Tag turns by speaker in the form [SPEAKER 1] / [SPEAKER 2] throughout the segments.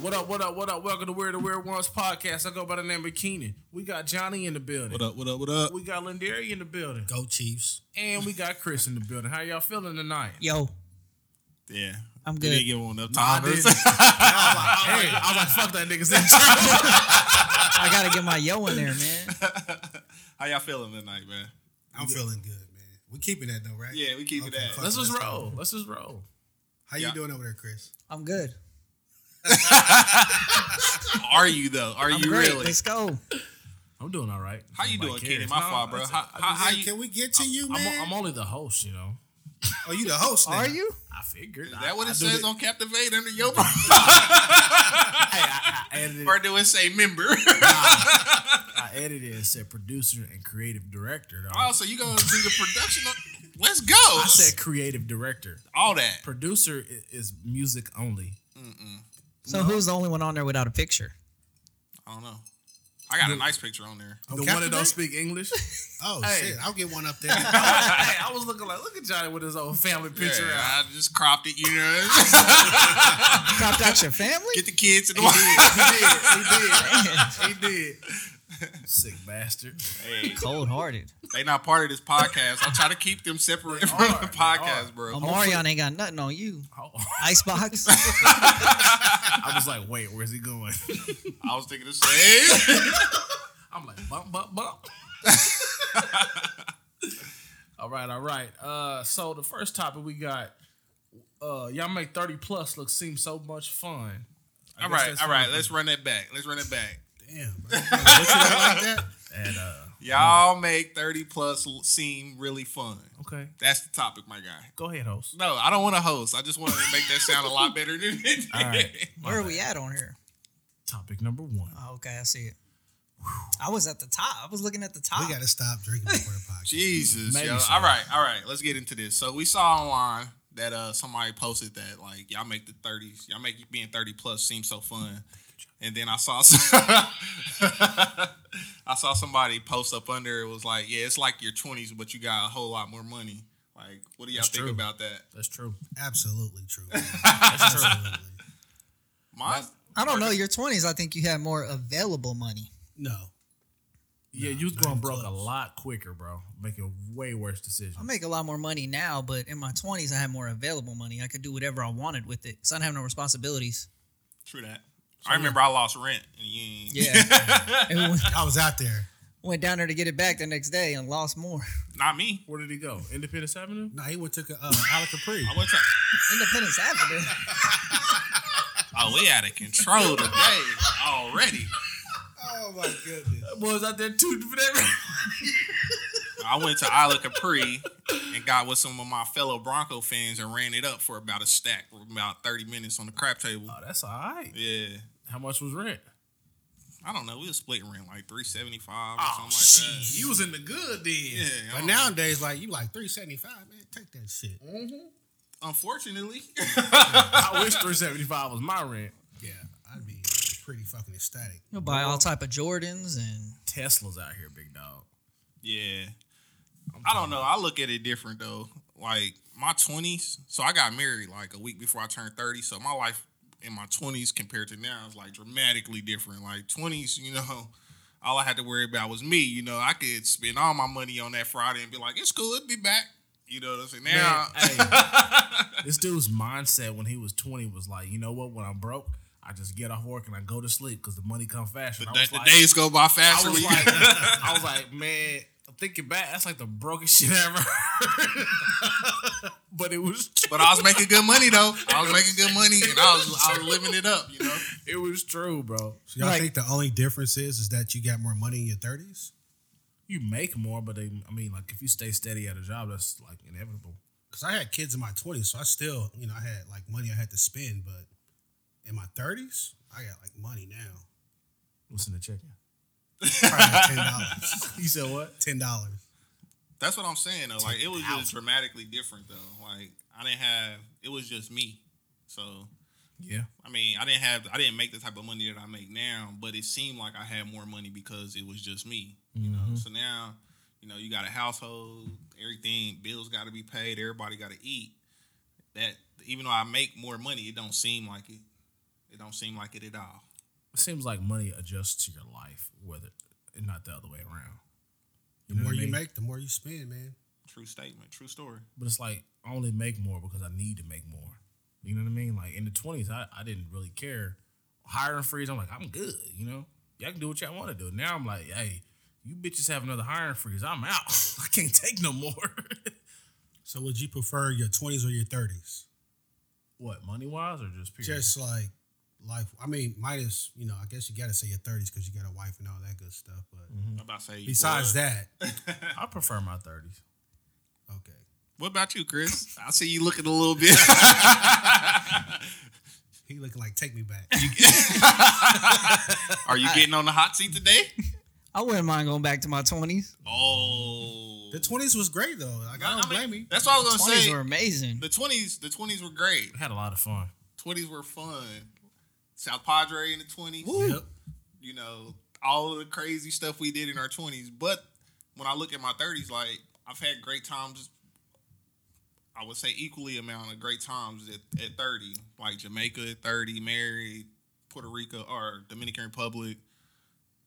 [SPEAKER 1] What up? What up? Welcome to Weird the Weird Ones podcast. I go by the name of Keenan. We got Johnny in the building.
[SPEAKER 2] What up? What up? What up?
[SPEAKER 1] We got Lindari in the building,
[SPEAKER 3] Go Chiefs.
[SPEAKER 1] and we got Chris in the building. How y'all feeling tonight?
[SPEAKER 4] Yo,
[SPEAKER 2] Yeah,
[SPEAKER 4] I'm
[SPEAKER 2] You
[SPEAKER 4] good.
[SPEAKER 2] didn't give one enough
[SPEAKER 1] I
[SPEAKER 2] time.
[SPEAKER 1] didn't. Hey, I was like, fuck that nigga's intro.
[SPEAKER 4] I gotta get my yo in there, man.
[SPEAKER 2] How y'all feeling tonight, man?
[SPEAKER 3] I'm feeling good, man. We keeping that though, right?
[SPEAKER 2] Yeah, we keep it
[SPEAKER 3] Okay,
[SPEAKER 2] at.
[SPEAKER 3] fuck.
[SPEAKER 1] Let's just roll. Let's just roll.
[SPEAKER 3] How you
[SPEAKER 2] Yeah.
[SPEAKER 3] doing over there, Chris?
[SPEAKER 4] I'm good.
[SPEAKER 2] Are you though? Are
[SPEAKER 4] I'm
[SPEAKER 2] you
[SPEAKER 4] great.
[SPEAKER 2] really?
[SPEAKER 4] Let's go.
[SPEAKER 1] I'm doing all right.
[SPEAKER 2] How you
[SPEAKER 1] Nobody
[SPEAKER 2] doing,
[SPEAKER 1] cares.
[SPEAKER 2] Kenny? My
[SPEAKER 1] No,
[SPEAKER 2] fault, bro.
[SPEAKER 1] that's-
[SPEAKER 2] How, how, how
[SPEAKER 3] Hey,
[SPEAKER 2] you?
[SPEAKER 3] can we get to you, man?
[SPEAKER 1] I'm, I'm only the host, you know.
[SPEAKER 3] oh, you the host? Now.
[SPEAKER 4] Are you?
[SPEAKER 1] I figured.
[SPEAKER 2] Is that what it
[SPEAKER 1] I,
[SPEAKER 2] says on Captivate under your bro?
[SPEAKER 1] I, I, edited,
[SPEAKER 2] or do it say member?
[SPEAKER 1] I edited and said producer and creative director. Though.
[SPEAKER 2] oh, so you gonna do the production? On, let's go.
[SPEAKER 1] I said creative director.
[SPEAKER 2] all that.
[SPEAKER 1] Producer i- is music only.
[SPEAKER 4] So who's the only one on there without a picture?
[SPEAKER 2] I don't know. I got a nice picture on there.
[SPEAKER 1] the
[SPEAKER 3] Oh,
[SPEAKER 1] one that
[SPEAKER 3] Captivate?
[SPEAKER 1] don't speak English.
[SPEAKER 3] Oh
[SPEAKER 1] Hey.
[SPEAKER 3] shit! I'll get one up there.
[SPEAKER 1] hey, I was looking like, look at Johnny with his old family picture.
[SPEAKER 2] Yeah,
[SPEAKER 1] out.
[SPEAKER 2] I just cropped it. You know,
[SPEAKER 4] Cropped out your family?
[SPEAKER 2] get the kids in the
[SPEAKER 1] He did. He did. Sick bastard.
[SPEAKER 2] Hey,
[SPEAKER 4] Cold hearted.
[SPEAKER 2] they not part of this podcast. I'm trying to keep them separate from
[SPEAKER 1] are,
[SPEAKER 2] the
[SPEAKER 1] they are.
[SPEAKER 2] podcast, bro.
[SPEAKER 4] Omarion ain't got nothing on you.
[SPEAKER 1] Oh,
[SPEAKER 4] Icebox.
[SPEAKER 1] I was like, wait, where's he going?
[SPEAKER 2] I was thinking the same.
[SPEAKER 1] I'm like, bump, bump, bump. all right, all right. Uh, so the first topic we got, uh, y'all make thirty plus look seem so much fun. I
[SPEAKER 2] all
[SPEAKER 1] guess
[SPEAKER 2] right,
[SPEAKER 1] that's
[SPEAKER 2] all right.
[SPEAKER 1] fun.
[SPEAKER 2] Let's run that back. Let's run it back.
[SPEAKER 3] Damn, bro. You gonna butcher that like that?
[SPEAKER 1] And uh,
[SPEAKER 2] Y'all make thirty plus l- seem really fun.
[SPEAKER 1] okay,
[SPEAKER 2] That's the topic, my guy.
[SPEAKER 1] go ahead, host.
[SPEAKER 2] No, I don't want to host. I just wanted to make that sound a lot better than it.
[SPEAKER 1] All right.
[SPEAKER 4] Where are we at on here?
[SPEAKER 1] Topic number one.
[SPEAKER 4] Oh, okay, I see it. I was at the top. I was looking at the top.
[SPEAKER 3] We gotta stop drinking before the podcast.
[SPEAKER 2] Jesus,
[SPEAKER 1] Maybe
[SPEAKER 2] yo.
[SPEAKER 1] so.
[SPEAKER 2] All right, all right. Let's get into this. So we saw online that uh somebody posted that like y'all make the thirties, y'all make being thirty plus seem so fun. And then I saw, some, I saw somebody post up under it was like, yeah, it's like your twenties, but you got a whole lot more money. Like, what do y'all
[SPEAKER 1] That's
[SPEAKER 2] think
[SPEAKER 1] true.
[SPEAKER 2] about that?
[SPEAKER 1] That's true.
[SPEAKER 3] Absolutely true. man. Absolutely.
[SPEAKER 2] Mine,
[SPEAKER 4] I don't know. Your 20s, I think you had more available money.
[SPEAKER 3] No,
[SPEAKER 1] Yeah, you was going
[SPEAKER 3] even
[SPEAKER 1] broke a
[SPEAKER 3] close.
[SPEAKER 1] lot quicker, bro. Making way worse decisions.
[SPEAKER 4] I make a lot more money now, but in my 20s, I had more available money. I could do whatever I wanted with it because I didn't have no responsibilities.
[SPEAKER 2] true that. I remember I lost rent. And you ain't-
[SPEAKER 4] Yeah. and we
[SPEAKER 3] I was out there.
[SPEAKER 4] went down there to get it back the next day and lost more.
[SPEAKER 2] not me.
[SPEAKER 1] Where did he go? Independence Avenue?
[SPEAKER 3] No, he went took a uh, out of Capri.
[SPEAKER 2] I went to,
[SPEAKER 4] Independence Avenue.
[SPEAKER 2] oh, we out of control today already.
[SPEAKER 3] Oh my goodness.
[SPEAKER 1] That boy's out there tooting for that.
[SPEAKER 2] I went to Isla Capri and got with some of my fellow Bronco fans and ran it up for about a stack, for about 30 minutes on the crap table.
[SPEAKER 1] oh, that's all right.
[SPEAKER 2] Yeah.
[SPEAKER 1] How much was rent?
[SPEAKER 2] I don't know. We was splitting rent like 375 or
[SPEAKER 1] Oh,
[SPEAKER 2] something like
[SPEAKER 1] shit. You was in the good then.
[SPEAKER 2] that. Yeah. oh. I
[SPEAKER 3] But
[SPEAKER 2] don't-
[SPEAKER 3] nowadays, like you like three seventy five, man. Take that shit.
[SPEAKER 2] unfortunately,
[SPEAKER 1] I wish 375 was my rent.
[SPEAKER 3] Yeah, I'd be pretty fucking ecstatic.
[SPEAKER 4] You'll buy all type of Jordans and
[SPEAKER 1] Tesla's out here, big dog.
[SPEAKER 2] yeah. I don't know. I look at it different though. Like my 20s, so I got married like a week before I turned 30. So my life in my 20s compared to now is like dramatically different. Like 20s, you know, all I had to worry about was me. You know, I could spend all my money on that Friday and be like, it's cool, it'll be back. You know what I'm saying? Now,
[SPEAKER 1] Man, hey, this dude's mindset when he was 20 was like, you know what? When I'm broke, I just get off work and I go to sleep because the money come faster.
[SPEAKER 2] the,
[SPEAKER 1] I
[SPEAKER 2] da-
[SPEAKER 1] was
[SPEAKER 2] the
[SPEAKER 1] like-
[SPEAKER 2] days go by
[SPEAKER 1] I
[SPEAKER 2] faster.
[SPEAKER 1] was
[SPEAKER 2] when you-
[SPEAKER 1] like, I was like, man, thinking back, that's like the brokest shit I ever. heard. but it was, true.
[SPEAKER 2] but I was making good money though. I was making good money and I was, I was living it up, you know?
[SPEAKER 1] it was true, bro.
[SPEAKER 3] So y'all
[SPEAKER 4] Like-
[SPEAKER 3] think the only difference is is that you got more money in your thirties?
[SPEAKER 1] You make more, but they, I mean, like if you stay steady at a job, that's like inevitable.
[SPEAKER 3] Because I had kids in my twenties, so I still, you know, I had like money I had to spend, but in my thirties, I got like money now.
[SPEAKER 1] Listen to chicken.
[SPEAKER 3] Probably ten dollars.
[SPEAKER 1] You said what?
[SPEAKER 3] Ten dollars.
[SPEAKER 2] That's what I'm saying though. Like it was just dramatically different though. Like I didn't have it was just me. So
[SPEAKER 1] Yeah.
[SPEAKER 2] I mean, I didn't have I didn't make the type of money that I make now, but it seemed like I had more money because it was just me. You
[SPEAKER 3] Mm-hmm.
[SPEAKER 2] know. So now, you know, you got a household, everything, bills gotta be paid, everybody gotta eat. That even though I make more money, it don't seem like it. It don't seem like it at all.
[SPEAKER 1] It seems like money adjusts to your life, whether and not the other way around.
[SPEAKER 3] The
[SPEAKER 1] know
[SPEAKER 3] more
[SPEAKER 1] what I
[SPEAKER 3] you
[SPEAKER 1] mean?
[SPEAKER 3] make, the more you spend, man.
[SPEAKER 2] True statement. True story.
[SPEAKER 1] But it's like I only make more because I need to make more. You know what I mean? Like in the twenties, I, I didn't really care. Hiring freeze, I'm like, I'm good, you know? Y'all can do what y'all want to do. Now I'm like, hey, you bitches have another hiring freeze. I'm out. I can't take no more.
[SPEAKER 3] So would you prefer your twenties or your thirties?
[SPEAKER 1] what, money wise or just period?
[SPEAKER 3] Just like life. I mean, minus you know, I guess you gotta say your thirties because you got a wife and all that good stuff. But
[SPEAKER 2] I'm about to say.
[SPEAKER 3] Mm. besides
[SPEAKER 2] what?
[SPEAKER 3] that,
[SPEAKER 1] I prefer my thirties.
[SPEAKER 3] okay.
[SPEAKER 2] what about you, Chris? I see you looking a little bit.
[SPEAKER 3] He looking like take me back.
[SPEAKER 2] Are you getting on the hot seat today?
[SPEAKER 4] I wouldn't mind going back to my twenties.
[SPEAKER 2] Oh,
[SPEAKER 3] the twenties was great though. Like, I don't
[SPEAKER 2] mean,
[SPEAKER 3] blame you.
[SPEAKER 2] That's what I was gonna
[SPEAKER 4] Twenties
[SPEAKER 2] say.
[SPEAKER 4] were amazing.
[SPEAKER 2] the twenties, the twenties were great.
[SPEAKER 1] Had a lot of fun.
[SPEAKER 2] Twenties were fun. South Padre in the twenties.
[SPEAKER 3] Yep.
[SPEAKER 2] you know, all of the crazy stuff we did in our twenties. But when I look at my thirties, like I've had great times. I would say equally amount of great times at, at thirty, like Jamaica at thirty, married, Puerto Rico or Dominican Republic,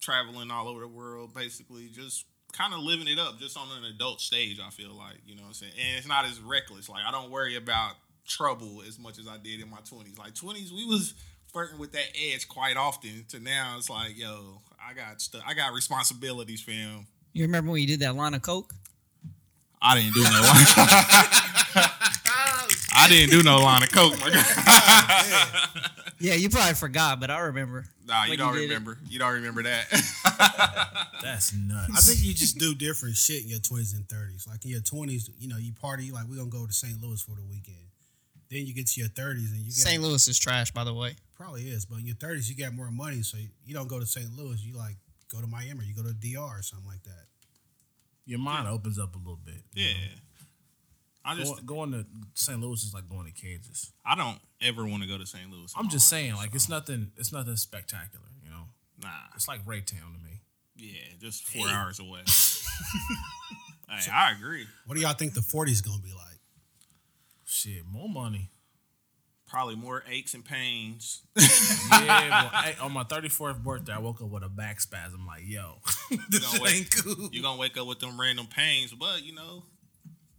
[SPEAKER 2] traveling all over the world, basically just kind of living it up, just on an adult stage. I feel like you know what I'm saying, and it's not as reckless. Like I don't worry about trouble as much as I did in my twenties. Like twenties, we was flirting with that edge quite often. To now, it's like yo, I got stuff, I got responsibilities, fam.
[SPEAKER 4] You remember when you did that line of coke?
[SPEAKER 2] I didn't do no line. I didn't do no line of coke, my guy.
[SPEAKER 4] Yeah, you probably forgot, but I remember.
[SPEAKER 2] Nah, you
[SPEAKER 4] When
[SPEAKER 2] don't
[SPEAKER 4] did it.
[SPEAKER 2] remember. You don't remember that.
[SPEAKER 1] That's
[SPEAKER 3] I
[SPEAKER 1] nuts.
[SPEAKER 3] think you just do different shit in your twenties and thirties. Like in your twenties, you know, you party like we're gonna go to St. Louis for the weekend. Then you get to your thirties and you got,
[SPEAKER 4] St. Louis is trash, by the way.
[SPEAKER 3] probably is, but in your thirties you got more money, so you, you don't go to St. Louis. You like go to Miami, or you go to DR or something like that.
[SPEAKER 1] your mind opens up a little bit. you
[SPEAKER 2] yeah,
[SPEAKER 1] know?
[SPEAKER 2] I just
[SPEAKER 1] Going, going to St. Louis is like going to Kansas.
[SPEAKER 2] I don't ever want to go to St. Louis. in
[SPEAKER 1] I'm
[SPEAKER 2] my
[SPEAKER 1] just
[SPEAKER 2] life,
[SPEAKER 1] saying, like
[SPEAKER 2] so.
[SPEAKER 1] it's nothing. It's nothing spectacular. You know,
[SPEAKER 2] Nah,
[SPEAKER 1] it's like Raytown to me.
[SPEAKER 2] yeah, just four hours away. hey, I agree.
[SPEAKER 3] What do y'all think the forties gonna be like?
[SPEAKER 1] Shit, more money.
[SPEAKER 2] Probably more aches and pains.
[SPEAKER 1] Yeah, boy. Hey, on my 34th birthday, I woke up with a back spasm. Like, yo, this
[SPEAKER 2] gonna
[SPEAKER 1] shit
[SPEAKER 2] wake-
[SPEAKER 1] ain't cool.
[SPEAKER 2] You're gonna wake up with them random pains, but you know,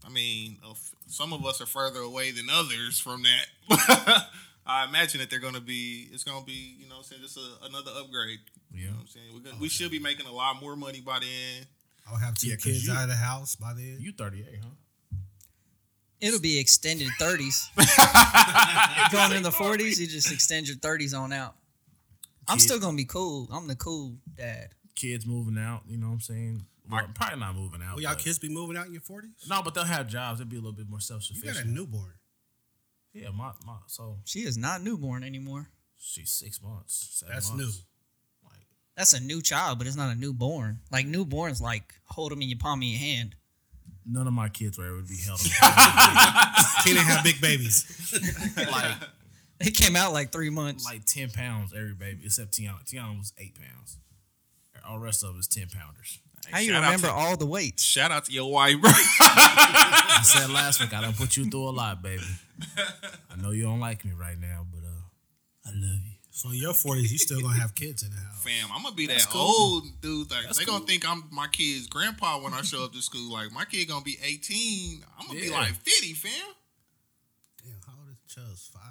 [SPEAKER 2] I mean, of- some of us are further away than others from that. I imagine that they're gonna be. It's gonna be, you know, what I'm saying just a, another upgrade. You
[SPEAKER 1] Yeah.
[SPEAKER 2] know what I'm saying We're gonna, we should be making a lot more money by then.
[SPEAKER 3] I'll have two
[SPEAKER 1] Yeah, 'cause
[SPEAKER 3] kids
[SPEAKER 1] you-
[SPEAKER 3] out of the house by then.
[SPEAKER 1] You 38, huh?
[SPEAKER 4] It'll be extended 30s. going in the 40s, you just extend your 30s on out. I'm
[SPEAKER 1] Kid.
[SPEAKER 4] still going to be cool. I'm the cool dad.
[SPEAKER 1] Kids moving out. You know what I'm saying? Well, probably not moving out.
[SPEAKER 3] Will y'all
[SPEAKER 1] but-
[SPEAKER 3] kids be moving out in your forties?
[SPEAKER 1] No, but they'll have jobs. They'll be a little bit more self
[SPEAKER 3] You got a
[SPEAKER 1] sufficient.
[SPEAKER 3] newborn.
[SPEAKER 1] Yeah, my my. So
[SPEAKER 4] She is not newborn anymore.
[SPEAKER 1] she's six months. Seven
[SPEAKER 3] That's
[SPEAKER 1] months. Like,
[SPEAKER 4] That's a new child, but it's not a newborn. Like, newborns, like, hold them in your palm of your hand.
[SPEAKER 1] none of my kids were ever to be held.
[SPEAKER 3] He didn't have big babies.
[SPEAKER 1] like
[SPEAKER 4] They came out like three months.
[SPEAKER 1] like ten pounds every baby except Tiana. Tiana was eight pounds. All the rest of us ten pounders.
[SPEAKER 4] How you
[SPEAKER 2] Shout out
[SPEAKER 4] remember
[SPEAKER 2] to-
[SPEAKER 4] all the weights?
[SPEAKER 2] Shout out to your wife, bro.
[SPEAKER 1] I said last week I done put you through a lot, baby. I know you don't like me right now, but uh, I love you.
[SPEAKER 3] So in your forties, you still gonna have kids in the house.
[SPEAKER 2] Fam, I'm gonna be that
[SPEAKER 1] cool.
[SPEAKER 2] old dude. Like,
[SPEAKER 1] That's
[SPEAKER 2] they gonna
[SPEAKER 1] cool.
[SPEAKER 2] think I'm my kid's grandpa when I show up to school. Like, my kid gonna be 18. I'm gonna be
[SPEAKER 1] Yeah.
[SPEAKER 2] like 50, fam.
[SPEAKER 3] Damn, how old is Chuz? Five.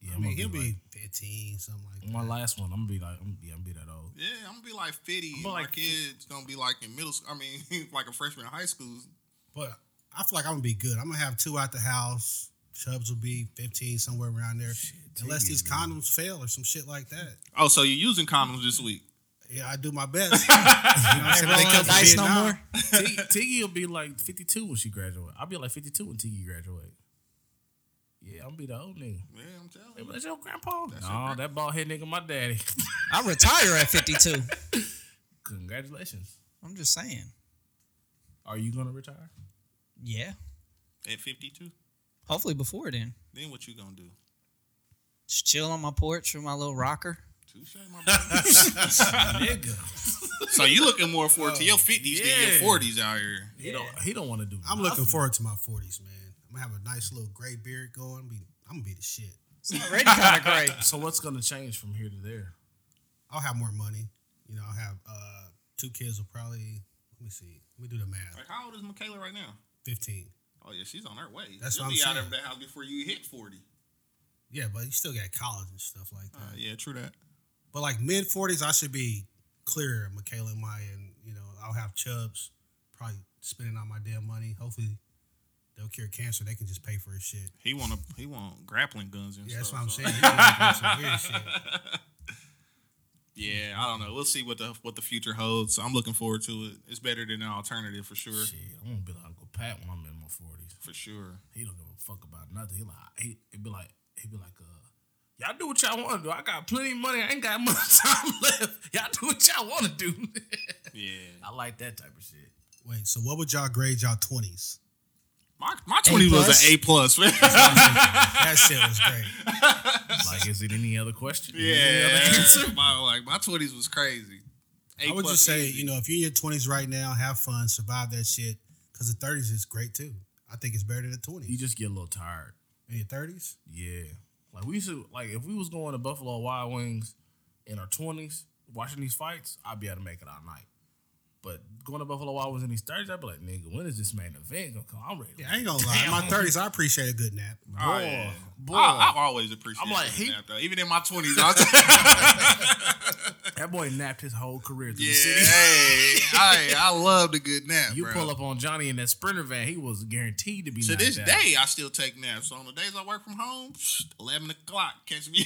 [SPEAKER 1] Yeah,
[SPEAKER 3] I
[SPEAKER 1] I'm
[SPEAKER 3] mean,
[SPEAKER 1] gonna
[SPEAKER 3] he'll
[SPEAKER 1] be
[SPEAKER 3] be, fifteen, something like that.
[SPEAKER 1] My last one, I'm gonna be like, I'm, yeah, I'm gonna be that old.
[SPEAKER 2] Yeah, I'm gonna be like 50. and
[SPEAKER 1] But
[SPEAKER 2] my
[SPEAKER 1] like-
[SPEAKER 2] kid's gonna be like in middle school. I mean, like a freshman in high school.
[SPEAKER 3] But I feel like I'm gonna be good. I'm gonna have two out the house. Chubbs will be 15, somewhere around there. Unless
[SPEAKER 1] take
[SPEAKER 3] these
[SPEAKER 1] it, man.
[SPEAKER 3] condoms fail or some shit like that.
[SPEAKER 2] Oh, so you're using condoms this week?
[SPEAKER 3] Yeah, I do my best. You know what I'm saying? They
[SPEAKER 4] Rolling
[SPEAKER 3] come
[SPEAKER 4] the
[SPEAKER 3] from
[SPEAKER 4] dice no
[SPEAKER 3] Vietnam.
[SPEAKER 4] more?
[SPEAKER 1] Tig- Tiggy will be like 52 when she graduate. I'll be like 52 when Tiggy graduate. Yeah, I'm gonna be the old nigga.
[SPEAKER 2] Yeah, I'm telling
[SPEAKER 1] Hey,
[SPEAKER 2] you.
[SPEAKER 1] but that's your grandpa.
[SPEAKER 2] That's your
[SPEAKER 1] nah,
[SPEAKER 2] grand-
[SPEAKER 1] that bald head nigga, my daddy.
[SPEAKER 4] I retire at 52.
[SPEAKER 1] Congratulations.
[SPEAKER 4] I'm just saying.
[SPEAKER 1] Are you gonna retire?
[SPEAKER 4] Yeah.
[SPEAKER 2] At 52,
[SPEAKER 4] Hopefully before then.
[SPEAKER 2] then what you gonna do?
[SPEAKER 4] Just chill on my porch with my little rocker.
[SPEAKER 2] Touche, my brother.
[SPEAKER 1] nigga,
[SPEAKER 2] so you looking more forward to your 50s
[SPEAKER 1] Yeah.
[SPEAKER 2] than your 40s out here.
[SPEAKER 1] he don't he don't want to do.
[SPEAKER 3] I'm
[SPEAKER 1] nothing.
[SPEAKER 3] looking forward to my 40s, man. I'm gonna have a nice little gray beard going. Be, I'm gonna be the shit.
[SPEAKER 4] It's already kind of great.
[SPEAKER 1] So what's gonna change from here to there?
[SPEAKER 3] I'll have more money. You know, I'll have uh, two kids. Will probably let me see. Let me do the math.
[SPEAKER 2] Like, how old is Michaela right now?
[SPEAKER 3] Fifteen.
[SPEAKER 2] Oh yeah, she's on her way.
[SPEAKER 3] That's
[SPEAKER 2] She'll
[SPEAKER 3] what I'm
[SPEAKER 2] be out
[SPEAKER 3] saying.
[SPEAKER 2] of the house before you hit forty.
[SPEAKER 3] Yeah, but you still got college and stuff like that.
[SPEAKER 2] Uh, yeah, true that.
[SPEAKER 3] But like mid forties, I should be clear, Michaela and Maya, and you know, I'll have Chubbs probably spending all my damn money. Hopefully, they'll cure cancer. They can just pay for his shit.
[SPEAKER 2] He want to. He want grappling guns and
[SPEAKER 3] Yeah, that's what
[SPEAKER 2] stuff. so-
[SPEAKER 3] I'm saying. You know, some weird shit.
[SPEAKER 2] Yeah, I don't know. We'll see what the what the future holds. I'm looking forward to it. It's better than an alternative for sure.
[SPEAKER 1] Shit, I'm gonna be like Uncle Pat when I'm in my forties.
[SPEAKER 2] For sure.
[SPEAKER 1] He don't give a fuck about nothing. He like he would be like he be like uh. Y'all do what y'all want to do. I got plenty of money. I ain't got much time left. Y'all do what y'all want to do.
[SPEAKER 2] Yeah.
[SPEAKER 1] I like that type of shit.
[SPEAKER 3] Wait, so what would y'all grade y'all twenties?
[SPEAKER 2] My my twenty was
[SPEAKER 4] plus?
[SPEAKER 2] an A plus. man.
[SPEAKER 3] That shit was great.
[SPEAKER 1] Like, is it any other question? Any other
[SPEAKER 2] yeah.
[SPEAKER 1] answer?
[SPEAKER 2] my like my twenties was crazy. A
[SPEAKER 3] I would
[SPEAKER 2] plus
[SPEAKER 3] just say,
[SPEAKER 2] easy.
[SPEAKER 3] you know, if you're in your twenties right now, have fun, survive that shit. Cause the thirties is great too. I think it's better than the
[SPEAKER 1] You
[SPEAKER 3] twenties.
[SPEAKER 1] just get a little tired.
[SPEAKER 3] In your thirties?
[SPEAKER 1] Yeah. Like we used to like if we was going to Buffalo Wild Wings in our twenties, watching these fights, I'd be able to make it all night. But going to Buffalo Wild Wings in these thirties, I'd be like, nigga, when is this main event gonna come? I'm ready.
[SPEAKER 3] Yeah, I ain't gonna lie. In my thirties, I appreciate a good nap.
[SPEAKER 1] boy,
[SPEAKER 2] Oh, yeah.
[SPEAKER 1] boy.
[SPEAKER 2] I, I've always appreciated.
[SPEAKER 1] I'm like,
[SPEAKER 2] getting
[SPEAKER 1] he-
[SPEAKER 2] napped, though. even in my twenties. I was
[SPEAKER 1] that boy napped his whole career through
[SPEAKER 2] yeah,
[SPEAKER 1] the city.
[SPEAKER 2] hey, I I love the good nap.
[SPEAKER 1] You
[SPEAKER 2] bro.
[SPEAKER 1] pull up on Johnny in that sprinter van, he was guaranteed to be
[SPEAKER 2] To
[SPEAKER 1] knocked
[SPEAKER 2] this
[SPEAKER 1] out.
[SPEAKER 2] day, I still take naps. So on the days I work from home, psh, eleven o'clock, catch me.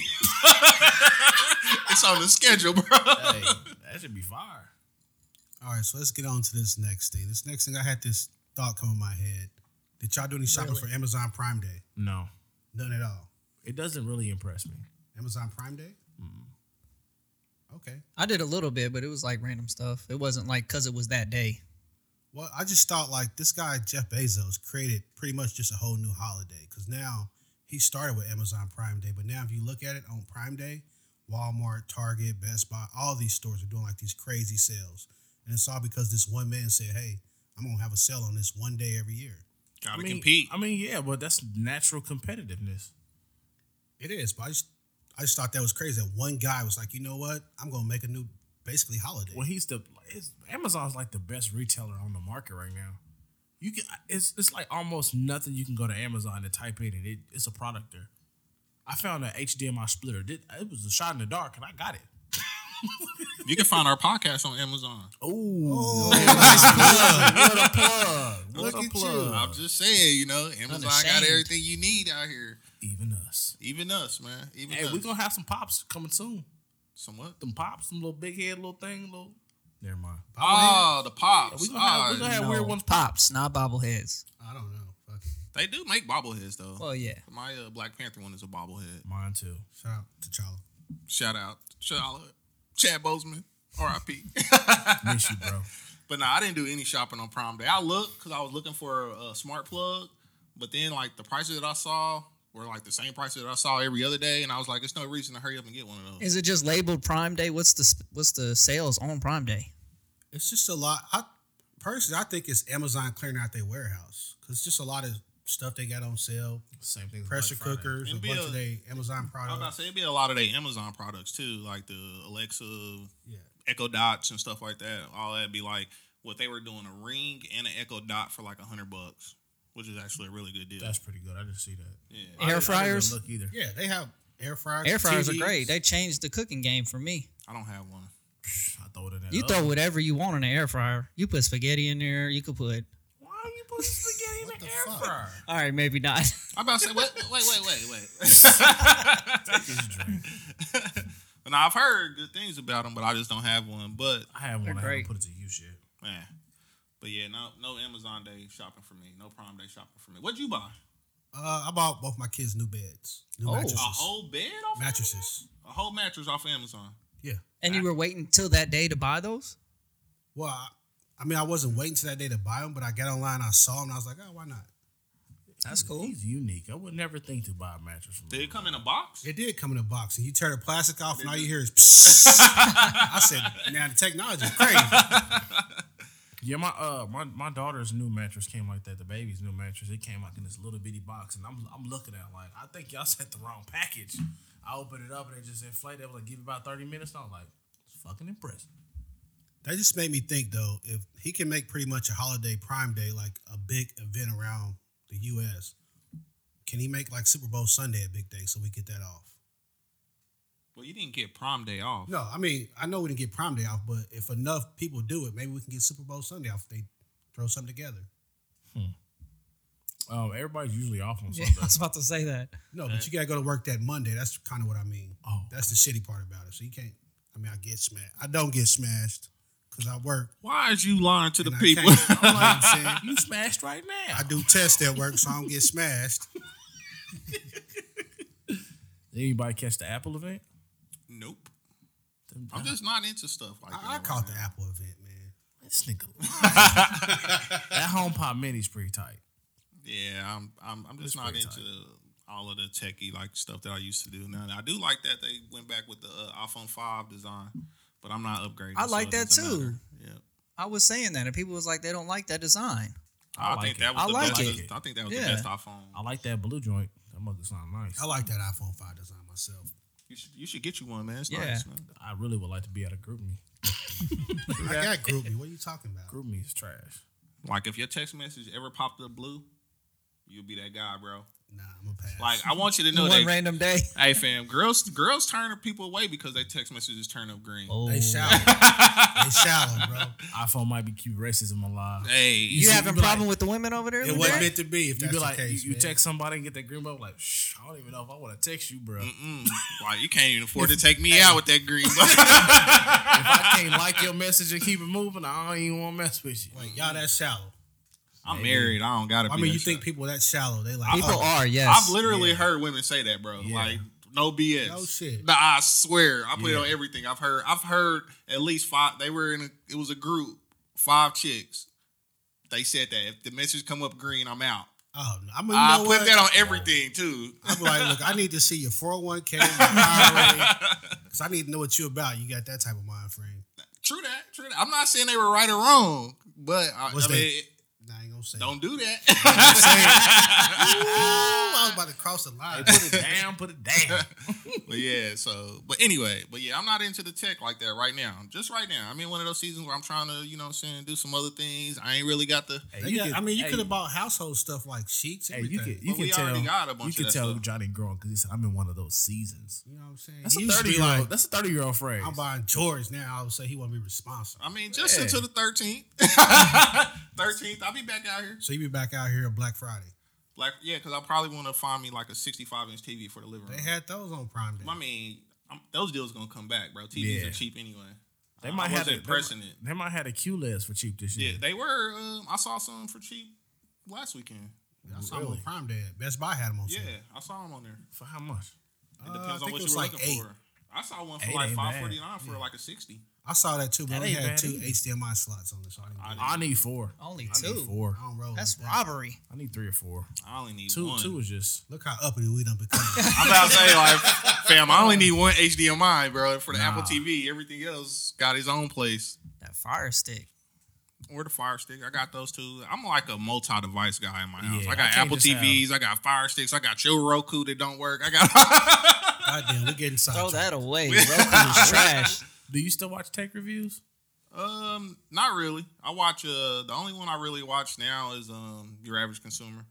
[SPEAKER 2] it's on the schedule, bro.
[SPEAKER 1] Hey, that should be fire.
[SPEAKER 3] All right, so let's get on to this next thing. This next thing, I had this thought come in my head. Did y'all do any shopping for Amazon Prime Day?
[SPEAKER 1] No.
[SPEAKER 3] None at all.
[SPEAKER 1] It doesn't really impress me.
[SPEAKER 3] Amazon Prime Day? Okay.
[SPEAKER 4] I did a little bit, but it was like random stuff. It wasn't like because it was that day.
[SPEAKER 3] Well, I just thought like this guy Jeff Bezos created pretty much just a whole new holiday because now he started with Amazon Prime Day, but now if you look at it on Prime Day, Walmart, Target, Best Buy, all these stores are doing like these crazy sales, and it's all because this one man said, "Hey, I'm gonna have a sale on this one day every year."
[SPEAKER 2] Gotta
[SPEAKER 1] I mean,
[SPEAKER 2] compete.
[SPEAKER 1] I mean, yeah, but that's natural competitiveness.
[SPEAKER 3] It is, but I just I just thought that was crazy that one guy was like, "You know what? I'm gonna make a new basically holiday."
[SPEAKER 1] Well, he's the it's, Amazon's like the best retailer on the market right now. You can it's it's like almost nothing you can go to Amazon and type in and it, it's a product there. I found an HDMI splitter. It, it was a shot in the dark and I got it.
[SPEAKER 2] you can find our podcast on Amazon.
[SPEAKER 1] Oh, what a plug! What
[SPEAKER 3] Look
[SPEAKER 1] a
[SPEAKER 3] at
[SPEAKER 1] plug!
[SPEAKER 2] I'm just saying, you know, Amazon got
[SPEAKER 4] Unashamed.
[SPEAKER 2] everything you need out here.
[SPEAKER 1] Even us.
[SPEAKER 2] Even us, man. Even
[SPEAKER 1] Hey,
[SPEAKER 2] us.
[SPEAKER 1] we're gonna have some pops coming soon.
[SPEAKER 2] Somewhat.
[SPEAKER 1] Some pops, some little big head, little thing, little. Never mind.
[SPEAKER 2] Oh, the pops.
[SPEAKER 1] We gonna have,
[SPEAKER 2] Oh,
[SPEAKER 1] we gonna have weird ones pop.
[SPEAKER 4] Pops, not bobbleheads.
[SPEAKER 3] I don't know. Fuck it.
[SPEAKER 2] Ah, They do make bobbleheads though.
[SPEAKER 4] Well, yeah.
[SPEAKER 2] My uh, Black Panther one is a bobblehead.
[SPEAKER 1] Mine too.
[SPEAKER 3] Shout out to Charlie.
[SPEAKER 2] Shout out, Charlotte, Chad Bozeman, R.I.P.
[SPEAKER 1] Miss you, bro.
[SPEAKER 2] But no, I didn't do any shopping on Prime Day. I looked because I was looking for a, a smart plug, but then like the prices that I saw were like the same prices that I saw every other day, and I was like, "There's no reason to hurry up and get one of those."
[SPEAKER 4] Is it just labeled Prime Day? What's the sp- what's the sales on Prime Day?
[SPEAKER 3] It's just a lot. I personally, I think it's Amazon clearing out their warehouse because it's just a lot of stuff they got on sale.
[SPEAKER 1] Same thing. with
[SPEAKER 3] Pressure
[SPEAKER 1] Black Friday.
[SPEAKER 3] cookers, a
[SPEAKER 2] It'd be
[SPEAKER 3] bunch
[SPEAKER 2] a-
[SPEAKER 3] of their Amazon
[SPEAKER 2] I was about to
[SPEAKER 3] products.
[SPEAKER 2] say it'd be a lot of their Amazon products too, like the Alexa,
[SPEAKER 3] Yeah,
[SPEAKER 2] Echo Dots, and stuff like that. All that'd be like what they were doing a ring and an Echo Dot for like a hundred bucks, which is actually a really good deal.
[SPEAKER 1] That's pretty good. I didn't see that.
[SPEAKER 2] yeah.
[SPEAKER 1] I didn't- I
[SPEAKER 4] Air
[SPEAKER 1] didn't
[SPEAKER 4] fryers.
[SPEAKER 1] Look either.
[SPEAKER 3] yeah, they have air fryers.
[SPEAKER 4] Air fryers are
[SPEAKER 3] TVs.
[SPEAKER 4] great. They changed the cooking game for me.
[SPEAKER 2] I don't have one.
[SPEAKER 1] Psh, I throw it in that.
[SPEAKER 4] You
[SPEAKER 1] oven.
[SPEAKER 4] throw whatever you want in the air fryer. You put spaghetti in there. You could put.
[SPEAKER 1] Why are you putting spaghetti in
[SPEAKER 3] What
[SPEAKER 1] the,
[SPEAKER 3] the
[SPEAKER 1] air
[SPEAKER 3] fuck?
[SPEAKER 1] fryer?
[SPEAKER 4] All right, maybe not.
[SPEAKER 2] I'm about to say, wait, wait, wait, wait, wait.
[SPEAKER 1] This drink.
[SPEAKER 2] and I've heard good things about them, but I just don't have one. But
[SPEAKER 1] I have
[SPEAKER 4] They're
[SPEAKER 1] one. I haven't
[SPEAKER 4] great.
[SPEAKER 1] put it to you, shit.
[SPEAKER 2] man, but yeah, no, no Amazon Day shopping for me. No Prime Day shopping for me. What'd you buy?
[SPEAKER 3] Uh, I bought both my kids new beds, new
[SPEAKER 4] Oh.
[SPEAKER 2] A
[SPEAKER 3] mattresses.
[SPEAKER 2] whole bed off of
[SPEAKER 3] mattresses.
[SPEAKER 2] Amazon? A whole mattress off of Amazon.
[SPEAKER 3] Yeah.
[SPEAKER 4] and you were waiting till that day to buy those.
[SPEAKER 3] Well, I, I mean, I wasn't waiting to that day to buy them, but I got online, I saw them, and I was like, oh, why not?
[SPEAKER 4] That's cool.
[SPEAKER 1] He's unique. I would never think to buy a mattress from
[SPEAKER 2] Did
[SPEAKER 1] him.
[SPEAKER 2] it come in a box?
[SPEAKER 3] It did come in a box, and you tear the plastic off, and all you hear is. I said, "Now the technology is crazy."
[SPEAKER 1] Yeah, my uh my, my daughter's new mattress came like that. The baby's new mattress. It came like in this little bitty box, and I'm I'm looking at it like I think y'all sent the wrong package. I opened it up and it just inflated. It was like give it about thirty minutes. And I'm like, it's fucking impressive.
[SPEAKER 3] That just made me think though, if he can make pretty much a holiday prime day like a big event around the US, can he make like Super Bowl Sunday a big day so we get that off?
[SPEAKER 2] Well, you didn't get prom day off.
[SPEAKER 3] No, I mean, I know we didn't get prime day off, but if enough people do it, maybe we can get Super Bowl Sunday off if they throw something together.
[SPEAKER 1] Um, everybody's usually off on
[SPEAKER 4] Yeah,
[SPEAKER 1] Sunday.
[SPEAKER 4] I was about to say that.
[SPEAKER 3] No, but you gotta go to work that Monday. That's kind of what I mean.
[SPEAKER 1] Oh.
[SPEAKER 3] that's the shitty part about it. So you can't. I mean, I get smashed. I don't get smashed because I work.
[SPEAKER 2] Why is you lying to the
[SPEAKER 3] and I
[SPEAKER 2] people?
[SPEAKER 3] can't- I'm like, I'm saying,
[SPEAKER 1] you smashed right now.
[SPEAKER 3] I do tests at work, so I don't get smashed.
[SPEAKER 1] Did anybody catch the Apple event?
[SPEAKER 2] nope. I'm just not into stuff like that.
[SPEAKER 3] I, I
[SPEAKER 2] right
[SPEAKER 3] caught the
[SPEAKER 2] now.
[SPEAKER 3] Apple event, man.
[SPEAKER 1] This nigga. that HomePod Mini's pretty tight.
[SPEAKER 2] Yeah, I'm I'm, I'm
[SPEAKER 1] It's
[SPEAKER 2] just not
[SPEAKER 1] pretty
[SPEAKER 2] into all of the techie like stuff that I used to do. Now I do like that they went back with the uh, iPhone five design, but I'm not upgrading.
[SPEAKER 4] I
[SPEAKER 2] so
[SPEAKER 4] like
[SPEAKER 2] it
[SPEAKER 4] that
[SPEAKER 2] doesn't
[SPEAKER 4] too.
[SPEAKER 2] matter. Yeah,
[SPEAKER 4] I was saying that, and people was like, they don't like that design.
[SPEAKER 1] I
[SPEAKER 2] I,
[SPEAKER 1] like
[SPEAKER 2] think
[SPEAKER 1] it.
[SPEAKER 2] that was
[SPEAKER 4] I
[SPEAKER 2] the
[SPEAKER 4] like
[SPEAKER 2] best.
[SPEAKER 1] it.
[SPEAKER 2] I think that was
[SPEAKER 4] Yeah.
[SPEAKER 2] the best iPhone.
[SPEAKER 1] I like that blue joint. That mother sound nice.
[SPEAKER 3] I like that iPhone five design myself.
[SPEAKER 2] You should you should get you one, man. It's
[SPEAKER 4] Yeah.
[SPEAKER 2] nice, man.
[SPEAKER 1] I really would like to be at a group me.
[SPEAKER 3] I got groupie. What are you talking about?
[SPEAKER 1] Group me is trash.
[SPEAKER 2] Like if your text message ever popped up blue, you'll be that guy, bro.
[SPEAKER 3] Nah, I'm a pass.
[SPEAKER 2] Like I want you to know
[SPEAKER 4] One
[SPEAKER 2] that.
[SPEAKER 4] random day.
[SPEAKER 2] hey, fam, girls girls turn people away because they text messages turn up green.
[SPEAKER 4] Oh.
[SPEAKER 1] Oh.
[SPEAKER 3] they shallow. they shallow, bro.
[SPEAKER 1] iPhone might be cute racism alive.
[SPEAKER 2] Hey,
[SPEAKER 4] You
[SPEAKER 1] see,
[SPEAKER 4] having
[SPEAKER 1] you be
[SPEAKER 4] a problem
[SPEAKER 1] like-
[SPEAKER 4] with the women over there?
[SPEAKER 3] It
[SPEAKER 4] Lil
[SPEAKER 3] wasn't
[SPEAKER 4] Jon?
[SPEAKER 3] meant to be. If
[SPEAKER 1] You
[SPEAKER 3] that's
[SPEAKER 1] be like,
[SPEAKER 3] the case,
[SPEAKER 1] you, you
[SPEAKER 3] man.
[SPEAKER 1] text somebody and get that green bubble, like, Shh, I don't even know if I want to text you, bro. if
[SPEAKER 2] Mm, like you can't even afford to take me out with that green. button.
[SPEAKER 1] I can't like your message and keep it moving, I don't even want to mess with you.
[SPEAKER 3] Like, y'all that shallow.
[SPEAKER 2] I'm married. I don't gotta.
[SPEAKER 3] I
[SPEAKER 2] be
[SPEAKER 3] mean,
[SPEAKER 2] that
[SPEAKER 3] you think
[SPEAKER 2] shy.
[SPEAKER 3] people that shallow? They like
[SPEAKER 4] People
[SPEAKER 3] oh,
[SPEAKER 4] are, yes.
[SPEAKER 2] I've literally
[SPEAKER 3] Yeah.
[SPEAKER 2] heard women say that, bro.
[SPEAKER 1] Yeah.
[SPEAKER 2] Like no BS.
[SPEAKER 3] No shit.
[SPEAKER 2] Nah, I swear. I put
[SPEAKER 1] Yeah.
[SPEAKER 2] it on everything. I've heard. I've heard at least five. They were in. A, it was a group. Five chicks. They said that if the message come up green, I'm out.
[SPEAKER 3] Oh, no. I mean, you
[SPEAKER 2] I
[SPEAKER 3] know
[SPEAKER 2] put
[SPEAKER 3] what?
[SPEAKER 2] that on everything too.
[SPEAKER 3] I'm like, look, I need to see your 401k, your IRA, because I need to know what you about. You got that type of mind frame.
[SPEAKER 2] True that. True that. I'm not saying they were right or wrong, but I, I
[SPEAKER 3] What's
[SPEAKER 2] mean,
[SPEAKER 3] they- Nah, I ain't gonna say. it.
[SPEAKER 2] don't do
[SPEAKER 3] I'm
[SPEAKER 2] that.
[SPEAKER 3] saying- Ooh, I was about to cross the
[SPEAKER 1] Hey,
[SPEAKER 3] line.
[SPEAKER 1] put it down, put it down.
[SPEAKER 2] but yeah, so but anyway, but yeah, I'm not into the tech like that right now. Just right now. I'm in one of those seasons where I'm trying to, you know what I'm saying, do some other things. I ain't really got the
[SPEAKER 1] Hey,
[SPEAKER 3] They got-
[SPEAKER 1] could-
[SPEAKER 3] I mean, you
[SPEAKER 1] hey,
[SPEAKER 3] could have bought household stuff like sheets,
[SPEAKER 1] Hey, you
[SPEAKER 3] everything.
[SPEAKER 1] can you
[SPEAKER 2] But
[SPEAKER 1] can
[SPEAKER 2] we
[SPEAKER 1] tell
[SPEAKER 2] already got a bunch
[SPEAKER 1] you
[SPEAKER 2] of
[SPEAKER 1] can
[SPEAKER 2] that
[SPEAKER 1] tell
[SPEAKER 2] stuff.
[SPEAKER 1] Johnny growing because he said I'm in one of those seasons.
[SPEAKER 3] you know what I'm saying?
[SPEAKER 1] That's
[SPEAKER 3] He
[SPEAKER 1] a
[SPEAKER 3] used to
[SPEAKER 1] thirty
[SPEAKER 3] be
[SPEAKER 1] year old.
[SPEAKER 3] like,
[SPEAKER 1] that's a thirty year old phrase.
[SPEAKER 3] I'm buying Jordans now. I would say he won't be responsible.
[SPEAKER 2] I mean, just
[SPEAKER 1] Yeah.
[SPEAKER 2] until the 13th. 13th, I'll be back out here.
[SPEAKER 3] So you be back out here on Black Friday.
[SPEAKER 2] Like, yeah, because I probably want to find me like a 65 inch TV for the living room.
[SPEAKER 3] They had those on Prime Day.
[SPEAKER 2] I mean, I'm, those deals gonna come back, bro. TVs
[SPEAKER 1] Yeah.
[SPEAKER 2] are cheap anyway.
[SPEAKER 1] they
[SPEAKER 2] I-
[SPEAKER 1] might
[SPEAKER 2] I
[SPEAKER 1] have
[SPEAKER 2] wasn't
[SPEAKER 1] a,
[SPEAKER 2] pressing
[SPEAKER 1] they,
[SPEAKER 2] it.
[SPEAKER 1] might- They might have a QLEDs for cheap this year.
[SPEAKER 2] Yeah, they were. Um, I saw some for cheap last weekend.
[SPEAKER 3] I saw them
[SPEAKER 1] really?
[SPEAKER 3] on Prime Day. Best Buy had them on
[SPEAKER 2] Yeah,
[SPEAKER 3] sale.
[SPEAKER 2] I saw them on there.
[SPEAKER 1] for how much?
[SPEAKER 2] It
[SPEAKER 3] Uh, I
[SPEAKER 2] depends on
[SPEAKER 3] think
[SPEAKER 2] what
[SPEAKER 3] it
[SPEAKER 2] you
[SPEAKER 3] was
[SPEAKER 2] were
[SPEAKER 3] like
[SPEAKER 2] looking
[SPEAKER 3] eight.
[SPEAKER 2] for. I saw one for
[SPEAKER 1] Eight
[SPEAKER 2] like
[SPEAKER 1] ain't bad.
[SPEAKER 2] 549 for like a 60.
[SPEAKER 3] I saw that too,
[SPEAKER 1] That
[SPEAKER 3] but they
[SPEAKER 1] ain't
[SPEAKER 3] had
[SPEAKER 1] bad
[SPEAKER 3] two
[SPEAKER 1] either.
[SPEAKER 3] HDMI slots on this. So I didn't get it.
[SPEAKER 1] I need four.
[SPEAKER 4] Only
[SPEAKER 1] I
[SPEAKER 4] two.
[SPEAKER 1] Need four.
[SPEAKER 3] I don't roll.
[SPEAKER 4] That's
[SPEAKER 3] like that.
[SPEAKER 4] robbery.
[SPEAKER 1] I need three or four.
[SPEAKER 2] I only need
[SPEAKER 1] Two
[SPEAKER 2] one.
[SPEAKER 1] two is just
[SPEAKER 3] Look how uppity we done become.
[SPEAKER 2] I'm about to say, like, fam, I only need one HDMI, bro, for the Apple
[SPEAKER 1] Nah.
[SPEAKER 2] TV. Everything else got its own place.
[SPEAKER 4] That fire stick.
[SPEAKER 2] Or the Fire Stick. I got those two. I'm like a multi device guy in my house.
[SPEAKER 1] Yeah,
[SPEAKER 2] I
[SPEAKER 1] I
[SPEAKER 2] got
[SPEAKER 1] can't
[SPEAKER 2] Apple
[SPEAKER 1] just have-
[SPEAKER 2] TVs. I got Fire Sticks. I got your Roku that don't work. I got.
[SPEAKER 3] Goddamn, we're getting
[SPEAKER 4] Throw
[SPEAKER 3] sidetracked.
[SPEAKER 4] that away. Roku is trash.
[SPEAKER 1] Do you still watch tech reviews?
[SPEAKER 2] um, not really. I watch. Uh, the only one I really watch now is um your average consumer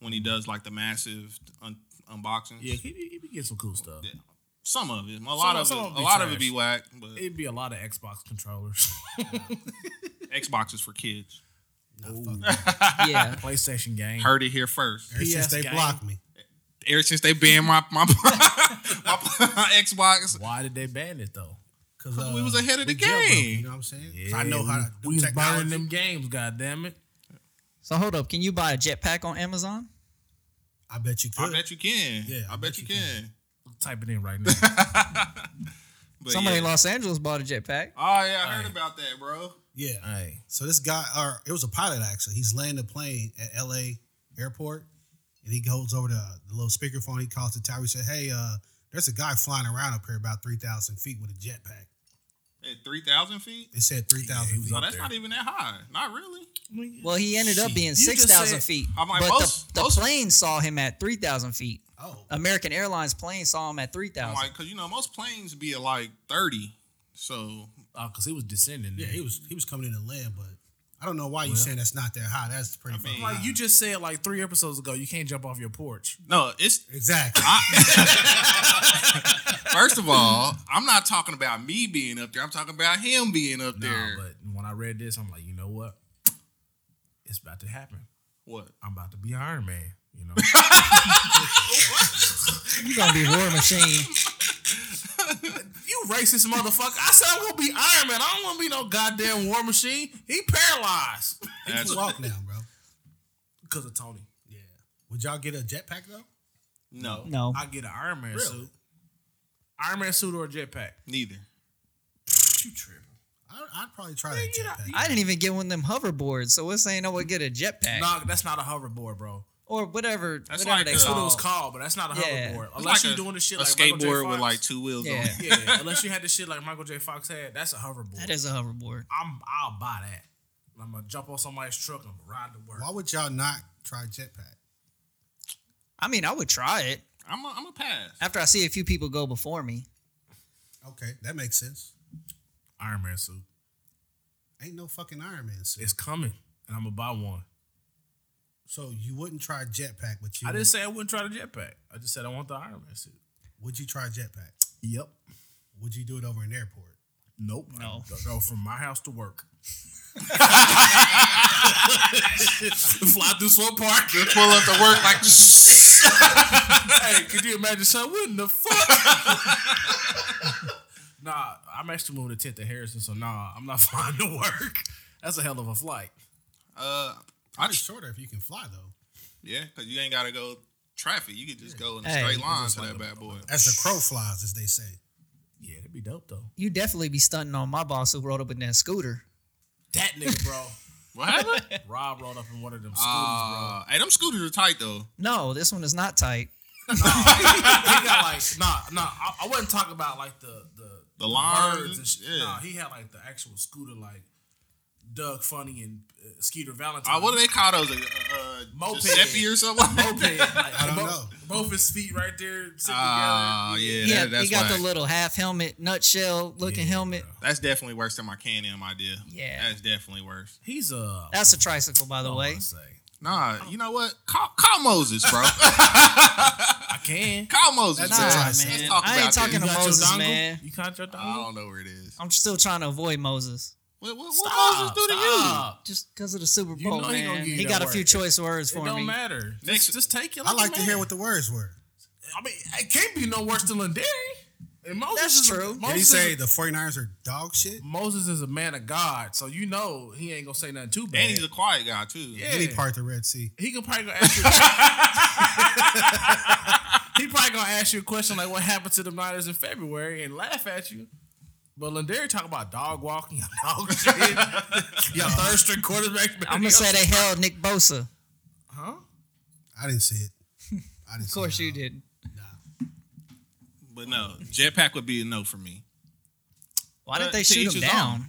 [SPEAKER 2] when he does like the massive un- unboxings.
[SPEAKER 1] Mm-hmm. Yeah, he, he, he be getting some cool stuff.
[SPEAKER 2] Yeah. Some of it. A lot of it.
[SPEAKER 1] some of it
[SPEAKER 2] A
[SPEAKER 1] be
[SPEAKER 2] lot of it
[SPEAKER 1] trash.
[SPEAKER 2] be whack. But
[SPEAKER 1] It'd be a lot of Xbox controllers.
[SPEAKER 2] Xbox is for kids.
[SPEAKER 4] Yeah.
[SPEAKER 1] PlayStation games.
[SPEAKER 2] Heard it here first.
[SPEAKER 3] Ever since
[SPEAKER 1] PS
[SPEAKER 3] they
[SPEAKER 1] game.
[SPEAKER 3] blocked me.
[SPEAKER 2] Ever since they banned my my, my Xbox,
[SPEAKER 1] Why did they ban it though?
[SPEAKER 3] Because
[SPEAKER 2] we was ahead of the game.
[SPEAKER 3] You know what I'm saying? 'Cause I know how to do
[SPEAKER 1] we was
[SPEAKER 3] technology.
[SPEAKER 1] burning them games. God damn it!
[SPEAKER 4] So hold up. Can you buy a jetpack on Amazon?
[SPEAKER 3] I bet you
[SPEAKER 2] I
[SPEAKER 3] could.
[SPEAKER 2] bet you can.
[SPEAKER 3] Yeah,
[SPEAKER 2] I, bet, you can.
[SPEAKER 1] Type it in right now.
[SPEAKER 2] But
[SPEAKER 4] Somebody in
[SPEAKER 2] yeah.
[SPEAKER 4] Los Angeles bought a jetpack.
[SPEAKER 2] Oh yeah, I heard about that, bro.
[SPEAKER 3] Yeah.
[SPEAKER 1] hey,
[SPEAKER 3] So this guy, or it was a pilot actually. He's landing a plane at L.A. airport, and he goes over to the little speakerphone. He calls the tower. He said, "Hey, uh, there's a guy flying around up here about three thousand feet with a jetpack."
[SPEAKER 2] At three thousand feet.
[SPEAKER 3] It said three
[SPEAKER 1] Yeah, he
[SPEAKER 3] thousand
[SPEAKER 1] was
[SPEAKER 3] feet.
[SPEAKER 2] No,
[SPEAKER 1] up
[SPEAKER 2] that's
[SPEAKER 1] there.
[SPEAKER 2] not even that high. Not really.
[SPEAKER 4] Well, he ended up being
[SPEAKER 1] You
[SPEAKER 4] six
[SPEAKER 1] just
[SPEAKER 4] thousand
[SPEAKER 1] said-
[SPEAKER 4] feet,
[SPEAKER 2] I'm like,
[SPEAKER 4] but
[SPEAKER 2] most-
[SPEAKER 4] the, the
[SPEAKER 2] most-
[SPEAKER 4] plane saw him at three thousand feet.
[SPEAKER 3] Oh,
[SPEAKER 4] American Airlines plane saw him at three
[SPEAKER 2] I'm
[SPEAKER 4] thousand.
[SPEAKER 2] like, cause you know most planes be at like thirty. So
[SPEAKER 1] Oh, because he was descending.
[SPEAKER 3] yeah.
[SPEAKER 1] there.
[SPEAKER 3] He was he was coming in to land, but I don't know why you
[SPEAKER 1] Well.
[SPEAKER 3] saying that's not that high. That's pretty.
[SPEAKER 2] mean,
[SPEAKER 3] fucking
[SPEAKER 1] like
[SPEAKER 3] high.
[SPEAKER 1] you just said like three episodes ago, you can't jump off your porch.
[SPEAKER 2] no, it's
[SPEAKER 3] exactly.
[SPEAKER 2] first of all, I'm not talking about me being up there. I'm talking about him being up there.
[SPEAKER 1] Nah, but when I read this, I'm like, you know what? It's about to happen.
[SPEAKER 2] what?
[SPEAKER 1] I'm about to be Iron Man. You know,
[SPEAKER 4] You're gonna be War Machine.
[SPEAKER 1] you racist motherfucker. I said I'm gonna be Iron Man. I don't want to be no goddamn war machine. He paralyzed
[SPEAKER 3] You can
[SPEAKER 2] That's-
[SPEAKER 3] walk now, bro.
[SPEAKER 1] because of Tony.
[SPEAKER 3] Yeah. Would y'all get a jetpack though?
[SPEAKER 2] No,
[SPEAKER 4] No,
[SPEAKER 1] I get an Iron Man
[SPEAKER 3] Really?
[SPEAKER 1] suit. Iron Man suit or a jetpack.
[SPEAKER 2] neither.
[SPEAKER 3] You tripping? I, I'd probably try
[SPEAKER 1] Man,
[SPEAKER 3] that
[SPEAKER 1] you not-
[SPEAKER 3] jetpack.
[SPEAKER 4] I didn't even get one of them hoverboards. So what's saying I would get a jetpack
[SPEAKER 1] No, that's not a hoverboard, bro.
[SPEAKER 4] or whatever?
[SPEAKER 2] That's
[SPEAKER 4] whatever
[SPEAKER 2] like
[SPEAKER 4] they
[SPEAKER 2] a-
[SPEAKER 1] That's what it
[SPEAKER 4] call.
[SPEAKER 1] was called, but that's not a
[SPEAKER 4] Oh. Yeah.
[SPEAKER 1] hoverboard.
[SPEAKER 2] It's
[SPEAKER 1] Unless
[SPEAKER 2] like
[SPEAKER 1] you're
[SPEAKER 2] a-
[SPEAKER 1] doing the shit
[SPEAKER 2] a
[SPEAKER 1] like
[SPEAKER 2] skateboard
[SPEAKER 1] Michael J.
[SPEAKER 2] with
[SPEAKER 1] Fox.
[SPEAKER 2] like two wheels on.
[SPEAKER 4] Yeah.
[SPEAKER 2] it.
[SPEAKER 1] yeah, unless you had the shit like Michael J. Fox had, that's a hoverboard.
[SPEAKER 4] That is a hoverboard.
[SPEAKER 1] I'm I'll buy that. I'm gonna jump on somebody's truck and ride to work.
[SPEAKER 3] Why would y'all not try jetpack?
[SPEAKER 4] I mean, I would try it
[SPEAKER 2] I'm a, I'm a pass.
[SPEAKER 4] after I see a few people go before me.
[SPEAKER 3] Okay, that makes sense.
[SPEAKER 1] Iron Man suit.
[SPEAKER 3] Ain't no fucking Iron Man suit.
[SPEAKER 1] It's coming, and I'm gonna buy one.
[SPEAKER 3] So you wouldn't try jetpack, but you
[SPEAKER 1] I didn't say I wouldn't try the jetpack. I just said I want the Iron Man suit.
[SPEAKER 3] would you try jetpack?
[SPEAKER 1] Yep.
[SPEAKER 3] Would you do it over an airport?
[SPEAKER 1] Nope.
[SPEAKER 4] No.
[SPEAKER 1] I go from my house to work. Fly through Swamp Park.
[SPEAKER 2] Just pull up to work like
[SPEAKER 1] hey, could you imagine son? What in the fuck? nah, I'm actually moving to 10th to Harrison, so nah, I'm not flying to work. That's a hell of a flight.
[SPEAKER 2] uh, I
[SPEAKER 3] Probably
[SPEAKER 2] just
[SPEAKER 3] shorter if you can fly though.
[SPEAKER 2] yeah, cause you ain't gotta go traffic. You could just go in a
[SPEAKER 4] Hey.
[SPEAKER 2] straight line
[SPEAKER 1] It's
[SPEAKER 2] to
[SPEAKER 1] like
[SPEAKER 2] that
[SPEAKER 1] a-
[SPEAKER 2] bad boy.
[SPEAKER 3] As the crow flies, as they say.
[SPEAKER 1] Yeah, that'd be dope though.
[SPEAKER 4] You definitely be stunting on my boss who rode up in that scooter.
[SPEAKER 1] That nigga, bro.
[SPEAKER 2] What happened?
[SPEAKER 1] Rob rolled up in one of them scooters, bro.
[SPEAKER 2] Uh, hey, them scooters are tight though.
[SPEAKER 4] No, this one is not tight.
[SPEAKER 1] He got like, nah, nah. I, I wasn't talking about like the the
[SPEAKER 2] The lines,
[SPEAKER 1] birds and shit.
[SPEAKER 2] yeah.
[SPEAKER 1] Nah, he had like the actual scooter, like Doug Funny and uh, Skeeter Valentine.
[SPEAKER 2] Uh, what do they call those? Uh, uh,
[SPEAKER 1] Moped.
[SPEAKER 2] Giuseppe or something?
[SPEAKER 1] Moped, like, I
[SPEAKER 3] don't
[SPEAKER 1] both,
[SPEAKER 3] know.
[SPEAKER 1] Both his feet right there sitting
[SPEAKER 2] Ah,
[SPEAKER 1] together.
[SPEAKER 2] yeah,
[SPEAKER 4] Yeah,
[SPEAKER 2] that- that's
[SPEAKER 4] he got
[SPEAKER 2] whack.
[SPEAKER 4] the little half helmet, nutshell looking
[SPEAKER 1] Yeah,
[SPEAKER 4] helmet.
[SPEAKER 1] bro.
[SPEAKER 2] That's definitely worse than my can am idea.
[SPEAKER 4] Yeah.
[SPEAKER 2] that's definitely worse.
[SPEAKER 1] He's a. oh,
[SPEAKER 4] That's a tricycle, by the way.
[SPEAKER 2] Nah, you know what? Call, call Moses, bro.
[SPEAKER 1] I can.
[SPEAKER 2] call Moses.
[SPEAKER 3] That's
[SPEAKER 4] Nah,
[SPEAKER 3] a
[SPEAKER 2] man.
[SPEAKER 3] tricycle.
[SPEAKER 2] Let's
[SPEAKER 4] man.
[SPEAKER 2] talk
[SPEAKER 4] I ain't
[SPEAKER 2] about
[SPEAKER 4] talking
[SPEAKER 2] this.
[SPEAKER 4] about- Moses, man.
[SPEAKER 1] You caught your
[SPEAKER 2] I
[SPEAKER 1] dongle.
[SPEAKER 2] don't know where it is.
[SPEAKER 4] I'm still trying to avoid Moses.
[SPEAKER 2] What, what, what
[SPEAKER 1] Stop,
[SPEAKER 2] Moses do to
[SPEAKER 1] stop.
[SPEAKER 4] Just because of the Super
[SPEAKER 1] You
[SPEAKER 4] Bowl,
[SPEAKER 1] know he gonna
[SPEAKER 4] man.
[SPEAKER 1] give you
[SPEAKER 4] He
[SPEAKER 1] that
[SPEAKER 4] got a
[SPEAKER 1] work.
[SPEAKER 4] few choice words
[SPEAKER 1] It
[SPEAKER 4] for
[SPEAKER 1] don't
[SPEAKER 4] me.
[SPEAKER 1] matter.
[SPEAKER 2] Next-
[SPEAKER 1] just, just take it.
[SPEAKER 3] I like
[SPEAKER 1] a
[SPEAKER 3] to hear
[SPEAKER 1] man.
[SPEAKER 3] what the words were.
[SPEAKER 1] I mean, it can't be no worse than Lindari. And Moses
[SPEAKER 4] That's
[SPEAKER 1] is a-
[SPEAKER 4] true. Did he
[SPEAKER 1] Moses
[SPEAKER 3] Did he
[SPEAKER 1] is
[SPEAKER 3] say
[SPEAKER 1] a-
[SPEAKER 3] the 49ers are dog shit?
[SPEAKER 1] Moses is a man of God, so you know he ain't gonna say nothing too bad.
[SPEAKER 2] And he's a quiet guy too.
[SPEAKER 1] yeah.
[SPEAKER 3] Did he part the Red Sea?
[SPEAKER 1] He could probably gonna ask you. he probably gonna ask you a question like, "What happened to the Niners in February?" and laugh at you. But Lindari talk about dog walking, your dog shit, your third string quarterback.
[SPEAKER 4] I'm going to say they held Nick Bosa.
[SPEAKER 1] huh?
[SPEAKER 3] I didn't see it. I didn't
[SPEAKER 4] Of course
[SPEAKER 3] see it.
[SPEAKER 4] you did.
[SPEAKER 2] But no, jetpack would be a no for me.
[SPEAKER 4] Why didn't
[SPEAKER 2] Uh,
[SPEAKER 4] they
[SPEAKER 2] to
[SPEAKER 4] shoot
[SPEAKER 2] each
[SPEAKER 4] him
[SPEAKER 2] his
[SPEAKER 4] down?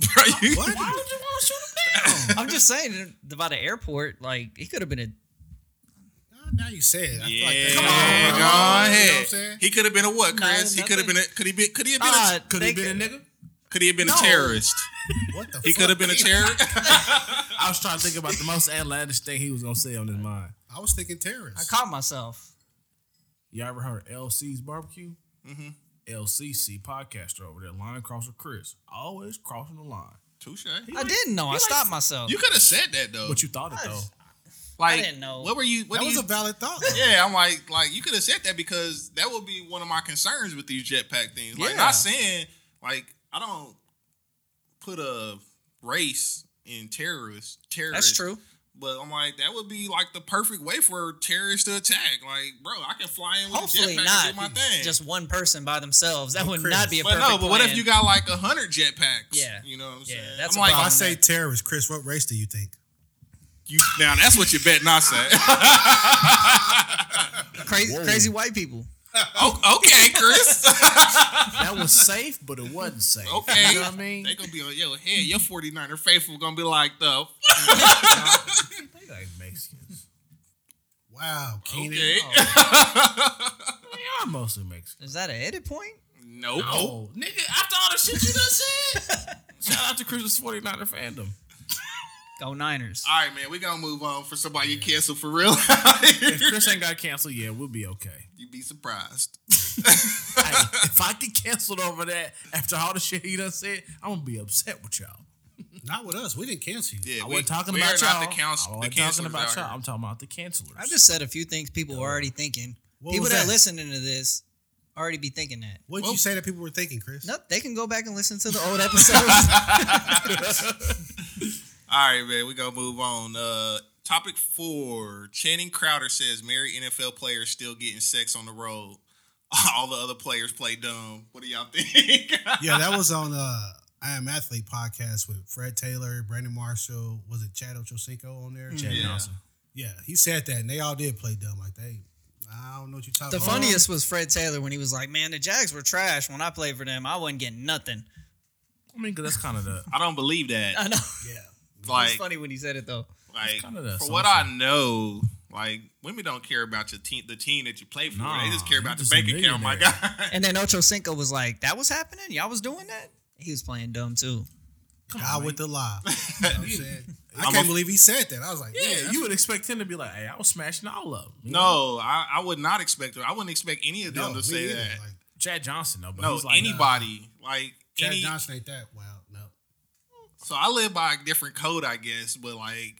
[SPEAKER 2] What?
[SPEAKER 1] Why would you want to shoot him down?
[SPEAKER 4] I'm just saying, by the airport, like, he could have been a.
[SPEAKER 3] Nah, Now you say it. I feel
[SPEAKER 2] Yeah,
[SPEAKER 3] like that's-
[SPEAKER 2] go
[SPEAKER 1] Come on, bro.
[SPEAKER 3] You know what I'm
[SPEAKER 2] ahead.
[SPEAKER 3] saying?
[SPEAKER 2] he could have been a what,
[SPEAKER 4] No,
[SPEAKER 2] Chris? he could have
[SPEAKER 4] nothing.
[SPEAKER 2] been. A, could he be? Could he have been?
[SPEAKER 4] Uh,
[SPEAKER 2] a,
[SPEAKER 1] Could he
[SPEAKER 4] they
[SPEAKER 1] been a nigga?
[SPEAKER 2] could he have been
[SPEAKER 4] no.
[SPEAKER 2] a terrorist?
[SPEAKER 3] What the
[SPEAKER 2] He
[SPEAKER 3] fuck?
[SPEAKER 2] could have been a terrorist.
[SPEAKER 1] I was trying to think about the most outlandish thing he was gonna say on his mind.
[SPEAKER 3] I was thinking
[SPEAKER 4] I
[SPEAKER 3] terrorist.
[SPEAKER 4] caught myself.
[SPEAKER 1] Y'all ever heard of LC's barbecue? Mm-hmm. LCC podcaster over there, line crosser Chris, always crossing the line.
[SPEAKER 2] Touche.
[SPEAKER 4] I didn't know. I stopped myself.
[SPEAKER 2] You could have said that though.
[SPEAKER 1] But you thought it though.
[SPEAKER 2] like,
[SPEAKER 4] didn't know.
[SPEAKER 2] What were you? What
[SPEAKER 3] That
[SPEAKER 2] do
[SPEAKER 3] was
[SPEAKER 2] you?
[SPEAKER 3] a valid thought. though.
[SPEAKER 2] yeah, I'm like, like you could have said that because that would be one of my concerns with these jetpack things. Like,
[SPEAKER 4] Yeah.
[SPEAKER 2] not saying like I don't put a race in terrorists. Terrorists.
[SPEAKER 4] That's true.
[SPEAKER 2] But I'm like, that would be like the perfect way for terrorists to attack. Like, bro, I can fly in with
[SPEAKER 4] Hopefully
[SPEAKER 2] a jetpack
[SPEAKER 4] not.
[SPEAKER 2] and do my thing.
[SPEAKER 4] Just one person by themselves. That would
[SPEAKER 3] Chris.
[SPEAKER 4] not be a
[SPEAKER 2] but
[SPEAKER 4] perfect
[SPEAKER 2] no, but what if
[SPEAKER 4] plan.
[SPEAKER 2] you got like a hundred jetpacks?
[SPEAKER 4] Yeah.
[SPEAKER 2] you know what I'm
[SPEAKER 4] Yeah,
[SPEAKER 2] saying.
[SPEAKER 4] that's
[SPEAKER 2] I'm
[SPEAKER 4] a
[SPEAKER 2] like,
[SPEAKER 3] If I
[SPEAKER 4] problem.
[SPEAKER 3] say terrorist, Chris, what race do you think?
[SPEAKER 2] you now that's what you bet not say.
[SPEAKER 4] crazy, crazy white people?
[SPEAKER 2] O- okay, Chris.
[SPEAKER 1] That was safe, but it wasn't safe.
[SPEAKER 2] Okay.
[SPEAKER 1] You know what I mean?
[SPEAKER 2] they gonna be on your head. Your 49er faithful gonna be like the
[SPEAKER 1] They like Mexicans.
[SPEAKER 3] Wow, Keenan.
[SPEAKER 2] okay.
[SPEAKER 1] They are mostly Mexicans.
[SPEAKER 4] Is that an edit point?
[SPEAKER 2] Nope.
[SPEAKER 1] Oh, nigga, after all the shit you done said. Shout out to Christmas 49er fandom.
[SPEAKER 4] Go Niners.
[SPEAKER 2] All right, man. We gonna move on for somebody you cancel for real.
[SPEAKER 1] If Chris ain't got canceled, yeah, we'll be okay.
[SPEAKER 2] You'd be surprised.
[SPEAKER 1] Hey, if I get canceled over that after all the shit he done said, I'm gonna be upset with y'all.
[SPEAKER 3] Not with us. We didn't cancel you.
[SPEAKER 2] Yeah,
[SPEAKER 1] I
[SPEAKER 2] we,
[SPEAKER 1] wasn't talking
[SPEAKER 2] we
[SPEAKER 1] about
[SPEAKER 2] are
[SPEAKER 1] y'all.
[SPEAKER 2] Not the counsel,
[SPEAKER 1] I
[SPEAKER 2] the
[SPEAKER 1] wasn't talking
[SPEAKER 2] counselors out
[SPEAKER 1] about y'all.
[SPEAKER 2] here.
[SPEAKER 1] I'm talking about the cancelers.
[SPEAKER 4] I just said a few things people were already thinking.
[SPEAKER 3] What
[SPEAKER 4] people
[SPEAKER 3] was
[SPEAKER 4] that,
[SPEAKER 3] that?
[SPEAKER 4] listening to this already be thinking that.
[SPEAKER 3] What did
[SPEAKER 2] Well-
[SPEAKER 3] you say that people were thinking, Chris?
[SPEAKER 4] Nope, they can go back and listen to the old episodes.
[SPEAKER 2] All right, man. We gonna move on. Uh, topic four: Channing Crowder says married NFL players still getting sex on the road. All the other players play dumb. What do y'all think?
[SPEAKER 3] yeah, that was on uh I Am Athlete podcast with Fred Taylor, Brandon Marshall, was it Chad Ochocinco on there?
[SPEAKER 1] Chad
[SPEAKER 2] Mm, Yeah.
[SPEAKER 1] Johnson.
[SPEAKER 3] Yeah, he said that, and they all did play dumb. Like they, I don't know what you're talking
[SPEAKER 4] the
[SPEAKER 3] about.
[SPEAKER 4] funniest was Fred Taylor when he was like, "Man, the Jags were trash when I played for them. I wasn't getting nothing."
[SPEAKER 1] I mean, cause that's kind of the
[SPEAKER 2] I don't believe
[SPEAKER 4] I
[SPEAKER 2] that.
[SPEAKER 4] know.
[SPEAKER 3] Yeah,
[SPEAKER 4] it's
[SPEAKER 2] Like,
[SPEAKER 4] funny when he said it though.
[SPEAKER 2] like
[SPEAKER 1] kinda the
[SPEAKER 2] for what I know, like women don't care about your team, the team that you play for.
[SPEAKER 1] Nah,
[SPEAKER 2] they just care
[SPEAKER 1] you
[SPEAKER 2] about your
[SPEAKER 1] just a
[SPEAKER 2] bank account, my
[SPEAKER 1] millionaire.
[SPEAKER 2] guy.
[SPEAKER 4] And then Ocho Cinco was like, "That was happening. Y'all was doing that." He was playing dumb too.
[SPEAKER 3] God with the lie. You know what I'm saying? I
[SPEAKER 2] I'm
[SPEAKER 3] can't
[SPEAKER 2] a-
[SPEAKER 3] believe he said that. I was like,
[SPEAKER 1] yeah.
[SPEAKER 3] yeah,
[SPEAKER 1] You would expect him to be like, "Hey, I was smashing all of them." You know?
[SPEAKER 2] No, I, I would not expect it. I wouldn't expect any of
[SPEAKER 3] no,
[SPEAKER 2] them to
[SPEAKER 3] me
[SPEAKER 2] say
[SPEAKER 3] either.
[SPEAKER 2] that.
[SPEAKER 3] Like,
[SPEAKER 1] Chad Johnson though. But
[SPEAKER 2] no,
[SPEAKER 1] he's like,
[SPEAKER 2] anybody. like
[SPEAKER 3] Chad
[SPEAKER 2] any.
[SPEAKER 3] Johnson ain't that. Wow, no.
[SPEAKER 2] So I live by a different code, I guess. But like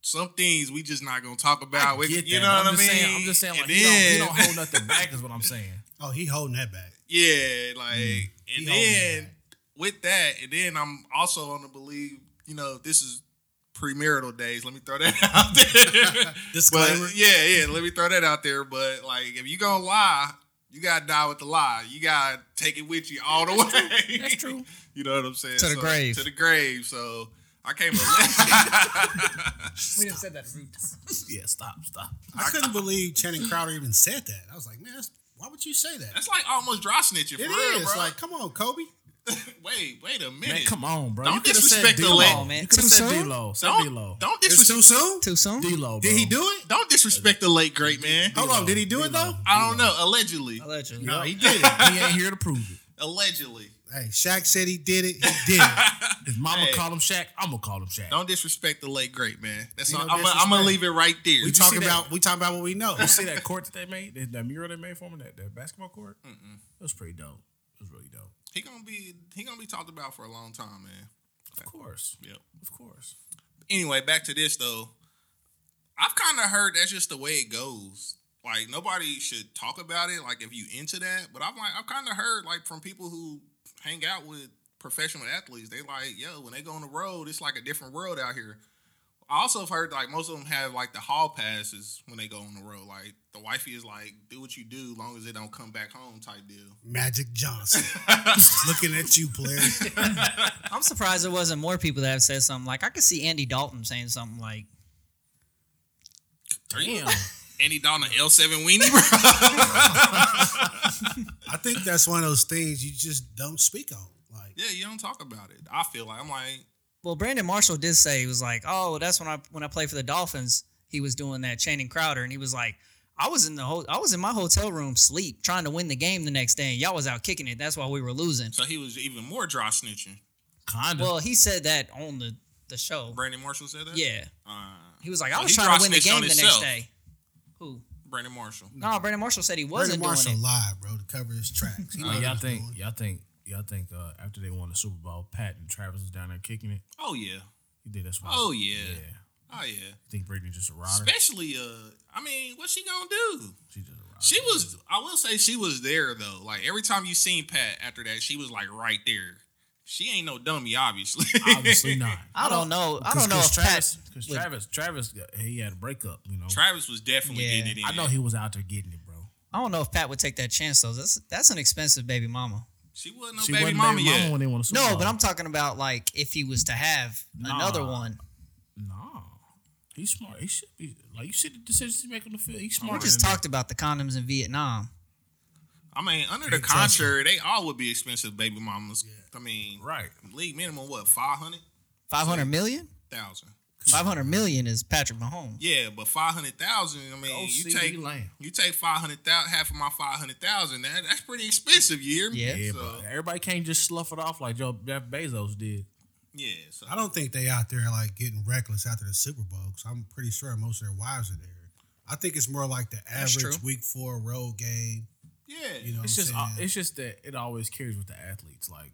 [SPEAKER 2] some things we just not gonna talk about. We-
[SPEAKER 1] get
[SPEAKER 2] you
[SPEAKER 1] that,
[SPEAKER 2] know
[SPEAKER 1] but
[SPEAKER 2] what I
[SPEAKER 1] I'm
[SPEAKER 2] mean?
[SPEAKER 1] just Saying, I'm just saying, like,
[SPEAKER 2] And
[SPEAKER 1] he don't, he don't
[SPEAKER 2] then-
[SPEAKER 1] hold nothing back, is what I'm saying.
[SPEAKER 3] Oh, he holding that back.
[SPEAKER 2] Yeah, like and
[SPEAKER 3] He holding
[SPEAKER 2] then
[SPEAKER 3] that.
[SPEAKER 2] with that, and then I'm also on the believe. You know, this is premarital days. Let me throw that out there.
[SPEAKER 3] Disclaimer.
[SPEAKER 2] but yeah, yeah. Let me throw that out there. But like, if you gonna lie. You gotta die with the lie. You gotta take it with you all the way.
[SPEAKER 1] That's true.
[SPEAKER 2] You know what I'm saying?
[SPEAKER 4] To the
[SPEAKER 2] So,
[SPEAKER 4] grave.
[SPEAKER 2] To the grave. So I can't believe.
[SPEAKER 4] We done said that a few times.
[SPEAKER 1] yeah, stop, stop.
[SPEAKER 3] I couldn't believe Channing Crowder even said that. I was like, man, that's, why would you say that?
[SPEAKER 2] That's like almost dry snitching for
[SPEAKER 3] It
[SPEAKER 2] real,
[SPEAKER 3] is
[SPEAKER 2] bro.
[SPEAKER 3] like, come on, Kobe.
[SPEAKER 2] wait, wait a minute.
[SPEAKER 1] Man, come on, bro.
[SPEAKER 2] Don't
[SPEAKER 1] you coulda
[SPEAKER 2] disrespect the
[SPEAKER 1] said
[SPEAKER 2] lady.
[SPEAKER 1] D-Lo.
[SPEAKER 4] Man,
[SPEAKER 1] You could
[SPEAKER 4] too
[SPEAKER 1] have said
[SPEAKER 4] soon?
[SPEAKER 1] D-Lo. Say D-Lo.
[SPEAKER 2] Don't, don't
[SPEAKER 3] It's too
[SPEAKER 2] disrespect.
[SPEAKER 3] soon.
[SPEAKER 4] Too soon.
[SPEAKER 1] D-Lo, bro.
[SPEAKER 3] Did he do it?
[SPEAKER 2] Don't disrespect the late great man.
[SPEAKER 3] Hold on, did he do it though?
[SPEAKER 2] I don't know. Allegedly,
[SPEAKER 4] Allegedly.
[SPEAKER 3] No, he did it.
[SPEAKER 1] He ain't here to prove it.
[SPEAKER 2] allegedly.
[SPEAKER 3] Hey, Shaq said he did it. He did it.
[SPEAKER 1] If Mama
[SPEAKER 2] Hey.
[SPEAKER 1] call him Shaq, I'm gonna call him Shaq.
[SPEAKER 2] Don't disrespect the late great man. That's
[SPEAKER 3] Ain't
[SPEAKER 2] all.
[SPEAKER 3] no
[SPEAKER 2] I'm, gonna- I'm gonna
[SPEAKER 3] disrespect.
[SPEAKER 2] leave it right there.
[SPEAKER 3] We
[SPEAKER 1] you
[SPEAKER 3] talk
[SPEAKER 1] see that?
[SPEAKER 3] about we talk about what we know.
[SPEAKER 1] You see that court that they made? That, that mural they made for him? That, that basketball court? Mm-mm. It was pretty dope. It was really dope.
[SPEAKER 2] he gonna be he gonna be talked about for a long time, man.
[SPEAKER 1] Of course.
[SPEAKER 2] Yep.
[SPEAKER 1] Of course.
[SPEAKER 2] Anyway, back to this though. I've kind of heard that's just the way it goes. Like nobody should talk about it. Like if you into that, but I'm like I've kind of heard like from people who hang out with professional athletes. They like yo when they go on the road, it's like a different world out here. I also have heard like most of them have like the hall passes when they go on the road. Like the wifey is like do what you do, long as it don't come back home type deal.
[SPEAKER 3] Magic Johnson. Looking at you, player.
[SPEAKER 4] I'm surprised there wasn't more people that have said something like I could see Andy Dalton saying something like
[SPEAKER 1] Damn.
[SPEAKER 2] Andy Dalton L seven weenie, bro.
[SPEAKER 3] I think that's one of those things you just don't speak on. Like
[SPEAKER 2] yeah, you don't talk about it. I feel like I'm like
[SPEAKER 4] Well, Brandon Marshall did say he was like, "Oh, that's when I when I played for the Dolphins, he was doing that Channing Crowder, and he was like, I was in the ho- I was in my hotel room sleep trying to win the game the next day, and y'all was out kicking it. That's why we were losing."
[SPEAKER 2] so he was even more dry snitching.
[SPEAKER 1] Kinda.
[SPEAKER 4] Well, he said that on the the show.
[SPEAKER 2] Brandon Marshall said that.
[SPEAKER 4] Yeah,
[SPEAKER 2] Uh,
[SPEAKER 4] he was like,
[SPEAKER 2] So
[SPEAKER 4] "I was
[SPEAKER 2] he
[SPEAKER 4] trying to win the
[SPEAKER 2] dry-snitched
[SPEAKER 4] game
[SPEAKER 2] on
[SPEAKER 4] the next
[SPEAKER 2] himself.
[SPEAKER 4] day." Who?
[SPEAKER 2] Brandon Marshall.
[SPEAKER 4] No, Brandon Marshall said he wasn't
[SPEAKER 3] Brandon Marshall
[SPEAKER 4] doing it.
[SPEAKER 3] live, bro, to cover his tracks. He
[SPEAKER 1] Like,
[SPEAKER 3] know what
[SPEAKER 1] Oh, y'all
[SPEAKER 3] he's
[SPEAKER 1] think
[SPEAKER 3] doing.
[SPEAKER 1] y'all think y'all think uh, after they won the Super Bowl, Pat and Travis was down there kicking it?
[SPEAKER 2] Oh yeah.
[SPEAKER 1] You think that's why?
[SPEAKER 2] Oh yeah.
[SPEAKER 1] Yeah.
[SPEAKER 2] Oh yeah.
[SPEAKER 1] You think Brittany's just a rider?
[SPEAKER 2] Especially uh I mean, what's she gonna do?
[SPEAKER 1] She just a rider.
[SPEAKER 2] She was I will say she was there though. Like every time you seen Pat after that, she was like right there. She ain't no dummy, obviously.
[SPEAKER 1] obviously not.
[SPEAKER 4] I don't know. I don't know if
[SPEAKER 1] Travis,
[SPEAKER 4] Pat.
[SPEAKER 1] because
[SPEAKER 4] would-
[SPEAKER 1] Travis, Travis, uh, he had a breakup. You know,
[SPEAKER 2] Travis was definitely
[SPEAKER 4] Yeah.
[SPEAKER 2] getting it in.
[SPEAKER 1] I know he was out there getting it, bro.
[SPEAKER 4] I don't know if Pat would take that chance though. That's that's an expensive baby mama.
[SPEAKER 2] she wasn't no baby mama
[SPEAKER 1] baby
[SPEAKER 2] yet.
[SPEAKER 1] when they won the Super
[SPEAKER 4] No,
[SPEAKER 1] Bowl.
[SPEAKER 4] but I'm talking about like if he was to have another
[SPEAKER 1] Nah.
[SPEAKER 4] one.
[SPEAKER 1] Nah, he's smart. He should be like you see the decisions he make on the field. He's smart.
[SPEAKER 4] We just talked about the condoms in Vietnam.
[SPEAKER 2] I mean, under the
[SPEAKER 3] Can't touch 'em.
[SPEAKER 2] contrary, they all would be expensive baby mamas. I mean,
[SPEAKER 1] Right.
[SPEAKER 2] league minimum what five hundred
[SPEAKER 4] Five hundred million.
[SPEAKER 2] thousand.
[SPEAKER 4] Five hundred million is Patrick Mahomes.
[SPEAKER 2] Yeah, but five hundred thousand. I mean,
[SPEAKER 1] Go
[SPEAKER 2] you
[SPEAKER 1] CD
[SPEAKER 2] take
[SPEAKER 1] Lamb.
[SPEAKER 2] you take five hundred thousand, half of my five hundred thousand. That that's pretty expensive. You hear me?
[SPEAKER 4] Yeah.
[SPEAKER 1] Yeah,
[SPEAKER 2] so,
[SPEAKER 1] but everybody can't just slough it off like Joe Jeff Bezos did.
[SPEAKER 2] yeah. So
[SPEAKER 3] I don't think they out there like getting reckless after the Super Bowl because I'm pretty sure most of their wives are there. I think it's more like the
[SPEAKER 4] That's
[SPEAKER 3] average
[SPEAKER 4] true.
[SPEAKER 3] week four road game.
[SPEAKER 2] yeah,
[SPEAKER 3] You know,
[SPEAKER 1] It's just
[SPEAKER 3] what I'm
[SPEAKER 1] uh,
[SPEAKER 3] saying?
[SPEAKER 1] it's just that it always carries with the athletes. Like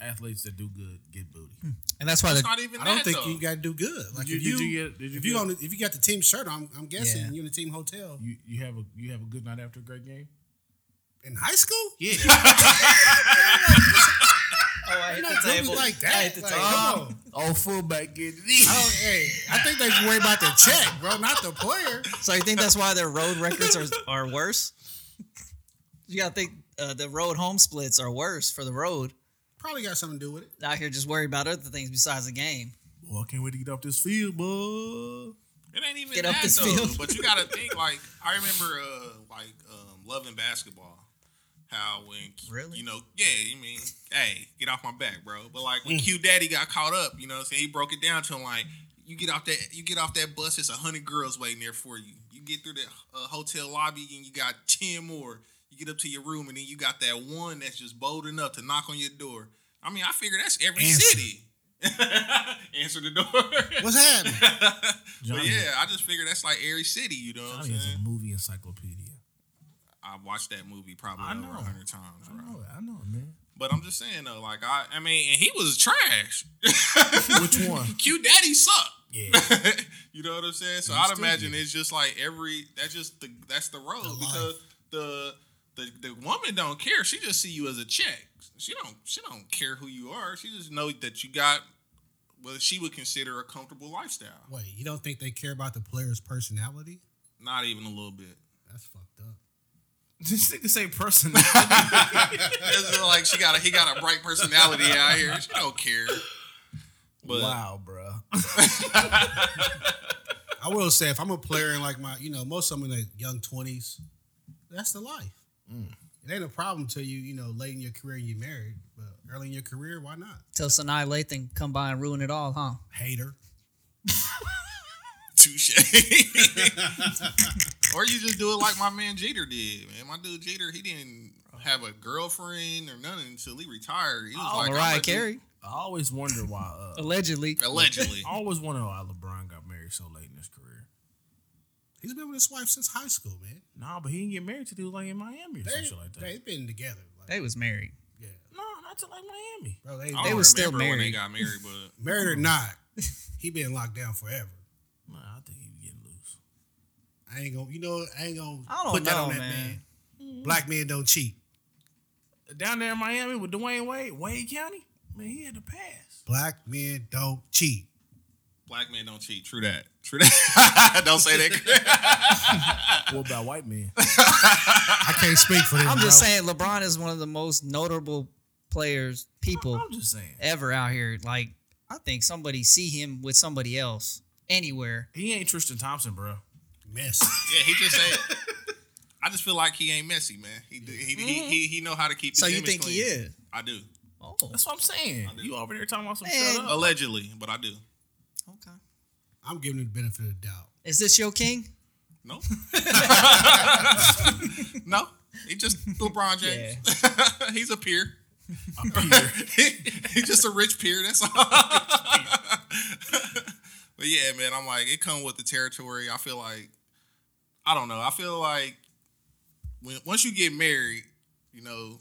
[SPEAKER 1] athletes that do good get booty.
[SPEAKER 4] And that's why
[SPEAKER 2] it's
[SPEAKER 4] the
[SPEAKER 2] not even.
[SPEAKER 3] I don't
[SPEAKER 2] that,
[SPEAKER 3] think
[SPEAKER 2] though.
[SPEAKER 3] you got to do good. Like
[SPEAKER 1] you-
[SPEAKER 3] if
[SPEAKER 1] did
[SPEAKER 3] you,
[SPEAKER 1] you get- did you
[SPEAKER 3] if you
[SPEAKER 1] get-
[SPEAKER 3] on the, if you got the team shirt, I'm I'm guessing
[SPEAKER 4] Yeah.
[SPEAKER 3] you're in the team hotel
[SPEAKER 1] You you have a you have a good night after a great game.
[SPEAKER 3] in high school.
[SPEAKER 1] Yeah,
[SPEAKER 4] oh, I hit
[SPEAKER 3] Not really like that. Like, come on.
[SPEAKER 1] old fullback get
[SPEAKER 3] Oh, hey, I think they worry about the check, bro, not the player.
[SPEAKER 4] So you think that's why their road records are, are worse? You gotta think uh, the road home splits are worse for the road.
[SPEAKER 3] Probably got something to do with it.
[SPEAKER 4] Out here, just worry about other things besides the game.
[SPEAKER 1] Well, I can't wait to get off this field, boy.
[SPEAKER 2] It ain't even
[SPEAKER 4] Get
[SPEAKER 2] that
[SPEAKER 4] up this
[SPEAKER 2] though.
[SPEAKER 4] field.
[SPEAKER 2] But you gotta think like I remember uh like um loving basketball. How when Q-
[SPEAKER 4] Really?
[SPEAKER 2] you know, yeah, you mean, hey, get off my back, bro. But like when Q Daddy got caught up, you know what I'm saying? He broke it down to him like you get off that you get off that bus, it's a hundred girls waiting there for you. You get through the uh, hotel lobby and you got ten more. You get up to your room and then you got that one that's just bold enough to knock on your door. I mean, I figure that's every
[SPEAKER 3] Answer.
[SPEAKER 2] city. Answer the door.
[SPEAKER 3] What's happening?
[SPEAKER 2] But
[SPEAKER 1] Johnny-
[SPEAKER 2] yeah, I just figured that's like every city, you know what I'm
[SPEAKER 1] Johnny is
[SPEAKER 2] saying?
[SPEAKER 1] a movie encyclopedia.
[SPEAKER 2] I've watched that movie probably
[SPEAKER 1] I
[SPEAKER 2] over
[SPEAKER 1] know.
[SPEAKER 2] a hundred times,
[SPEAKER 1] I
[SPEAKER 2] bro.
[SPEAKER 1] know, it, I know, it, man.
[SPEAKER 2] But I'm just saying though, like I, I mean, and he was trash.
[SPEAKER 1] Which one?
[SPEAKER 2] Q Daddy sucked.
[SPEAKER 1] Yeah,
[SPEAKER 2] you know what I'm saying? So
[SPEAKER 1] And he
[SPEAKER 2] I'd
[SPEAKER 1] still
[SPEAKER 2] imagine
[SPEAKER 1] did.
[SPEAKER 2] it's just like every that's just the that's the road
[SPEAKER 3] The
[SPEAKER 2] because the the the woman don't care. She just see you as a check. She don't she don't care who you are. She just know that you got what she would consider a comfortable lifestyle.
[SPEAKER 3] Wait, you don't think they care about the player's personality?
[SPEAKER 2] Not even a little bit.
[SPEAKER 3] That's fucked up.
[SPEAKER 1] this nigga say person.
[SPEAKER 2] It's like she got a, he got a bright personality out here. She don't care. But
[SPEAKER 1] wow, bro.
[SPEAKER 3] I will say, if I'm a player in like my, you know, most of them in their young twenties, that's the life.
[SPEAKER 1] Mm.
[SPEAKER 3] It ain't a problem till you, you know, late in your career and you married, but early in your career, why not?
[SPEAKER 4] Till Sinai Lathan come by and ruin it all, huh?
[SPEAKER 3] Hater.
[SPEAKER 2] touche. or you just do it like my man Jeter did, man. My dude Jeter, he didn't have a girlfriend or nothing until he retired. He was
[SPEAKER 1] Oh,
[SPEAKER 2] like I'm
[SPEAKER 4] Mariah
[SPEAKER 2] gonna do-
[SPEAKER 4] Carey,
[SPEAKER 1] I always wonder why. Uh,
[SPEAKER 4] allegedly.
[SPEAKER 2] Allegedly.
[SPEAKER 1] I always wonder why LeBron got married so late in his career.
[SPEAKER 3] He's been with his wife since high school, man.
[SPEAKER 1] Nah, but he didn't get married till he was like in Miami or
[SPEAKER 3] They,
[SPEAKER 1] some shit like that.
[SPEAKER 3] they've been together. Like,
[SPEAKER 4] They was married.
[SPEAKER 3] yeah.
[SPEAKER 1] no, not till like Miami.
[SPEAKER 3] Bro, they,
[SPEAKER 2] I don't
[SPEAKER 4] They
[SPEAKER 2] remember
[SPEAKER 4] was still
[SPEAKER 2] when they
[SPEAKER 4] married.
[SPEAKER 2] got married, but
[SPEAKER 3] married or not, he been locked down forever.
[SPEAKER 1] Nah, I think he was getting loose.
[SPEAKER 3] I ain't gonna, you know, I ain't gonna
[SPEAKER 4] I don't
[SPEAKER 3] put that
[SPEAKER 4] know,
[SPEAKER 3] on that man.
[SPEAKER 4] man. Mm-hmm.
[SPEAKER 3] Black men don't cheat.
[SPEAKER 1] Down there in Miami with Dwayne Wade, Wade County, man, he had to pass.
[SPEAKER 3] Black men don't cheat.
[SPEAKER 2] black men don't cheat. True that. True that. don't say that.
[SPEAKER 1] What about white men?
[SPEAKER 3] I can't speak for them.
[SPEAKER 4] I'm just
[SPEAKER 3] bro.
[SPEAKER 4] saying, LeBron is one of the most notable players, people
[SPEAKER 1] I'm just saying.
[SPEAKER 4] ever out here. Like, I think somebody see him with somebody else anywhere.
[SPEAKER 1] He ain't Tristan Thompson, bro.
[SPEAKER 3] Mess.
[SPEAKER 2] yeah, he just said. I just feel like he ain't messy, man. He do, he, he, he he know how to keep. His
[SPEAKER 4] So you
[SPEAKER 2] image
[SPEAKER 4] think he
[SPEAKER 2] clean.
[SPEAKER 4] is?
[SPEAKER 2] I do.
[SPEAKER 4] Oh,
[SPEAKER 1] That's what I'm saying. You over there talking about some
[SPEAKER 4] Man.
[SPEAKER 1] shut up.
[SPEAKER 2] Allegedly, but I do.
[SPEAKER 4] okay.
[SPEAKER 3] I'm giving him the benefit of the doubt.
[SPEAKER 4] Is this your king?
[SPEAKER 2] No. no. He just LeBron James. He's a peer. He's just a rich peer. That's all. but yeah, man, I'm like it come with the territory. I feel like I don't know. I feel like when once you get married, you know,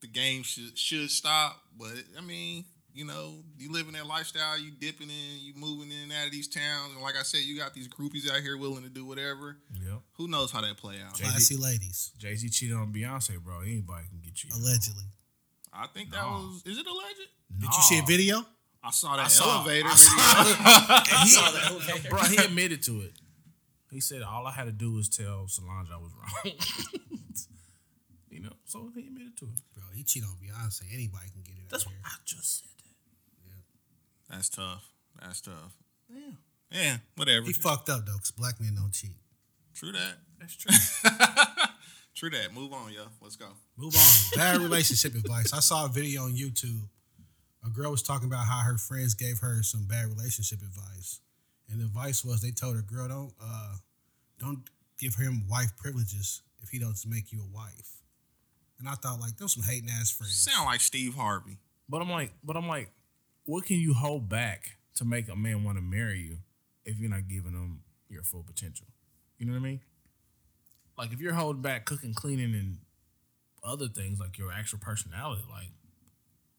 [SPEAKER 2] the game should should stop. But I mean, you know, you living that lifestyle, you dipping in, you moving in and out of these towns, and like I said, you got these groupies out here willing to do whatever.
[SPEAKER 1] Yep.
[SPEAKER 2] Who knows how that play out?
[SPEAKER 1] Jay-Z.
[SPEAKER 3] Classy ladies,
[SPEAKER 1] Jay Z cheated on Beyonce, bro. Anybody can get cheated.
[SPEAKER 3] allegedly.
[SPEAKER 2] I think that
[SPEAKER 1] Nah.
[SPEAKER 2] was is it a legend?
[SPEAKER 3] Did you see a
[SPEAKER 1] Nah.
[SPEAKER 3] video?
[SPEAKER 2] I saw that
[SPEAKER 1] saw-
[SPEAKER 2] elevator
[SPEAKER 1] I
[SPEAKER 2] video.
[SPEAKER 1] Bro, he admitted to it. He said all I had to do was tell Solange I was wrong. you know, so he admitted to it.
[SPEAKER 3] Bro, he cheat on Beyonce. Anybody can get it.
[SPEAKER 1] That's
[SPEAKER 3] That's
[SPEAKER 1] what
[SPEAKER 3] here.
[SPEAKER 1] I just said.
[SPEAKER 2] That's tough. That's tough.
[SPEAKER 1] Yeah,
[SPEAKER 2] Yeah, whatever.
[SPEAKER 3] He fucked up though, because black men don't cheat.
[SPEAKER 2] True that.
[SPEAKER 1] that's true.
[SPEAKER 2] True that. Move on, yo. Let's go.
[SPEAKER 3] Move on. Bad relationship advice. I saw a video on YouTube. A girl was talking about how her friends gave her some bad relationship advice, and the advice was they told her, "Girl, don't uh, don't give him wife privileges if he doesn't make you a wife." And I thought like those some hating ass friends.
[SPEAKER 2] Sound like Steve Harvey.
[SPEAKER 1] But I'm like, but I'm like, what can you hold back to make a man want to marry you if you're not giving him your full potential? You know what I mean? Like if you're holding back cooking, cleaning, and other things like your actual personality, like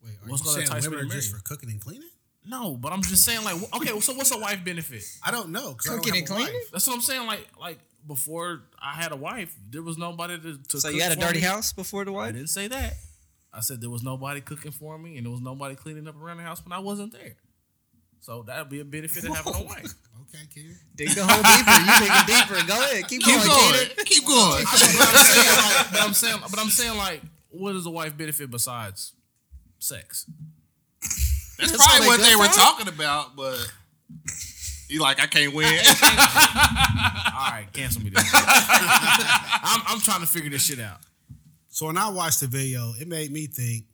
[SPEAKER 3] Wait, are
[SPEAKER 1] What's
[SPEAKER 3] you
[SPEAKER 1] gonna
[SPEAKER 3] saying
[SPEAKER 1] entice me
[SPEAKER 3] women
[SPEAKER 1] to
[SPEAKER 3] are just
[SPEAKER 1] marry
[SPEAKER 3] for cooking and cleaning?
[SPEAKER 1] no. But I'm just saying, like, wh- okay, so what's a wife benefit?
[SPEAKER 3] I don't know. 'cause I don't
[SPEAKER 4] Cooking
[SPEAKER 3] have
[SPEAKER 4] and
[SPEAKER 3] a
[SPEAKER 4] cleaning?
[SPEAKER 3] wife.
[SPEAKER 1] That's what I'm saying. Like, like before I had a wife, there was nobody to. to
[SPEAKER 4] So
[SPEAKER 1] cook
[SPEAKER 4] you had a
[SPEAKER 1] for
[SPEAKER 4] dirty
[SPEAKER 1] me.
[SPEAKER 4] house before the
[SPEAKER 1] I
[SPEAKER 4] wife?
[SPEAKER 1] didn't say that. I said there was nobody cooking for me, and there was nobody cleaning up around the house when I wasn't there. So that would be a benefit of having a wife.
[SPEAKER 3] Okay, kid.
[SPEAKER 4] Dig the hole deeper. You digging deeper. Go ahead. Keep,
[SPEAKER 2] Keep
[SPEAKER 4] going.
[SPEAKER 2] going.
[SPEAKER 4] Gator.
[SPEAKER 2] Keep going.
[SPEAKER 1] but I'm saying, but I'm saying, like, what does a wife benefit besides sex?
[SPEAKER 2] That's
[SPEAKER 4] That's what
[SPEAKER 2] probably
[SPEAKER 4] they
[SPEAKER 2] what
[SPEAKER 4] good
[SPEAKER 2] they were
[SPEAKER 4] for?
[SPEAKER 2] talking about, but you like I can't win.
[SPEAKER 1] All right, cancel me. This. I'm, I'm trying to figure this shit out.
[SPEAKER 3] So when I watched the video, it made me think: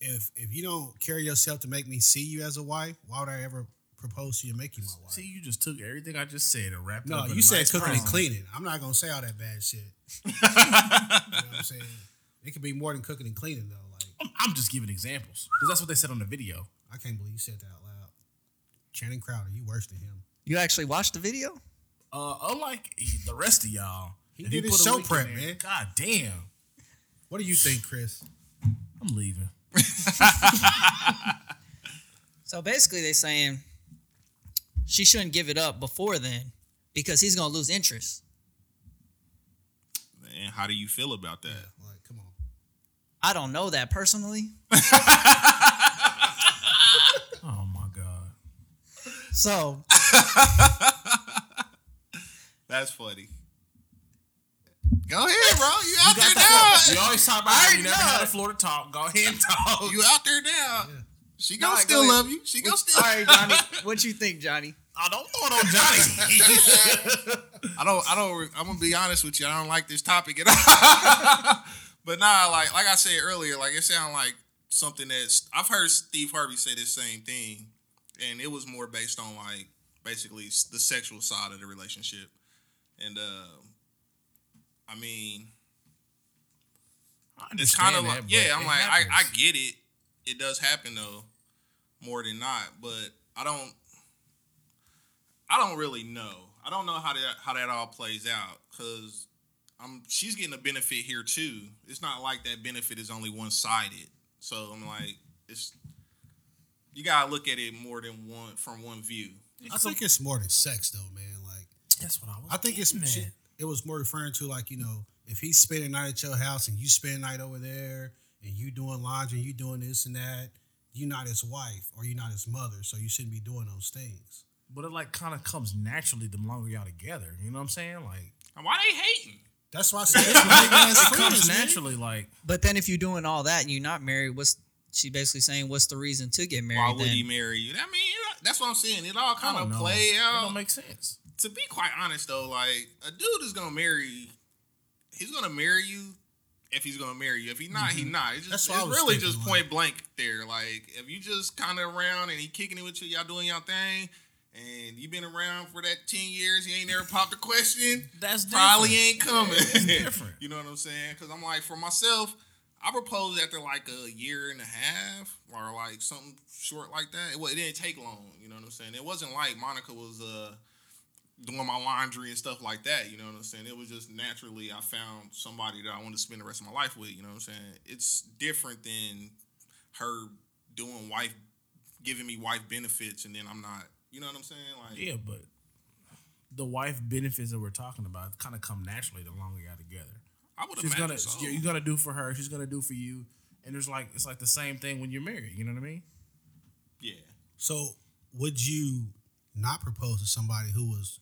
[SPEAKER 3] if if you don't carry yourself to make me see you as a wife, why would I ever propose to you and make you my wife?
[SPEAKER 1] See, you just took everything I just said and wrapped it
[SPEAKER 3] no,
[SPEAKER 1] up. in
[SPEAKER 3] you
[SPEAKER 1] a
[SPEAKER 3] said
[SPEAKER 1] nice
[SPEAKER 3] cooking and
[SPEAKER 1] phrase.
[SPEAKER 3] cleaning. I'm not gonna say all that bad shit. you know what I'm saying it could be more than cooking and cleaning though. Like
[SPEAKER 1] I'm, I'm just giving examples because that's what they said on the video.
[SPEAKER 3] I can't believe you said that out loud. Channing Crowder, you worse than him.
[SPEAKER 4] You actually watched the video?
[SPEAKER 1] Uh, unlike the rest of y'all,
[SPEAKER 3] He
[SPEAKER 1] if
[SPEAKER 3] did
[SPEAKER 1] you
[SPEAKER 3] his
[SPEAKER 1] put a
[SPEAKER 3] show
[SPEAKER 1] link in
[SPEAKER 3] prep,
[SPEAKER 1] there,
[SPEAKER 3] man.
[SPEAKER 1] God damn,
[SPEAKER 3] What do you think, Chris?
[SPEAKER 1] I'm leaving.
[SPEAKER 4] So basically, they're saying she shouldn't give it up before then because he's going to lose interest.
[SPEAKER 2] And how do you feel about that?
[SPEAKER 3] Like, come on.
[SPEAKER 4] I don't know that personally.
[SPEAKER 1] Oh my god.
[SPEAKER 4] So
[SPEAKER 2] That's funny. Go ahead, bro. You out there now.
[SPEAKER 1] You always talk about how you
[SPEAKER 2] I
[SPEAKER 1] never
[SPEAKER 2] know.
[SPEAKER 1] had a floor to talk. Go ahead and talk.
[SPEAKER 2] You out there now.
[SPEAKER 3] Yeah.
[SPEAKER 2] She gonna
[SPEAKER 4] Nah,
[SPEAKER 2] still
[SPEAKER 4] go ahead.
[SPEAKER 2] love you. She gonna still.
[SPEAKER 4] All right, Johnny. What you think, Johnny?
[SPEAKER 1] I don't throw it on Johnny.
[SPEAKER 2] I don't. I don't. I'm gonna be honest with you. I don't like this topic at all. but nah, like like I said earlier, like it sounds like something that's I've heard Steve Harvey say this same thing, and it was more based on like basically s- the sexual side of the relationship, and uh, I mean
[SPEAKER 1] I
[SPEAKER 2] it's kind of
[SPEAKER 1] understand
[SPEAKER 2] like
[SPEAKER 1] that, but
[SPEAKER 2] yeah. I'm
[SPEAKER 1] it
[SPEAKER 2] like I, I
[SPEAKER 1] happens.
[SPEAKER 2] get it. It does happen though, more than not. But I don't. I don't really know. I don't know how that how that all plays out because I'm she's getting a benefit here too. It's not like that benefit is only one sided. So
[SPEAKER 1] Mm-hmm.
[SPEAKER 2] I'm like it's you gotta look at it more than one from one view.
[SPEAKER 3] I think it's more than sex though, man. Like,
[SPEAKER 1] That's what I was.
[SPEAKER 3] I think it's
[SPEAKER 1] getting
[SPEAKER 3] she,
[SPEAKER 1] at.
[SPEAKER 3] it was more referring to like you know if he's spending night at your house and you spend night over there and you doing laundry and you doing this and that you're not his wife or you're not his mother so you shouldn't be doing those things
[SPEAKER 1] but it like kind of comes naturally the longer y'all together. You know what I'm saying? Like
[SPEAKER 2] And why they hating?
[SPEAKER 3] that's why I said it's like ass
[SPEAKER 1] it comes
[SPEAKER 3] friends, man.
[SPEAKER 1] naturally. Like
[SPEAKER 4] But then if you're doing all that and you're not married, what's she basically saying? What's the reason to get married?
[SPEAKER 2] Why would
[SPEAKER 4] then?
[SPEAKER 2] he marry you? I mean, it- that's what I'm saying. It all
[SPEAKER 1] I
[SPEAKER 2] kind
[SPEAKER 1] don't
[SPEAKER 2] of
[SPEAKER 1] know.
[SPEAKER 2] play
[SPEAKER 1] It
[SPEAKER 2] out.
[SPEAKER 1] don't make sense.
[SPEAKER 2] to be quite honest though, like a dude is gonna marry, he's gonna marry you if he's gonna marry you. If he's not, he not. It's
[SPEAKER 3] Mm-hmm. That's
[SPEAKER 2] just
[SPEAKER 3] what I
[SPEAKER 2] it's
[SPEAKER 3] was
[SPEAKER 2] really
[SPEAKER 3] thinking,
[SPEAKER 2] just
[SPEAKER 3] like-
[SPEAKER 2] point blank there. Like if you just kind of around and he kicking it with you, y'all doing y'all thing, and you been around for that ten years, he ain't never popped a question.
[SPEAKER 1] That's
[SPEAKER 2] Probably
[SPEAKER 1] different.
[SPEAKER 2] ain't coming.
[SPEAKER 1] It's different.
[SPEAKER 2] you know what I'm saying? Because I'm like for myself. I proposed after like a year and a half or like something short like that. It, wa- it didn't take long. You know what I'm saying? It wasn't like Monica was uh doing my laundry and stuff like that. You know what I'm saying? It was just naturally I found somebody that I wanted to spend the rest of my life with. You know what I'm saying? It's different than her doing wife, giving me wife benefits, and then I'm not. You know what I'm saying? Like,
[SPEAKER 1] Yeah, but the wife benefits that we're talking about kind of come naturally the longer y'all together.
[SPEAKER 2] I would
[SPEAKER 1] She's
[SPEAKER 2] imagine.
[SPEAKER 1] gonna
[SPEAKER 2] so.
[SPEAKER 1] you're gonna do for her. She's gonna do for you. And there's like it's like the same thing when you're married. You know what I mean?
[SPEAKER 2] yeah.
[SPEAKER 3] so would you not propose to somebody who was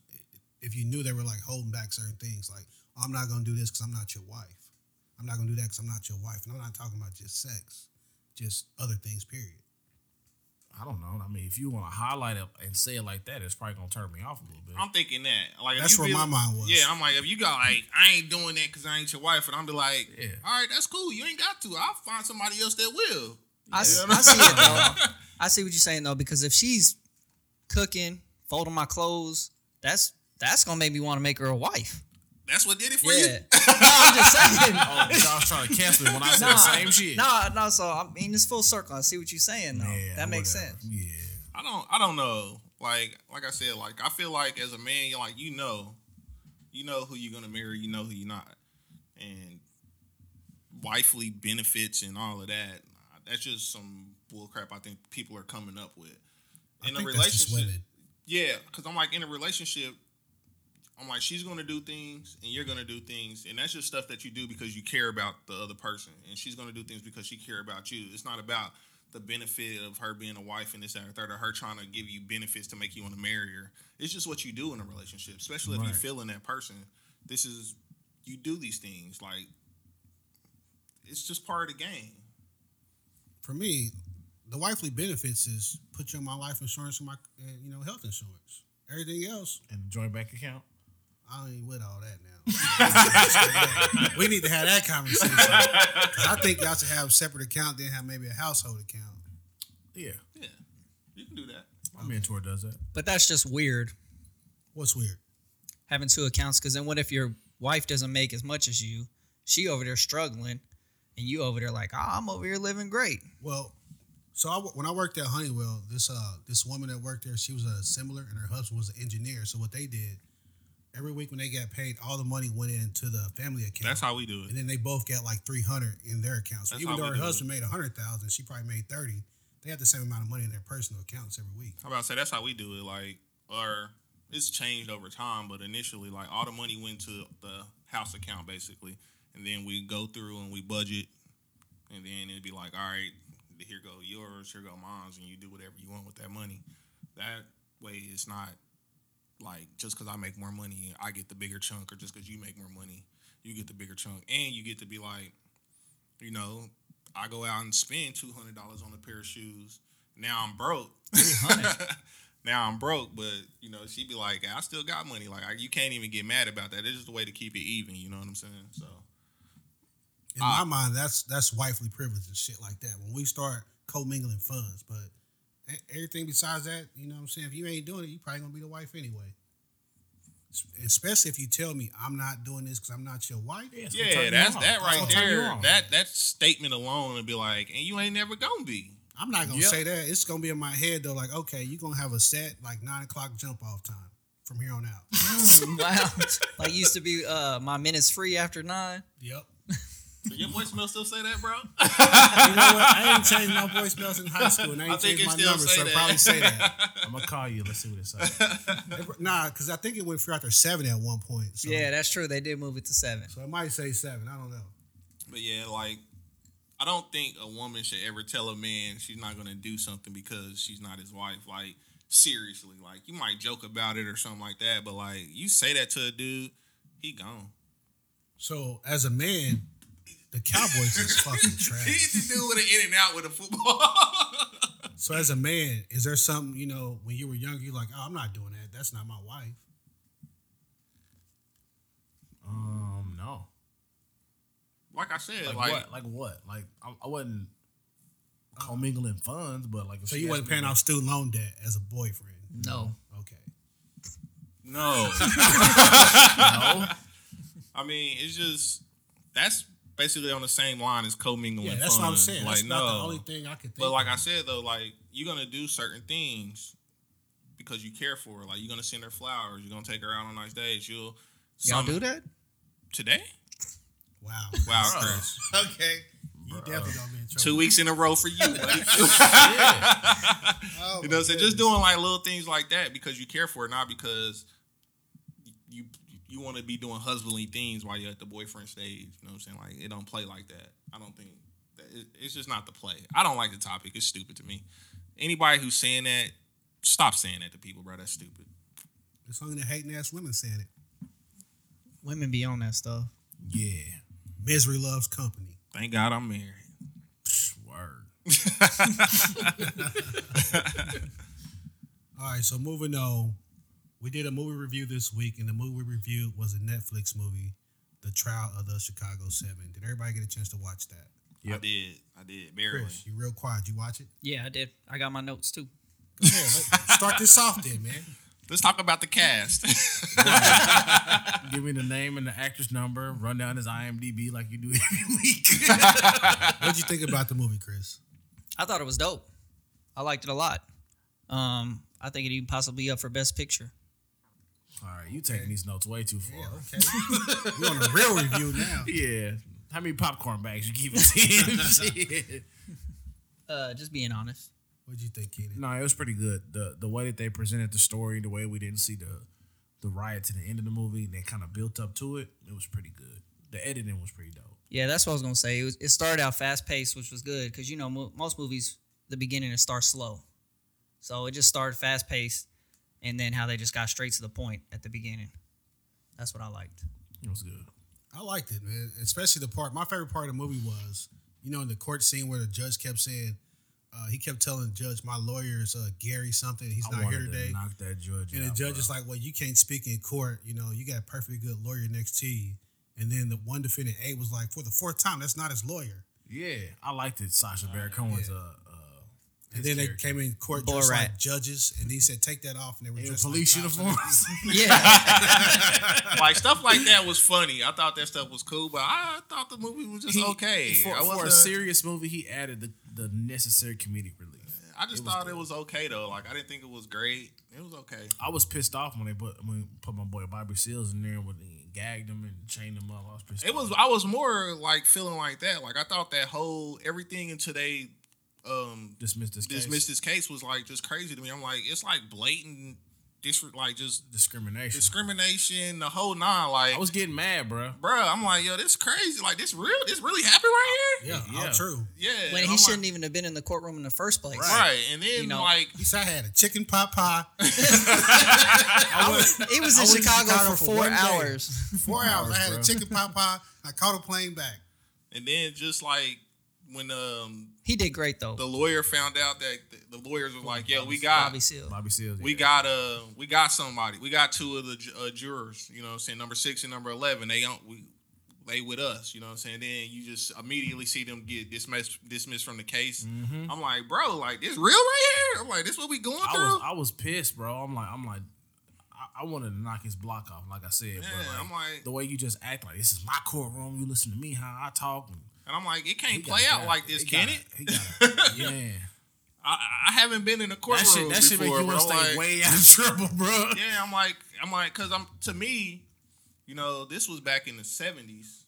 [SPEAKER 3] if you knew they were like holding back certain things like "Oh, i'm not gonna do this because i'm not your wife i'm not gonna do that because i'm not your wife and i'm not talking about just sex just other things period
[SPEAKER 1] I don't know. I mean, if you want to highlight it and say it like that, it's probably gonna turn me off a little bit.
[SPEAKER 2] I'm thinking that. Like if
[SPEAKER 3] That's
[SPEAKER 2] you
[SPEAKER 3] where
[SPEAKER 2] be
[SPEAKER 3] my
[SPEAKER 2] like-
[SPEAKER 3] mind was.
[SPEAKER 2] Yeah, I'm like, if you got like, I ain't doing that because I ain't your wife, and I'm be like,
[SPEAKER 1] Yeah.
[SPEAKER 2] all right, that's cool. You ain't got to. I'll find somebody else that will.
[SPEAKER 4] I, s-
[SPEAKER 2] Yeah.
[SPEAKER 4] I see it though. I see what you're saying though, because if she's cooking, folding my clothes, that's that's gonna make me want to make her a wife.
[SPEAKER 2] That's what did it for
[SPEAKER 4] Yeah.
[SPEAKER 2] you.
[SPEAKER 4] no, I'm just saying.
[SPEAKER 1] oh, y'all trying to cancel it when I said
[SPEAKER 4] Nah,
[SPEAKER 1] the same shit.
[SPEAKER 4] No, no. So I mean, it's full circle. I see what you're saying though.
[SPEAKER 1] Yeah,
[SPEAKER 4] that makes
[SPEAKER 1] whatever.
[SPEAKER 4] sense.
[SPEAKER 1] Yeah.
[SPEAKER 2] I don't. I don't know. Like, like I said, like I feel like as a man, you're like, you know, you know who you're gonna marry. You know who you're not, and wifely benefits and all of that. That's just some bull crap. I think people are coming up with
[SPEAKER 3] I think that's just women.
[SPEAKER 2] Yeah, because I'm like in a relationship. I'm like she's gonna do things and you're gonna do things, and that's just stuff that you do because you care about the other person, and she's gonna do things because she care about you. It's not about the benefit of her being a wife and this that, and the third, or her trying to give you benefits to make you want to marry her. It's just what you do in a relationship, especially if
[SPEAKER 1] Right.
[SPEAKER 2] you're feeling that person. This is you do these things like it's just part of the game.
[SPEAKER 3] For me, the wifely benefits is put you on my life insurance and my uh, you know health insurance. Everything else,
[SPEAKER 1] And joint bank account.
[SPEAKER 3] I ain't with all that now. we need to have that conversation. 'Cause I think y'all should have a separate account, then have maybe a household account.
[SPEAKER 1] Yeah.
[SPEAKER 2] Yeah, you can do that.
[SPEAKER 1] My mentor does that.
[SPEAKER 4] But that's just weird
[SPEAKER 3] What's weird?
[SPEAKER 4] having two accounts. Because then what if your wife doesn't make as much as you? She over there struggling, and you over there like, oh, I'm over here living great.
[SPEAKER 3] Well, so I, when I worked at Honeywell, this uh this woman that worked there, she was a assembler and her husband was an engineer. So what they did, every week when they got paid, all the money went into the family account.
[SPEAKER 2] That's how we do
[SPEAKER 3] and
[SPEAKER 2] it.
[SPEAKER 3] then they both got like three hundred in their accounts. So
[SPEAKER 2] That's
[SPEAKER 3] even
[SPEAKER 2] how
[SPEAKER 3] though
[SPEAKER 2] we
[SPEAKER 3] her
[SPEAKER 2] do
[SPEAKER 3] husband made a hundred thousand, she probably made thirty. They had the same amount of money in their personal accounts every week.
[SPEAKER 2] I'm about to say that's how we do it. Like, or it's changed over time, but initially, like all the money went to the house account basically, and then we go through and we budget, and then it'd be like, all right, here go yours, here go mine's, and you do whatever you want with that money. That way, it's not like just because I make more money, I get the bigger chunk, or just because you make more money, you get the bigger chunk, and you get to be like, you know, I go out and spend two hundred dollars on a pair of shoes. Now I'm broke. now I'm broke, but you know, she'd be like, I still got money. Like I, you can't even get mad about that. It's just a way to keep it even. You know what I'm saying? So
[SPEAKER 3] In
[SPEAKER 2] Ah.
[SPEAKER 3] my mind, that's that's wifely privilege and shit like that. When we start commingling funds, but e- everything besides that, you know what I'm saying? If you ain't doing it, you probably gonna be the wife anyway. S- Especially if you tell me I'm not doing this because I'm not your wife.
[SPEAKER 1] it's gonna turn
[SPEAKER 2] yeah,
[SPEAKER 1] you
[SPEAKER 2] that's
[SPEAKER 1] on.
[SPEAKER 2] that right
[SPEAKER 1] gonna turn you
[SPEAKER 2] there.
[SPEAKER 1] on.
[SPEAKER 2] That that statement alone would be like, and you ain't never gonna be.
[SPEAKER 3] I'm not gonna
[SPEAKER 1] Yep.
[SPEAKER 3] say that. It's gonna be in my head though. Like, okay, you're gonna have a set like nine o'clock jump off time from here on out.
[SPEAKER 4] Mm, wow, like used to be uh, my minutes free after nine.
[SPEAKER 3] yep.
[SPEAKER 2] Did your voicemail still say that, bro?
[SPEAKER 3] You know what? I ain't changed my voicemails in high school, and I ain't
[SPEAKER 2] I think
[SPEAKER 3] changed
[SPEAKER 2] it
[SPEAKER 3] my
[SPEAKER 2] still
[SPEAKER 3] number,
[SPEAKER 2] say
[SPEAKER 3] so
[SPEAKER 2] that.
[SPEAKER 3] probably say that.
[SPEAKER 1] I'm gonna call you. Let's see what it says.
[SPEAKER 3] It- nah, because I think it went through after seven at one point. So,
[SPEAKER 4] Yeah, that's true. They did move it to seven.
[SPEAKER 3] so it might say seven. I don't know.
[SPEAKER 2] But yeah, like I don't think a woman should ever tell a man she's not gonna do something because she's not his wife. Like seriously, like you might joke about it or something like that, but like you say that to a dude, he gone.
[SPEAKER 3] So as a man, the Cowboys is fucking
[SPEAKER 2] He
[SPEAKER 3] trash.
[SPEAKER 2] hit the dude with an in and out with a football.
[SPEAKER 3] So as a man, is there something you know when you were younger, you're like, oh, I'm not doing that. That's not my wife.
[SPEAKER 1] um, no.
[SPEAKER 2] like I said,
[SPEAKER 1] Like,
[SPEAKER 2] like,
[SPEAKER 1] what? Like what? Like I, I wasn't commingling funds, but like if
[SPEAKER 3] So
[SPEAKER 1] she
[SPEAKER 3] you wasn't
[SPEAKER 1] asked
[SPEAKER 3] paying
[SPEAKER 1] me-
[SPEAKER 3] off student loan debt as a boyfriend.
[SPEAKER 4] No,
[SPEAKER 3] Okay.
[SPEAKER 2] no.
[SPEAKER 1] No.
[SPEAKER 2] I mean, it's just that's basically on the same line as commingling.
[SPEAKER 3] Yeah, that's what I'm
[SPEAKER 2] funds.
[SPEAKER 3] saying.
[SPEAKER 2] Like
[SPEAKER 3] that's
[SPEAKER 2] no,
[SPEAKER 3] not the only thing I could think.
[SPEAKER 2] But like
[SPEAKER 3] of.
[SPEAKER 2] I said though, like you're gonna do certain things because you care for her. Like you're gonna send her flowers. You're gonna take her out on nice days. You'll
[SPEAKER 4] y'all
[SPEAKER 2] some-
[SPEAKER 4] do that.
[SPEAKER 2] today.
[SPEAKER 3] wow.
[SPEAKER 2] Wow, Chris,
[SPEAKER 3] okay. You definitely gonna be in trouble.
[SPEAKER 2] two weeks in a row for you. Buddy.
[SPEAKER 1] yeah.
[SPEAKER 3] Oh,
[SPEAKER 2] you know, what I'm
[SPEAKER 3] my
[SPEAKER 2] saying? just
[SPEAKER 3] goodness.
[SPEAKER 2] doing like little things like that because you care for her, not because you you want to be doing husbandly things while you're at the boyfriend stage. You know what I'm saying? Like it don't play like that. I don't think that it, it's just not the play. I don't like the topic. It's stupid to me. Anybody who's saying that, stop saying that to people, bro. That's stupid.
[SPEAKER 3] It's only the hating ass women saying it.
[SPEAKER 4] Women be on that stuff.
[SPEAKER 1] Yeah.
[SPEAKER 3] Misery loves company.
[SPEAKER 2] Thank God I'm married.
[SPEAKER 1] Psh, Word.
[SPEAKER 3] All right, so moving on, we did a movie review this week, and the movie we reviewed was a Netflix movie, The Trial of the Chicago Seven. Did everybody get a chance to watch that?
[SPEAKER 2] I did. I did. Barely.
[SPEAKER 3] Chris, you real quiet. You watch it?
[SPEAKER 4] Yeah, I did. I got my notes too.
[SPEAKER 3] Come here, let- start this off then, man.
[SPEAKER 2] Let's talk about the cast.
[SPEAKER 1] Give me the name and the actress number. Run down his IMDb like you do every week.
[SPEAKER 3] What'd you think about the movie, Chris?
[SPEAKER 4] I thought it was dope. I liked it a lot. Um, I think it even possibly up for best picture.
[SPEAKER 1] All right, you taking these notes way too far.
[SPEAKER 3] Okay, we on a real review now.
[SPEAKER 1] Yeah. How many popcorn bags you keep it in?
[SPEAKER 4] Uh, just being honest.
[SPEAKER 3] What'd you think, Keenan?
[SPEAKER 1] no, it was pretty good. The the way that they presented the story, the way we didn't see the the riot to the end of the movie, and they kind of built up to it. It was pretty good. The editing was pretty dope.
[SPEAKER 4] Yeah, that's what I was gonna say. It, was, it started out fast paced, which was good because you know mo- most movies the beginning it starts slow, so it just started fast paced, and then how they just got straight to the point at the beginning. That's what I liked.
[SPEAKER 1] It was good.
[SPEAKER 3] I liked it, man. Especially the part. My favorite part of the movie was, you know, in the court scene where the judge kept saying, uh, he kept telling the judge, "My lawyer is uh, Gary something. He's
[SPEAKER 1] I
[SPEAKER 3] not here
[SPEAKER 1] wanted
[SPEAKER 3] today."
[SPEAKER 1] to knock that judge
[SPEAKER 3] And
[SPEAKER 1] out.
[SPEAKER 3] the judge
[SPEAKER 1] bro.
[SPEAKER 3] is like, "Well, you can't speak in court. You know, you got a perfectly good lawyer next to you." And then the one defendant A was like, "For the fourth time, that's not his lawyer."
[SPEAKER 1] yeah, I liked it. Sasha Baron Cohen's uh, uh,
[SPEAKER 3] And then they came in court dressed
[SPEAKER 4] Borat.
[SPEAKER 3] like judges, and he said, "Take that off." And they were
[SPEAKER 1] in
[SPEAKER 3] dressed
[SPEAKER 1] police
[SPEAKER 3] like cops.
[SPEAKER 1] uniforms.
[SPEAKER 4] Yeah,
[SPEAKER 2] like stuff like that was funny. I thought that stuff was cool, but I thought the movie was just
[SPEAKER 1] He-
[SPEAKER 2] okay.
[SPEAKER 1] For,
[SPEAKER 2] I,
[SPEAKER 1] for a
[SPEAKER 2] wasn't-
[SPEAKER 1] serious movie, he added the, the necessary comedic relief.
[SPEAKER 2] I just
[SPEAKER 1] it was
[SPEAKER 2] thought
[SPEAKER 1] good.
[SPEAKER 2] it was okay though. Like I didn't think it was great. It was okay.
[SPEAKER 1] I was pissed off when they put when they put my boy Bobby Seals in there and when they gagged him and chained him up. I was pissed.
[SPEAKER 2] It was.
[SPEAKER 1] off.
[SPEAKER 2] I was more like feeling like that. Like I thought that whole everything until they um
[SPEAKER 1] dismissed this case.
[SPEAKER 2] dismissed this case was like just crazy to me. I'm like, it's like blatant, dis- like just
[SPEAKER 1] discrimination.
[SPEAKER 2] discrimination, the whole nine. Like,
[SPEAKER 1] I was getting mad, bro.
[SPEAKER 2] bro, I'm like, yo, this crazy. Like this real. This really happened right here.
[SPEAKER 3] Yeah, all
[SPEAKER 1] Yeah.
[SPEAKER 3] true.
[SPEAKER 2] Yeah.
[SPEAKER 4] when
[SPEAKER 2] and
[SPEAKER 4] he
[SPEAKER 2] I'm
[SPEAKER 4] shouldn't
[SPEAKER 2] Like,
[SPEAKER 4] even have been in the courtroom in the first place.
[SPEAKER 2] right. And then
[SPEAKER 4] You know.
[SPEAKER 2] like.
[SPEAKER 3] He said, "I had a chicken pot pie,
[SPEAKER 4] It was
[SPEAKER 3] I
[SPEAKER 4] in
[SPEAKER 3] went to
[SPEAKER 4] Chicago,
[SPEAKER 3] Chicago
[SPEAKER 4] for
[SPEAKER 3] for
[SPEAKER 4] four
[SPEAKER 3] one day.
[SPEAKER 4] hours.
[SPEAKER 3] four hours. I had a
[SPEAKER 1] bro.
[SPEAKER 3] chicken pot pie. I caught a plane back."
[SPEAKER 2] And then just like when um
[SPEAKER 4] He did great though.
[SPEAKER 2] the lawyer found out that th- the lawyers were like, "Yeah, we got
[SPEAKER 4] Bobby Seale.
[SPEAKER 1] Bobby Seals.
[SPEAKER 2] we
[SPEAKER 1] yeah.
[SPEAKER 2] got uh we got somebody. We got two of the ju- uh, jurors, you know what I'm saying? Number 6 and number 11. They don't we they with us, you know what I'm saying? Then you just immediately see them get dismissed dismissed from the case. I'm like, "Bro, like this real right here?" I'm like, "This what we going
[SPEAKER 1] Mm-hmm. I
[SPEAKER 2] through?"
[SPEAKER 1] was I was pissed, bro. I'm like I'm like I, I wanted to knock his block off, like I said.
[SPEAKER 2] Yeah,
[SPEAKER 1] but like,
[SPEAKER 2] I'm like-
[SPEAKER 1] the way you just act like this is my courtroom. You listen to me, how I talk. and
[SPEAKER 2] and I'm like, "It
[SPEAKER 1] he
[SPEAKER 2] can't
[SPEAKER 1] got
[SPEAKER 2] play out
[SPEAKER 1] got-
[SPEAKER 2] like this,
[SPEAKER 1] he
[SPEAKER 2] can
[SPEAKER 1] got-
[SPEAKER 2] it?"
[SPEAKER 1] He got, man,
[SPEAKER 2] I, I haven't been in a
[SPEAKER 1] that shit
[SPEAKER 2] courtroom
[SPEAKER 1] that shit make
[SPEAKER 2] before,
[SPEAKER 1] you want to
[SPEAKER 2] bro.
[SPEAKER 1] stay
[SPEAKER 2] Like-
[SPEAKER 1] way out of trouble, bro.
[SPEAKER 2] yeah, I'm like, I'm like, cause I'm to me, you know, this was back in the seventies,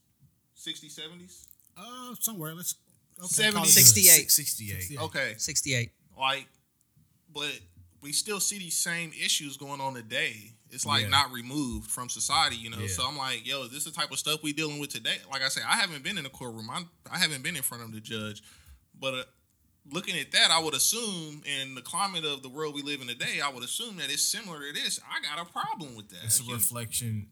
[SPEAKER 2] 60s, 70s.
[SPEAKER 3] Uh, somewhere. Let's okay,
[SPEAKER 2] Seventy-
[SPEAKER 3] call it good.
[SPEAKER 4] 68.
[SPEAKER 1] Six- 68.
[SPEAKER 2] Okay,
[SPEAKER 4] Sixty-eight.
[SPEAKER 2] like, but we still see these same issues going on today. It's like
[SPEAKER 1] Yeah.
[SPEAKER 2] not removed from society, you know.
[SPEAKER 1] Yeah.
[SPEAKER 2] So I'm like, yo, is this the type of stuff we dealing with today? Like I said, I haven't been in a courtroom. I I haven't been in front of the judge, but. Uh, Looking at that, I would assume in the climate of the world we live in today, I would assume that it's similar to this. I got a problem with that.
[SPEAKER 1] It's a
[SPEAKER 2] You-
[SPEAKER 1] reflection.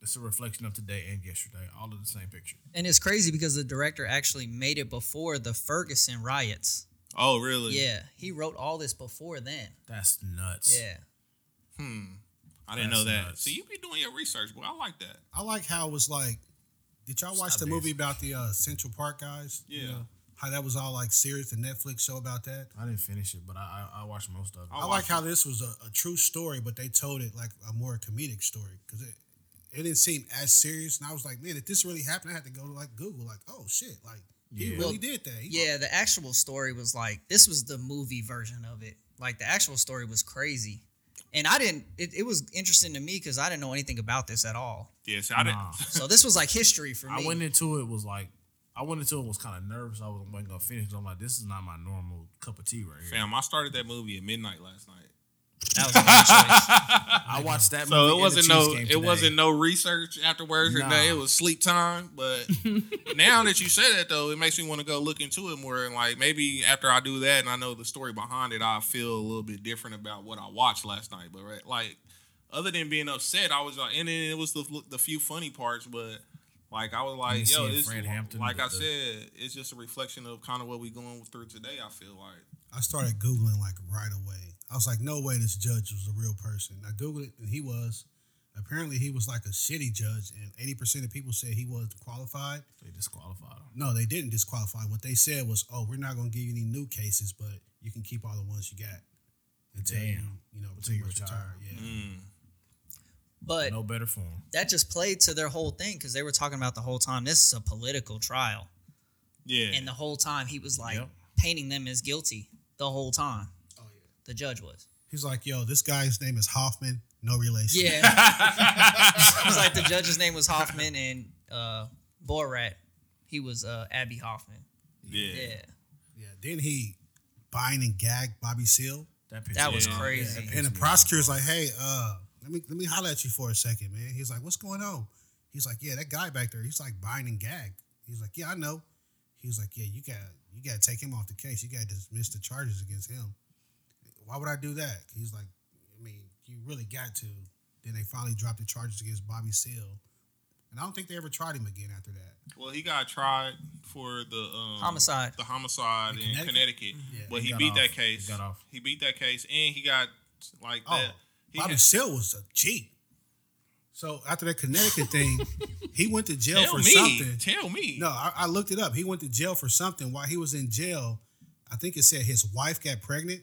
[SPEAKER 1] It's a reflection of today and yesterday, all in the same picture.
[SPEAKER 4] And it's crazy because the director actually made it before the Ferguson riots.
[SPEAKER 2] oh, really?
[SPEAKER 4] Yeah, he wrote all this before then.
[SPEAKER 1] That's nuts.
[SPEAKER 4] Yeah.
[SPEAKER 2] I didn't know
[SPEAKER 1] That's
[SPEAKER 2] that.
[SPEAKER 1] nuts.
[SPEAKER 2] So you be doing your research, boy. I like that.
[SPEAKER 3] I like how it was like. Did y'all watch
[SPEAKER 1] Stop
[SPEAKER 3] the
[SPEAKER 1] this.
[SPEAKER 3] movie about the uh, Central Park guys?
[SPEAKER 2] Yeah.
[SPEAKER 3] How that was all like serious, the Netflix show about that.
[SPEAKER 1] I didn't finish it, but I I, I watched most of it.
[SPEAKER 3] I, like how this was a, a true story, but they told it like a more comedic story because it, it didn't seem as serious. And I was like, man, if this really happened, I had to go to like Google, like, oh shit, like he
[SPEAKER 1] Yeah.
[SPEAKER 3] really
[SPEAKER 4] Well,
[SPEAKER 3] did that. He-
[SPEAKER 4] Yeah, the actual story was like this was the movie version of it. Like the actual story was crazy. And I didn't it, it was interesting to me cuz I didn't know anything about this at all.
[SPEAKER 2] Yeah, see, I didn't.
[SPEAKER 1] Nah.
[SPEAKER 4] So this was like history for me.
[SPEAKER 1] I went into it was like I went into it was kind of nervous. I wasn't wasn't gonna finish. 'cause I'm like, this is not my normal cup of tea right here.
[SPEAKER 2] Fam, I started that movie at midnight last night.
[SPEAKER 4] that was a good choice.
[SPEAKER 1] I watched that.
[SPEAKER 2] So
[SPEAKER 1] movie
[SPEAKER 2] it
[SPEAKER 1] and the
[SPEAKER 2] wasn't
[SPEAKER 1] Chiefs
[SPEAKER 2] no,
[SPEAKER 1] game
[SPEAKER 2] it
[SPEAKER 1] today.
[SPEAKER 2] wasn't no research afterwards or
[SPEAKER 1] Nah.
[SPEAKER 2] nothing. It was sleep time. But now that you say that though, it makes me want to go look into it more. And like maybe after I do that and I know the story behind it, I feel a little bit different about what I watched last night. But right, like other than being upset, I was like, and then it was the the few funny parts, but. Like I was
[SPEAKER 1] me
[SPEAKER 2] like,
[SPEAKER 1] see
[SPEAKER 2] yo,
[SPEAKER 1] it,
[SPEAKER 2] this
[SPEAKER 1] Fred Hampton,
[SPEAKER 2] like
[SPEAKER 1] the-
[SPEAKER 2] I
[SPEAKER 1] the-
[SPEAKER 2] said, it's just a reflection of kind of what we going through today. I feel like
[SPEAKER 3] I started Googling like right away. I was like, no way this judge was a real person. I Googled it and he was. Apparently, he was like a shitty judge, and 80% of people said he was qualified.
[SPEAKER 1] They disqualified him.
[SPEAKER 3] No, they didn't disqualify him. What they said was, oh, we're not going to give you any new cases, but you can keep all the ones you got until, you,
[SPEAKER 1] Damn.
[SPEAKER 3] you know,
[SPEAKER 1] Until you
[SPEAKER 3] pretty much
[SPEAKER 1] retire.
[SPEAKER 3] Yeah.
[SPEAKER 4] Mm. But
[SPEAKER 1] No better form.
[SPEAKER 4] that just played to their whole thing because they were talking about the whole time this is a political trial,
[SPEAKER 2] yeah,
[SPEAKER 4] and the whole time he was like
[SPEAKER 1] Yep.
[SPEAKER 4] painting them as guilty the whole time.
[SPEAKER 3] Oh, yeah.
[SPEAKER 4] The judge was.
[SPEAKER 3] He's like, yo, this guy's name is Hoffman, no relation.
[SPEAKER 4] Yeah. it was like the judge's name was Hoffman and uh, Borat. He was uh, Abby Hoffman.
[SPEAKER 2] yeah,
[SPEAKER 4] Yeah.
[SPEAKER 3] Yeah. Then he bind and gag Bobby Seal.
[SPEAKER 1] That, pissed
[SPEAKER 4] That
[SPEAKER 1] me
[SPEAKER 4] was
[SPEAKER 1] off.
[SPEAKER 4] crazy.
[SPEAKER 1] that pissed
[SPEAKER 3] And the
[SPEAKER 1] me off.
[SPEAKER 3] prosecutor's like, hey, uh, let me let me holler at you for a second, man. He's like, what's going on? He's like, yeah, that guy back there, he's like bind and gag. He's like, yeah, I know. He's like, yeah, you got you got to take him off the case. You got to dismiss the charges against him. Why would I do that? He's like, I mean, you really got to. Then they finally dropped the charges against Bobby Seal, and I don't think they ever tried him again after that.
[SPEAKER 2] Well, he got tried for the um,
[SPEAKER 4] Homicide.
[SPEAKER 2] the homicide
[SPEAKER 3] In
[SPEAKER 2] in Connecticut,
[SPEAKER 3] Connecticut? Yeah.
[SPEAKER 2] but
[SPEAKER 1] He
[SPEAKER 2] he,
[SPEAKER 1] got
[SPEAKER 2] beat
[SPEAKER 1] off.
[SPEAKER 2] that
[SPEAKER 1] He
[SPEAKER 2] case.
[SPEAKER 1] got off.
[SPEAKER 2] He beat that case, and he got like
[SPEAKER 3] Oh,
[SPEAKER 2] that. He
[SPEAKER 3] Bobby
[SPEAKER 2] had-
[SPEAKER 3] Seal was a cheat. So after that Connecticut thing, he went to jail
[SPEAKER 2] tell
[SPEAKER 3] for
[SPEAKER 2] me,
[SPEAKER 3] something.
[SPEAKER 2] tell me,
[SPEAKER 3] No, I, I looked it up. He went to jail for something. While he was in jail, I think it said his wife got pregnant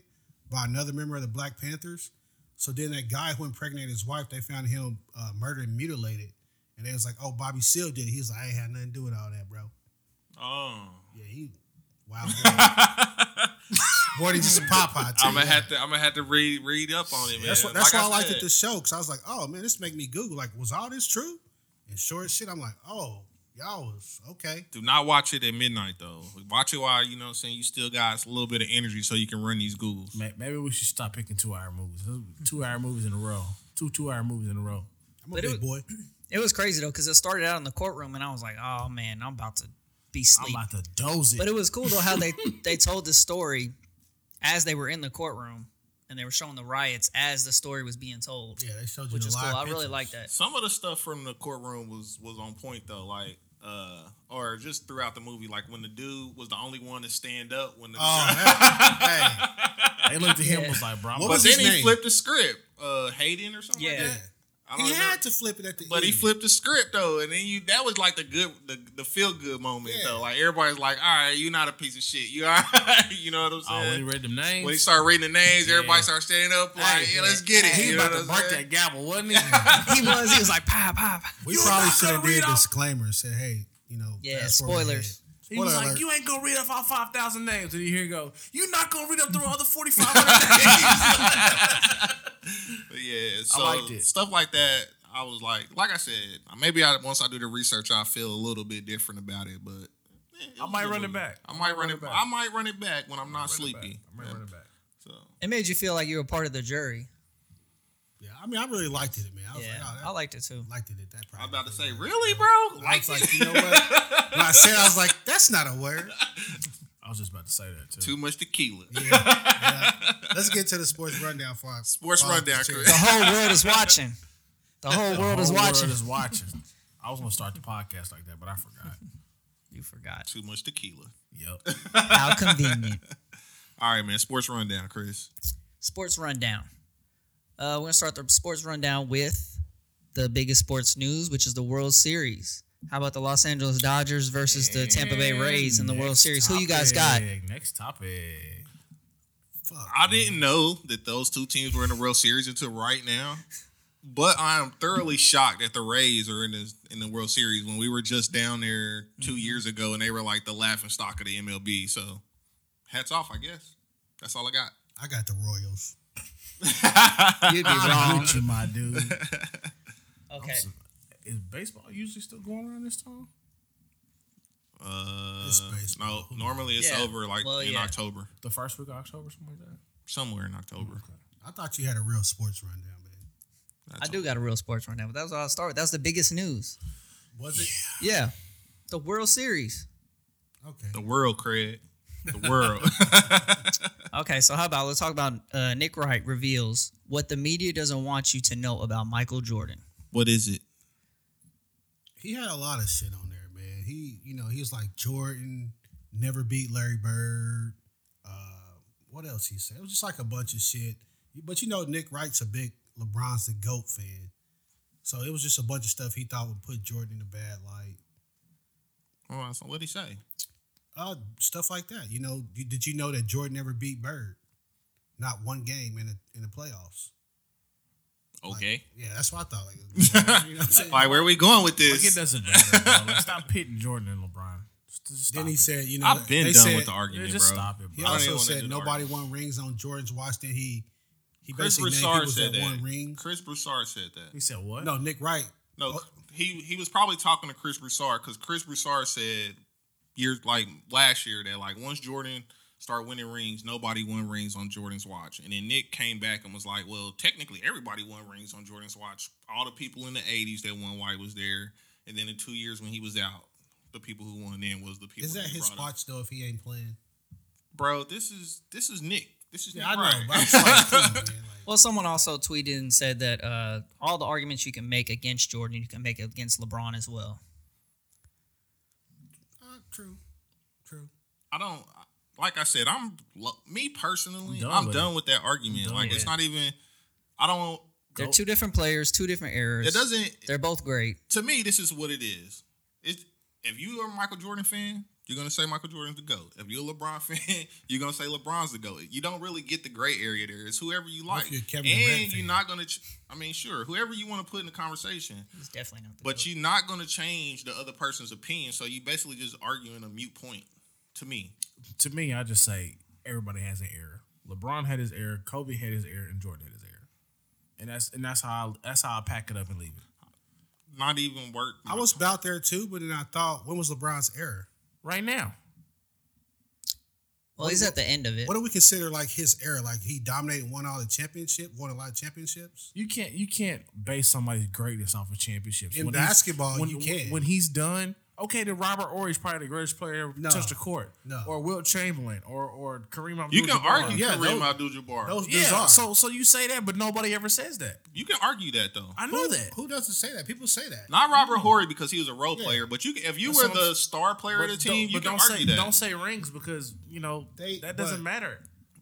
[SPEAKER 3] by another member of the Black Panthers. So then that guy who impregnated his wife, they found him uh, murdered and mutilated. And they was like, "Oh, Bobby Seal did it." He's like, "I ain't had nothing to do with all that, bro."
[SPEAKER 2] Oh,
[SPEAKER 3] Yeah, he wow. Boy, boy he's just a Popeye. too.
[SPEAKER 2] I'm gonna have to, I'm gonna have to read read up on it, man.
[SPEAKER 3] That's, what, that's
[SPEAKER 2] Like
[SPEAKER 3] why I, liked
[SPEAKER 2] said,
[SPEAKER 3] it this show because I was like, "Oh man, this make me Google." Like, was all this true? And short shit, I'm like, "Oh, y'all was okay."
[SPEAKER 2] Do not watch it at midnight though. Watch it while you know what I'm saying you still got a little bit of energy so you can run these googles.
[SPEAKER 1] Ma- Maybe we should stop picking two hour movies. Two hour movies in a row. Two two hour movies in a row.
[SPEAKER 3] I'm a
[SPEAKER 4] But it
[SPEAKER 3] big boy.
[SPEAKER 4] It was crazy though because it started out in the courtroom and I was like, oh man, I'm about to be
[SPEAKER 1] I'm
[SPEAKER 4] sleep.
[SPEAKER 1] about to doze it.
[SPEAKER 4] But it was cool though how they they told the story as they were in the courtroom and they were showing the riots as the story was being told,
[SPEAKER 3] Yeah, they showed you
[SPEAKER 4] which
[SPEAKER 3] the
[SPEAKER 4] is cool.
[SPEAKER 3] live
[SPEAKER 4] I really
[SPEAKER 3] pictures.
[SPEAKER 4] like that.
[SPEAKER 2] Some of the stuff from the courtroom was was on point though, like uh or just throughout the movie, like when the dude was the only one to stand up when the
[SPEAKER 3] Oh, that,
[SPEAKER 1] they looked at him
[SPEAKER 4] Yeah.
[SPEAKER 1] was like, bro, I'm
[SPEAKER 3] What
[SPEAKER 1] about
[SPEAKER 2] But
[SPEAKER 3] was
[SPEAKER 1] to-
[SPEAKER 2] then
[SPEAKER 3] his
[SPEAKER 2] he
[SPEAKER 3] name?
[SPEAKER 2] flipped the script. Uh Hayden or something like
[SPEAKER 4] Yeah.
[SPEAKER 3] hey,
[SPEAKER 2] that. I
[SPEAKER 3] he
[SPEAKER 2] don't
[SPEAKER 3] had
[SPEAKER 2] remember.
[SPEAKER 3] to flip it at the
[SPEAKER 2] But
[SPEAKER 3] end.
[SPEAKER 2] he flipped the script though, and then you that was like the good the, the feel good moment
[SPEAKER 3] Yeah.
[SPEAKER 2] though. Like everybody's like, All right, you're not a piece of shit. You are you know what I'm
[SPEAKER 1] Oh, when
[SPEAKER 2] saying?
[SPEAKER 1] he read them names.
[SPEAKER 2] when he started reading the names,
[SPEAKER 1] Yeah.
[SPEAKER 2] everybody started standing up like,
[SPEAKER 4] Hey,
[SPEAKER 2] yeah, let's get it.
[SPEAKER 1] he
[SPEAKER 2] you know
[SPEAKER 1] about to
[SPEAKER 2] what I'm
[SPEAKER 1] bark
[SPEAKER 2] saying?
[SPEAKER 1] that gavel, wasn't he?
[SPEAKER 4] He was he was like, pa pa. pa.
[SPEAKER 3] We
[SPEAKER 1] You
[SPEAKER 3] probably
[SPEAKER 1] not
[SPEAKER 3] should have
[SPEAKER 1] gonna read
[SPEAKER 3] did a
[SPEAKER 1] off-
[SPEAKER 3] disclaimer and said, hey, you know,
[SPEAKER 4] Yeah,
[SPEAKER 3] fast forward
[SPEAKER 4] spoilers.
[SPEAKER 1] he was
[SPEAKER 3] Spoiler
[SPEAKER 1] like,
[SPEAKER 3] alert.
[SPEAKER 1] you ain't gonna read off all five thousand names. And here you go. You're not gonna read up through all the forty five hundred names.
[SPEAKER 2] But yeah, so
[SPEAKER 1] liked it.
[SPEAKER 2] stuff like that. I was like, like I said, maybe I once I do the research, I feel a little bit different about it. But eh,
[SPEAKER 1] I
[SPEAKER 2] was
[SPEAKER 1] might
[SPEAKER 2] a
[SPEAKER 1] run it
[SPEAKER 2] movie.
[SPEAKER 1] back.
[SPEAKER 2] I might run it back. I might run it back when I'm not sleepy.
[SPEAKER 1] I'm running back.
[SPEAKER 2] So
[SPEAKER 4] It made you feel like you were part of the jury.
[SPEAKER 3] Yeah, I mean, I really liked it, man. I was
[SPEAKER 4] Yeah,
[SPEAKER 3] like, oh, that,
[SPEAKER 4] I liked it too.
[SPEAKER 3] liked it at that point.
[SPEAKER 2] I'm about to say, really, bro?
[SPEAKER 3] I
[SPEAKER 2] Like,
[SPEAKER 3] was like, you know what? When I said, I was like, that's not a word.
[SPEAKER 1] I was just about to say that too.
[SPEAKER 2] too much tequila.
[SPEAKER 3] Yeah, yeah. Let's get to the sports rundown for our
[SPEAKER 2] Sports
[SPEAKER 3] for our-
[SPEAKER 2] rundown,
[SPEAKER 4] The
[SPEAKER 2] Chris.
[SPEAKER 4] whole world is watching. The whole world is
[SPEAKER 1] Whole world
[SPEAKER 4] watching.
[SPEAKER 1] is watching. I was gonna start the podcast like that, but I forgot.
[SPEAKER 4] You forgot.
[SPEAKER 2] Too much tequila.
[SPEAKER 1] Yep.
[SPEAKER 4] How convenient.
[SPEAKER 2] All right, man. Sports rundown, Chris.
[SPEAKER 4] sports rundown. Uh, we're gonna start the sports rundown with the biggest sports news, which is the World Series. How about the Los Angeles Dodgers versus the Tampa Bay Rays in the World
[SPEAKER 1] Next
[SPEAKER 4] Series? Who you guys got?
[SPEAKER 1] topic. Next topic.
[SPEAKER 3] Fuck.
[SPEAKER 2] I didn't know that those two teams were in the World Series until right now. But I am thoroughly shocked that the Rays are in this in the World Series when we were just down there 2
[SPEAKER 3] Mm-hmm.
[SPEAKER 2] years ago and they were like the laughing stock of the MLB. So hats off, I guess. That's all I got.
[SPEAKER 3] I got the Royals.
[SPEAKER 4] You'd be wrong.
[SPEAKER 1] Gucci, my dude.
[SPEAKER 4] Okay.
[SPEAKER 1] Is baseball usually still going around this time?
[SPEAKER 2] Uh,
[SPEAKER 3] It's baseball.
[SPEAKER 2] No, normally it's
[SPEAKER 4] Yeah.
[SPEAKER 2] over like
[SPEAKER 4] Well,
[SPEAKER 2] in
[SPEAKER 4] yeah.
[SPEAKER 2] October,
[SPEAKER 1] The first week of October, something like that.
[SPEAKER 2] somewhere in October.
[SPEAKER 3] I thought you had a real sports rundown, man.
[SPEAKER 4] I do got a real sports rundown, but that's what I'll start with. That's the biggest news.
[SPEAKER 3] Was it?
[SPEAKER 4] Yeah. The World Series.
[SPEAKER 3] Okay.
[SPEAKER 2] The world, Craig. The world.
[SPEAKER 4] Okay, so how about let's talk about uh, Nick Wright reveals what the media doesn't want you to know about Michael Jordan.
[SPEAKER 2] what is it?
[SPEAKER 3] He had a lot of shit on there, man. He, you know, he was like Jordan, never beat Larry Bird. Uh, what else he said? It was just like a bunch of shit. But you know, Nick Wright's a big LeBron's the GOAT fan. So it was just a bunch of stuff he thought would put Jordan in a bad light.
[SPEAKER 2] Hold on, so what'd he say?
[SPEAKER 3] Uh, stuff like that. You know, you- did you know that Jordan never beat Bird? Not one game in the in the playoffs.
[SPEAKER 2] Okay.
[SPEAKER 3] Yeah, that's what I thought. Like, you know what I'm saying?
[SPEAKER 2] Like, where are we going with
[SPEAKER 1] Like it
[SPEAKER 2] this?
[SPEAKER 1] doesn't matter. Bro. Like, stop pitting Jordan and LeBron. Just, just stop
[SPEAKER 3] then he
[SPEAKER 1] it.
[SPEAKER 3] said, you know,
[SPEAKER 2] I've been
[SPEAKER 3] they
[SPEAKER 2] done
[SPEAKER 3] said-
[SPEAKER 2] with the
[SPEAKER 1] Yeah,
[SPEAKER 2] argument,
[SPEAKER 1] just
[SPEAKER 2] bro.
[SPEAKER 1] stop it,
[SPEAKER 3] He
[SPEAKER 1] bro.
[SPEAKER 2] I don't
[SPEAKER 3] also
[SPEAKER 2] even wanna do
[SPEAKER 3] said
[SPEAKER 2] the
[SPEAKER 3] nobody
[SPEAKER 2] argument.
[SPEAKER 3] won rings on Jordan's watch. Then he he
[SPEAKER 2] Chris
[SPEAKER 3] basically named
[SPEAKER 2] Broussard
[SPEAKER 3] people
[SPEAKER 2] said
[SPEAKER 3] that
[SPEAKER 2] that.
[SPEAKER 3] won rings.
[SPEAKER 2] Chris Broussard said that.
[SPEAKER 1] He said what?
[SPEAKER 3] No, Nick Wright.
[SPEAKER 2] No,
[SPEAKER 3] Oh.
[SPEAKER 2] he he was probably talking to Chris Broussard because Chris Broussard said years like last year that like once Jordan started winning rings, nobody won rings on Jordan's watch. And then Nick came back and was like, "Well, technically everybody won rings on Jordan's watch. All the people in the '80s that won while he was there, and then the two years when he was out, the people who won then was the people."
[SPEAKER 3] Is that
[SPEAKER 2] he
[SPEAKER 3] his
[SPEAKER 2] brought up.
[SPEAKER 3] watch though? If he ain't playing,
[SPEAKER 2] bro? This is this is Nick. This is
[SPEAKER 3] yeah, I
[SPEAKER 2] Nick
[SPEAKER 3] know.
[SPEAKER 2] Wright.
[SPEAKER 3] But I'm just like, come on, man, like,
[SPEAKER 4] Well, someone also tweeted and said that uh, all the arguments you can make against Jordan, you can make against LeBron as well.
[SPEAKER 3] uh, true, true.
[SPEAKER 2] I don't like I said, I'm lo- me personally,
[SPEAKER 1] I'm done
[SPEAKER 2] I'm
[SPEAKER 1] with
[SPEAKER 2] done with that argument.
[SPEAKER 1] done
[SPEAKER 2] Like
[SPEAKER 1] with
[SPEAKER 2] it's
[SPEAKER 4] it.
[SPEAKER 2] not even I don't
[SPEAKER 4] They're
[SPEAKER 1] Go-
[SPEAKER 4] two different players, two different eras.
[SPEAKER 2] it doesn't
[SPEAKER 4] They're both great.
[SPEAKER 2] to me this is what it is. It if you are a Michael Jordan fan, you're gonna say Michael Jordan's the GOAT. If you're a LeBron fan, you're gonna say LeBron's the GOAT. You don't really get the gray area there. It's whoever you
[SPEAKER 3] What if
[SPEAKER 2] like.
[SPEAKER 3] you're a
[SPEAKER 2] and
[SPEAKER 3] Kevin Durant
[SPEAKER 2] you're
[SPEAKER 3] fan?
[SPEAKER 2] not gonna ch- I mean, sure, whoever you want to put in the conversation.
[SPEAKER 4] He's definitely not. The
[SPEAKER 2] But
[SPEAKER 4] GOAT.
[SPEAKER 2] you're not gonna change the other person's opinion. So you basically just arguing a mute point to me.
[SPEAKER 1] To me, I just say everybody has an error. LeBron had his error, Kobe had his error, and Jordan had his error. And that's and that's how I, that's how I pack it up and leave it.
[SPEAKER 2] Not even work.
[SPEAKER 3] I was about there too, but then I thought, when was LeBron's error?
[SPEAKER 1] Right now,
[SPEAKER 4] well, he's at the end of it.
[SPEAKER 3] What do we consider like his error? Like he dominated, won all the championship, won a lot of championships.
[SPEAKER 1] you can't you can't base somebody's greatness off of championships.
[SPEAKER 3] In
[SPEAKER 1] he's-
[SPEAKER 3] basketball,
[SPEAKER 1] when,
[SPEAKER 3] you
[SPEAKER 1] when-
[SPEAKER 3] can.
[SPEAKER 1] When he's done, okay, then Robert Ory's probably the greatest player ever
[SPEAKER 3] No.
[SPEAKER 1] touched the court.
[SPEAKER 3] No.
[SPEAKER 1] or Will Chamberlain, or or Kareem Abdul.
[SPEAKER 2] You can argue
[SPEAKER 1] yeah,
[SPEAKER 3] Yeah,
[SPEAKER 2] Kareem
[SPEAKER 3] those-
[SPEAKER 2] Abdul-Jabbar.
[SPEAKER 3] Those, those
[SPEAKER 1] yeah.
[SPEAKER 3] are.
[SPEAKER 1] So so you say that, but nobody ever says that.
[SPEAKER 2] you can argue that though.
[SPEAKER 1] I know
[SPEAKER 3] who,
[SPEAKER 1] that.
[SPEAKER 3] who doesn't say that? People say that.
[SPEAKER 2] Not Robert Horry because he was a role
[SPEAKER 3] Yeah.
[SPEAKER 2] player, but you can, if you
[SPEAKER 1] That's
[SPEAKER 2] were
[SPEAKER 1] what I'm-
[SPEAKER 2] the star player of the team, you
[SPEAKER 1] but
[SPEAKER 2] can
[SPEAKER 1] don't
[SPEAKER 2] argue
[SPEAKER 1] say
[SPEAKER 2] that.
[SPEAKER 1] don't say rings because you know
[SPEAKER 3] They-
[SPEAKER 1] that doesn't
[SPEAKER 3] but-
[SPEAKER 1] matter.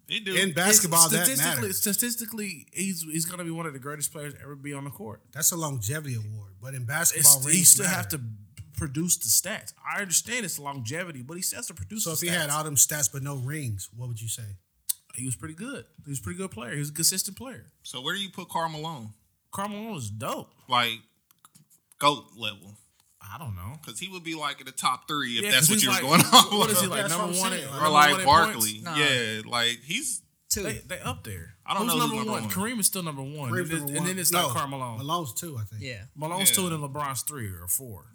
[SPEAKER 2] It do.
[SPEAKER 3] In basketball, that
[SPEAKER 1] statistically,
[SPEAKER 3] matters.
[SPEAKER 1] statistically, he's he's gonna be one of the greatest players ever be on the court.
[SPEAKER 3] That's a longevity award, but in
[SPEAKER 1] It's,
[SPEAKER 3] basketball,
[SPEAKER 1] he
[SPEAKER 3] rings
[SPEAKER 1] still
[SPEAKER 3] matter.
[SPEAKER 1] have to produce the stats. I understand it's longevity, but he still has to produce.
[SPEAKER 3] So
[SPEAKER 1] the
[SPEAKER 3] if he
[SPEAKER 1] stats.
[SPEAKER 3] had all them stats but no rings, what would you say?
[SPEAKER 1] he was pretty good. He was a pretty good player. He was a consistent player.
[SPEAKER 2] so where do you put Carl Malone?
[SPEAKER 1] Carmelo was dope.
[SPEAKER 2] Like goat level,
[SPEAKER 1] I don't know.
[SPEAKER 2] because he would be like in the top three if
[SPEAKER 1] Yeah, 'cause
[SPEAKER 2] that's what
[SPEAKER 1] he's
[SPEAKER 2] you
[SPEAKER 1] like-
[SPEAKER 2] were going on.
[SPEAKER 1] What is he
[SPEAKER 2] with.
[SPEAKER 1] like
[SPEAKER 3] That's what
[SPEAKER 1] number
[SPEAKER 3] I'm
[SPEAKER 1] one?
[SPEAKER 3] saying.
[SPEAKER 1] in-
[SPEAKER 3] Or
[SPEAKER 1] number
[SPEAKER 2] Or
[SPEAKER 1] one
[SPEAKER 2] like
[SPEAKER 1] in
[SPEAKER 2] Barkley?
[SPEAKER 1] points?
[SPEAKER 4] Nah.
[SPEAKER 2] Yeah, like he's
[SPEAKER 4] Two.
[SPEAKER 1] They, they up there.
[SPEAKER 2] I don't
[SPEAKER 1] who's
[SPEAKER 2] know who's
[SPEAKER 1] number
[SPEAKER 2] number
[SPEAKER 1] one.
[SPEAKER 2] one.
[SPEAKER 1] Kareem is still number one, and,
[SPEAKER 3] Kareem's
[SPEAKER 1] then-
[SPEAKER 3] number
[SPEAKER 1] and
[SPEAKER 3] one.
[SPEAKER 1] then it's
[SPEAKER 3] No,
[SPEAKER 1] like Carmelo.
[SPEAKER 3] Malone's two, I think.
[SPEAKER 4] yeah.
[SPEAKER 1] Malone's
[SPEAKER 2] Yeah.
[SPEAKER 1] two, and then LeBron's three or four.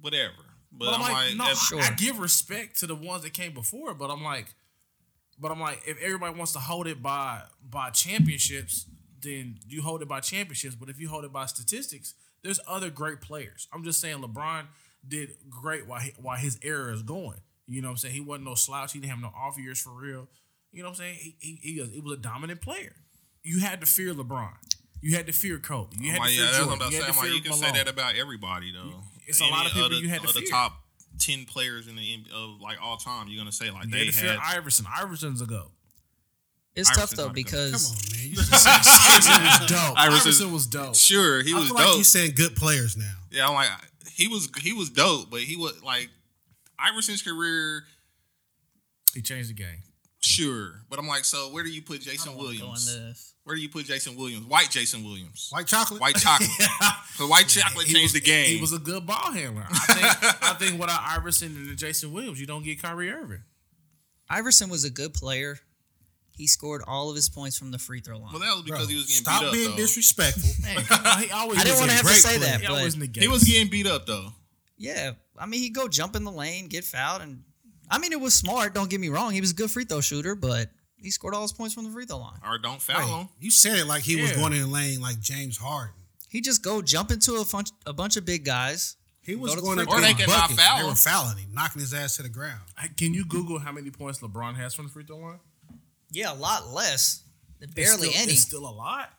[SPEAKER 2] whatever. But,
[SPEAKER 1] But
[SPEAKER 2] I'm like,
[SPEAKER 1] no, I
[SPEAKER 2] if-
[SPEAKER 4] Sure.
[SPEAKER 1] give respect to the ones that came before, but I'm like, but I'm like, if everybody wants to hold it by by championships, then you hold it by championships. But if you hold it by statistics, there's other great players. I'm just saying, LeBron did great while he, while his era is going. You know what I'm saying? He wasn't no slouch. He didn't have no off years for real. You know what I'm saying? He he, he, was, he was a dominant player. You had to fear LeBron. You had to fear Kobe. You
[SPEAKER 2] I'm
[SPEAKER 1] had
[SPEAKER 2] like,
[SPEAKER 1] to
[SPEAKER 2] yeah,
[SPEAKER 1] fear
[SPEAKER 2] that's what I'm
[SPEAKER 1] Jordan.
[SPEAKER 2] about to
[SPEAKER 1] You
[SPEAKER 2] say.
[SPEAKER 1] had to
[SPEAKER 2] I'm like,
[SPEAKER 1] fear
[SPEAKER 2] you can say
[SPEAKER 1] Malone.
[SPEAKER 2] that about everybody though.
[SPEAKER 1] it's a lot of people
[SPEAKER 2] other,
[SPEAKER 1] you had to
[SPEAKER 2] other
[SPEAKER 1] fear.
[SPEAKER 2] top ten players in the N- of like all time. You're gonna say like
[SPEAKER 1] You
[SPEAKER 2] they
[SPEAKER 1] had to fear
[SPEAKER 2] had
[SPEAKER 1] Iverson. Iverson's a go.
[SPEAKER 4] It's
[SPEAKER 2] Iverson's
[SPEAKER 4] tough though
[SPEAKER 2] not a GOAT.
[SPEAKER 3] Come
[SPEAKER 4] because
[SPEAKER 3] on, man. You just,
[SPEAKER 1] Iverson was dope.
[SPEAKER 2] Iverson-
[SPEAKER 1] Iverson, was dope.
[SPEAKER 2] Sure, he
[SPEAKER 3] I
[SPEAKER 2] was
[SPEAKER 3] feel
[SPEAKER 2] dope.
[SPEAKER 3] like you saying good players now.
[SPEAKER 2] yeah, I'm like he was he was dope, but he was like Iverson's career.
[SPEAKER 1] He changed the game.
[SPEAKER 2] Sure, but I'm like, so where do you put
[SPEAKER 4] I
[SPEAKER 2] Jason
[SPEAKER 4] don't wanna go
[SPEAKER 2] Williams?
[SPEAKER 4] into-
[SPEAKER 2] Where do you put Jason Williams? White Jason Williams. White,
[SPEAKER 3] White chocolate.
[SPEAKER 2] chocolate. Because white chocolate
[SPEAKER 1] He
[SPEAKER 2] changed
[SPEAKER 1] was-
[SPEAKER 2] the game.
[SPEAKER 1] He was a good ball handler. I think, I think without Iverson and Jason Williams, you don't get Kyrie Irving.
[SPEAKER 4] Iverson was a good player. He scored all of his points from the free throw line.
[SPEAKER 2] well, that was
[SPEAKER 3] Bro,
[SPEAKER 2] because he was getting
[SPEAKER 3] stop
[SPEAKER 2] beat up.
[SPEAKER 3] being
[SPEAKER 2] though.
[SPEAKER 3] disrespectful.
[SPEAKER 1] He always
[SPEAKER 4] I didn't
[SPEAKER 1] was a
[SPEAKER 4] want to have to
[SPEAKER 1] great
[SPEAKER 4] say
[SPEAKER 1] player.
[SPEAKER 4] that,
[SPEAKER 1] He
[SPEAKER 4] but
[SPEAKER 1] always negates.
[SPEAKER 2] he was getting beat up though.
[SPEAKER 4] yeah, I mean, he'd go jump in the lane, get fouled, and I mean, it was smart. Don't get me wrong; he was a good free throw shooter, but he scored all his points from the free throw line.
[SPEAKER 2] Or don't foul him.
[SPEAKER 3] You said it like he was
[SPEAKER 1] Yeah.
[SPEAKER 3] going in the lane like James Harden.
[SPEAKER 4] He just go jump into a, fun- a bunch of big guys.
[SPEAKER 3] He was
[SPEAKER 4] to the
[SPEAKER 3] going
[SPEAKER 4] free
[SPEAKER 3] up
[SPEAKER 4] throw
[SPEAKER 3] there
[SPEAKER 2] Or
[SPEAKER 4] line.
[SPEAKER 2] they
[SPEAKER 3] with
[SPEAKER 2] can not
[SPEAKER 3] buckets.
[SPEAKER 2] foul
[SPEAKER 3] They
[SPEAKER 2] him.
[SPEAKER 3] were fouling him, knocking his ass to the ground.
[SPEAKER 1] Can you Google how many points LeBron has from the free throw line?
[SPEAKER 4] Yeah, a lot less,
[SPEAKER 1] It's
[SPEAKER 4] barely
[SPEAKER 1] still,
[SPEAKER 4] any.
[SPEAKER 1] It's still a lot.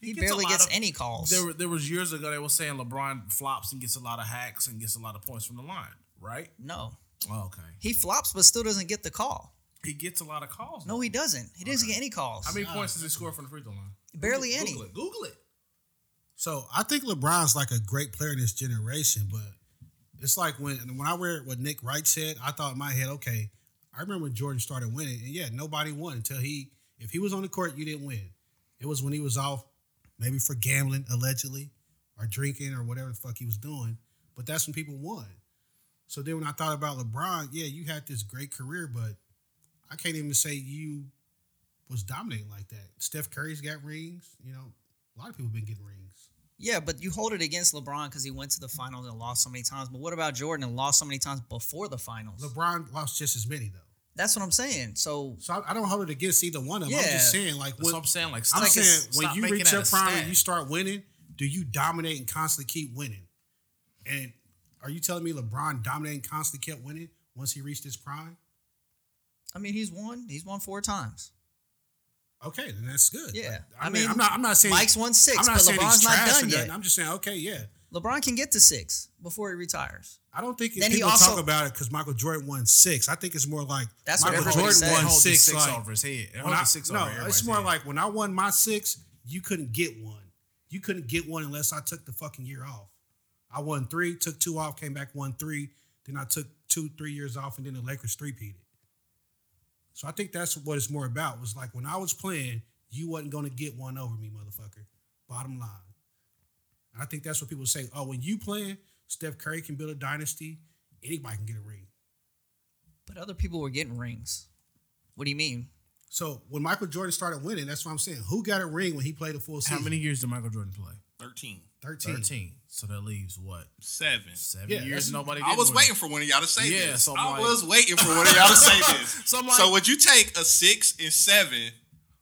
[SPEAKER 4] He,
[SPEAKER 1] gets a
[SPEAKER 4] barely
[SPEAKER 1] lot
[SPEAKER 4] gets
[SPEAKER 1] of-
[SPEAKER 4] any calls.
[SPEAKER 1] There, were- there was years ago they were saying LeBron flops and gets a lot of hacks and gets a lot of points from the line, right?
[SPEAKER 4] no,
[SPEAKER 1] Oh, okay.
[SPEAKER 4] he flops, but still doesn't get the call.
[SPEAKER 1] He gets a lot of calls.
[SPEAKER 4] No, he doesn't. He doesn't get any calls.
[SPEAKER 1] How many points does he score from the free throw line?
[SPEAKER 4] barely
[SPEAKER 1] Google,
[SPEAKER 4] any.
[SPEAKER 1] Google it. Google it.
[SPEAKER 3] So I think LeBron's like a great player in this generation, but it's like when when I read what Nick Wright said, I thought in my head, okay, I remember when Jordan started winning, and yeah, nobody won until he if he was on the court, you didn't win. It was when he was off, maybe for gambling allegedly, or drinking or whatever the fuck he was doing. But that's when people won. So then when I thought about LeBron, yeah, you had this great career, but I can't even say you was dominating like that. Steph Curry's got rings, you know. A lot of people been getting rings.
[SPEAKER 4] Yeah, but you hold it against LeBron because he went to the finals and lost so many times. But what about Jordan and lost so many times before the finals?
[SPEAKER 3] LeBron lost just as many though.
[SPEAKER 4] That's what I'm saying. So
[SPEAKER 3] So I, I don't hold it against either one of them. I'm
[SPEAKER 4] Yeah.
[SPEAKER 3] just saying, like,
[SPEAKER 1] That's
[SPEAKER 3] what,
[SPEAKER 1] what I'm saying. Like,
[SPEAKER 3] I'm
[SPEAKER 1] stop,
[SPEAKER 3] saying
[SPEAKER 1] stop
[SPEAKER 3] when you
[SPEAKER 1] making
[SPEAKER 3] reach
[SPEAKER 1] that
[SPEAKER 3] your
[SPEAKER 1] a
[SPEAKER 3] prime
[SPEAKER 1] stat.
[SPEAKER 3] and you start winning, do you dominate and constantly keep winning? And are you telling me LeBron dominated and constantly kept winning once he reached his prime?
[SPEAKER 4] I mean, he's won. He's won four times.
[SPEAKER 3] Okay, then that's good.
[SPEAKER 4] Yeah.
[SPEAKER 3] Like,
[SPEAKER 4] I
[SPEAKER 3] I, mean,
[SPEAKER 4] mean,
[SPEAKER 3] I'm not. I'm not saying
[SPEAKER 4] Mike's won six,
[SPEAKER 3] I'm not
[SPEAKER 4] but
[SPEAKER 3] saying he's
[SPEAKER 4] LeBron's not
[SPEAKER 3] trash or
[SPEAKER 4] done
[SPEAKER 3] nothing.
[SPEAKER 4] yet.
[SPEAKER 3] I'm just saying, okay, yeah.
[SPEAKER 4] LeBron can get to six before he retires.
[SPEAKER 3] I don't think
[SPEAKER 4] Then he
[SPEAKER 3] people
[SPEAKER 4] also-
[SPEAKER 3] talk about it because Michael Jordan won six. I think it's more like
[SPEAKER 4] That's what
[SPEAKER 3] Michael
[SPEAKER 4] everybody
[SPEAKER 3] Jordan
[SPEAKER 4] said.
[SPEAKER 3] won
[SPEAKER 1] Hold the
[SPEAKER 3] six.
[SPEAKER 1] six
[SPEAKER 3] like,
[SPEAKER 1] over his head.
[SPEAKER 3] When
[SPEAKER 1] Hold
[SPEAKER 3] I,
[SPEAKER 1] the six
[SPEAKER 3] no,
[SPEAKER 1] over
[SPEAKER 3] it's
[SPEAKER 1] everybody's
[SPEAKER 3] more
[SPEAKER 1] head.
[SPEAKER 3] like when I won my six, you couldn't get one. You couldn't get one unless I took the fucking year off. I won three, took two off, came back, won three. Then I took two, three years off, and then the Lakers three-peated. So I think that's what it's more about. Was like when I was playing, you wasn't going to get one over me, motherfucker. Bottom line. And I think that's what people say. Oh, when you playing, Steph Curry can build a dynasty. Anybody can get a ring.
[SPEAKER 4] But other people were getting rings. What do you mean?
[SPEAKER 3] So when Michael Jordan started winning, that's what I'm saying. Who got a ring when he played a full season?
[SPEAKER 1] how many years did Michael Jordan play?
[SPEAKER 2] 13.
[SPEAKER 3] 13.
[SPEAKER 1] Thirteen. So that leaves what
[SPEAKER 2] Seven.
[SPEAKER 1] seven
[SPEAKER 3] Yeah,
[SPEAKER 1] years.
[SPEAKER 3] that's-
[SPEAKER 1] Nobody.
[SPEAKER 2] I
[SPEAKER 1] did
[SPEAKER 2] was
[SPEAKER 1] win.
[SPEAKER 2] waiting for one of y'all to say
[SPEAKER 1] Yeah,
[SPEAKER 2] this.
[SPEAKER 1] so I'm
[SPEAKER 2] I
[SPEAKER 1] like-
[SPEAKER 2] was waiting for one of y'all to say this.
[SPEAKER 1] So I'm like-
[SPEAKER 2] so would you take a six and seven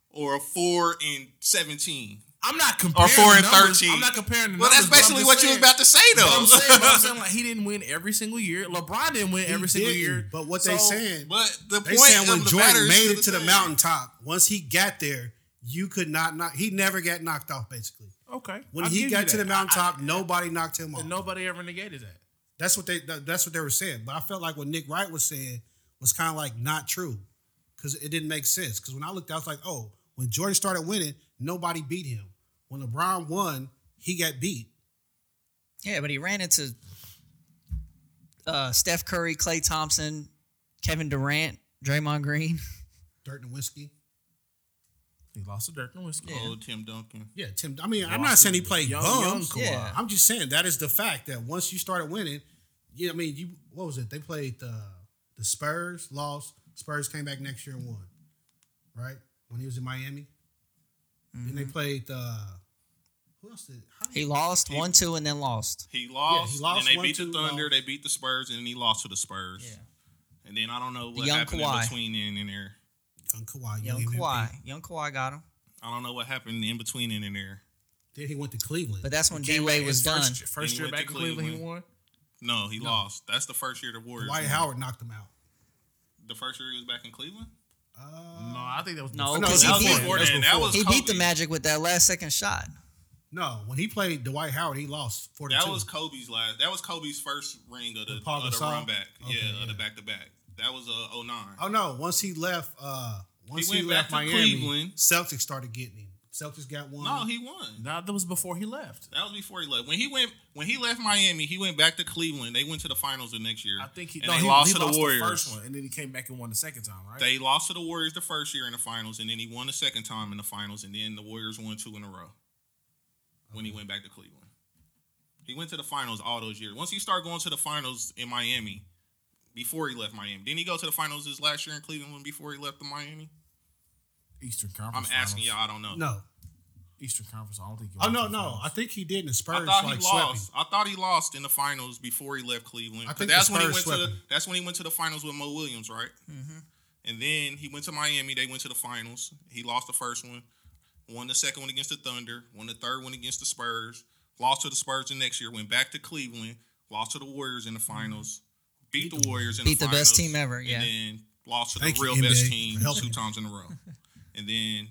[SPEAKER 2] or a four and seventeen?
[SPEAKER 1] I'm not comparing.
[SPEAKER 2] four and
[SPEAKER 1] the numbers.
[SPEAKER 2] 13.
[SPEAKER 1] I'm not comparing. The
[SPEAKER 2] Well, that's
[SPEAKER 1] numbers, but I'm
[SPEAKER 2] basically
[SPEAKER 1] just
[SPEAKER 2] what you was
[SPEAKER 1] saying-
[SPEAKER 2] about to say,
[SPEAKER 1] But I'm saying, but I'm
[SPEAKER 2] though.
[SPEAKER 1] saying, like he didn't win every single year. LeBron didn't win
[SPEAKER 3] He
[SPEAKER 1] every single
[SPEAKER 3] didn't,
[SPEAKER 1] year.
[SPEAKER 3] But what they
[SPEAKER 1] So-
[SPEAKER 3] saying,
[SPEAKER 2] But the
[SPEAKER 3] they
[SPEAKER 2] point
[SPEAKER 3] saying when
[SPEAKER 2] of the matter
[SPEAKER 3] Jordan
[SPEAKER 2] is
[SPEAKER 3] made
[SPEAKER 2] still
[SPEAKER 3] it to the
[SPEAKER 2] same.
[SPEAKER 3] mountaintop, once he got there, you could not knock. He never got knocked off, basically.
[SPEAKER 1] Okay.
[SPEAKER 3] When
[SPEAKER 1] I'll
[SPEAKER 3] he
[SPEAKER 1] give you
[SPEAKER 3] got to
[SPEAKER 1] that.
[SPEAKER 3] the mountaintop, nobody knocked him
[SPEAKER 1] I-
[SPEAKER 3] off.
[SPEAKER 1] I- nobody ever negated that.
[SPEAKER 3] That's what they. that- That's what they were saying. But I felt like what Nick Wright was saying was kind of like not true, because it didn't make sense. Because when I looked, I was like, oh, when Jordan started winning, nobody beat him. When LeBron won, he got beat.
[SPEAKER 4] Yeah, but he ran into uh, Steph Curry, Clay Thompson, Kevin Durant, Draymond Green.
[SPEAKER 3] Dirt and whiskey.
[SPEAKER 1] He lost to Dirk Nowitzki.
[SPEAKER 2] Oh, Tim Duncan.
[SPEAKER 3] Yeah, Tim. I mean, I'm not saying he played
[SPEAKER 1] Young-
[SPEAKER 3] bums.
[SPEAKER 1] young Kawhi.
[SPEAKER 4] Yeah.
[SPEAKER 3] I'm just saying that is the fact that once you started winning, yeah, I mean, you what was it? They played the the Spurs, lost. Spurs came back next year and won, right? When he was in Miami, then they played the who else did how
[SPEAKER 4] Mm-hmm. He lost one, two, and then lost.
[SPEAKER 2] He lost.
[SPEAKER 3] lost
[SPEAKER 2] then they
[SPEAKER 3] one,
[SPEAKER 2] beat
[SPEAKER 3] two,
[SPEAKER 2] the Thunder.
[SPEAKER 3] lost.
[SPEAKER 2] They beat the Spurs, and then he lost to the Spurs. And then I don't know what
[SPEAKER 4] young
[SPEAKER 2] happened
[SPEAKER 4] Kawhi.
[SPEAKER 2] in between and in there.
[SPEAKER 3] young Kawhi,
[SPEAKER 4] Young
[SPEAKER 3] MVP.
[SPEAKER 4] Kawhi, young Kawhi got him.
[SPEAKER 2] I don't know what happened in between and in there.
[SPEAKER 3] Then he went to Cleveland.
[SPEAKER 4] But that's when D
[SPEAKER 1] Came back
[SPEAKER 4] Wade was
[SPEAKER 1] his
[SPEAKER 4] done.
[SPEAKER 1] First, first year
[SPEAKER 2] Then he went
[SPEAKER 1] back in
[SPEAKER 2] to
[SPEAKER 1] Cleveland, he won.
[SPEAKER 2] Cleveland. No, he lost. That's the first year the Warriors.
[SPEAKER 3] Dwight
[SPEAKER 2] won.
[SPEAKER 3] Howard knocked him out.
[SPEAKER 2] The first year he was back in Cleveland.
[SPEAKER 3] Uh,
[SPEAKER 1] No, I think that was
[SPEAKER 4] No,
[SPEAKER 1] before.
[SPEAKER 4] because
[SPEAKER 1] that
[SPEAKER 4] he
[SPEAKER 1] was
[SPEAKER 4] beat-
[SPEAKER 1] before
[SPEAKER 2] that
[SPEAKER 1] that.
[SPEAKER 2] was
[SPEAKER 1] That was
[SPEAKER 4] He beat the
[SPEAKER 2] Kobe.
[SPEAKER 4] Magic with that last second shot.
[SPEAKER 3] no, when he played Dwight Howard, he lost four to
[SPEAKER 2] That
[SPEAKER 3] two.
[SPEAKER 2] was Kobe's last. That was Kobe's first ring of the,
[SPEAKER 3] With Paul
[SPEAKER 2] of the
[SPEAKER 3] Gasol?
[SPEAKER 2] run back.
[SPEAKER 3] Okay,
[SPEAKER 2] yeah, of the
[SPEAKER 3] yeah.
[SPEAKER 2] back to back. That was uh 09.
[SPEAKER 3] Oh no! Once he left, uh, once he,
[SPEAKER 2] went back
[SPEAKER 3] left
[SPEAKER 2] to
[SPEAKER 3] Miami,
[SPEAKER 2] Cleveland.
[SPEAKER 3] Celtics started getting him. Celtics got one.
[SPEAKER 2] No, he won.
[SPEAKER 1] No, that was before he left.
[SPEAKER 2] That was before he left. When he went, when he left Miami, he went back to Cleveland. They went to the finals the next year.
[SPEAKER 1] I think he,
[SPEAKER 2] and
[SPEAKER 1] no,
[SPEAKER 2] they
[SPEAKER 1] he
[SPEAKER 2] lost
[SPEAKER 1] he
[SPEAKER 2] to the Warriors.
[SPEAKER 1] first one, and then he came back and won the second time, right?
[SPEAKER 2] They lost to the Warriors the first year in the finals, and then he won the second time in the finals, and then the Warriors won two in a row when he went back to Cleveland. He went to the finals all those years. Once he started going to the finals in Miami, before he left Miami, didn't he go to the finals his last year in Cleveland before he left the Miami?
[SPEAKER 1] Eastern
[SPEAKER 2] I'm
[SPEAKER 1] Conference.
[SPEAKER 2] asking
[SPEAKER 1] Finals.
[SPEAKER 2] y'all. I don't know.
[SPEAKER 3] no.
[SPEAKER 1] Oh, Eastern Conference. I don't think. He
[SPEAKER 3] Oh
[SPEAKER 1] went to
[SPEAKER 3] no,
[SPEAKER 1] the
[SPEAKER 3] no!
[SPEAKER 1] finals.
[SPEAKER 3] I think he did in the Spurs.
[SPEAKER 2] I thought
[SPEAKER 3] like
[SPEAKER 2] he
[SPEAKER 3] swept
[SPEAKER 2] lost. I thought he lost in the finals before he left Cleveland.
[SPEAKER 3] I
[SPEAKER 2] 'Cause
[SPEAKER 3] think the
[SPEAKER 2] that's when he
[SPEAKER 3] Spurs
[SPEAKER 2] went to
[SPEAKER 3] swept
[SPEAKER 2] the,
[SPEAKER 3] him. Mm-hmm.
[SPEAKER 2] that's when he went to the finals with Mo Williams, right? And then he went to Miami. They went to the finals. He lost the first one, won the second one against the Thunder, won the third one against the Spurs, lost to the Spurs the next year, went back to Cleveland, lost to the Warriors in the finals, beat the Warriors in
[SPEAKER 4] Beat
[SPEAKER 2] the
[SPEAKER 4] the
[SPEAKER 2] finals,
[SPEAKER 4] best team ever,
[SPEAKER 2] and
[SPEAKER 4] yeah.
[SPEAKER 2] then lost to the
[SPEAKER 3] Thank you,
[SPEAKER 2] real
[SPEAKER 3] NBA,
[SPEAKER 2] best
[SPEAKER 3] for
[SPEAKER 2] team
[SPEAKER 3] helping
[SPEAKER 2] two
[SPEAKER 3] me.
[SPEAKER 2] times in a row, and then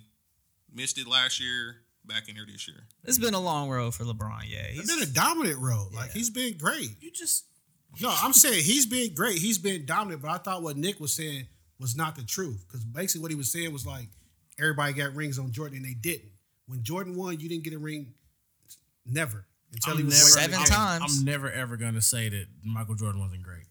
[SPEAKER 2] missed it last year. back in here this year.
[SPEAKER 4] It's been a long road for LeBron. Yeah,
[SPEAKER 3] He's
[SPEAKER 4] he's,
[SPEAKER 3] been a dominant role. Like
[SPEAKER 4] Yeah.
[SPEAKER 3] he's been great.
[SPEAKER 1] You just
[SPEAKER 3] No, I'm saying he's been great. He's been dominant, but I thought what Nick was saying was not the truth. Because basically what he was saying was like everybody got rings on Jordan and they didn't. When Jordan won, you didn't get a ring never. Until he
[SPEAKER 1] I'm
[SPEAKER 3] was
[SPEAKER 1] never,
[SPEAKER 4] Seven
[SPEAKER 1] I'm-
[SPEAKER 4] times.
[SPEAKER 1] I'm never ever gonna say that Michael Jordan wasn't great.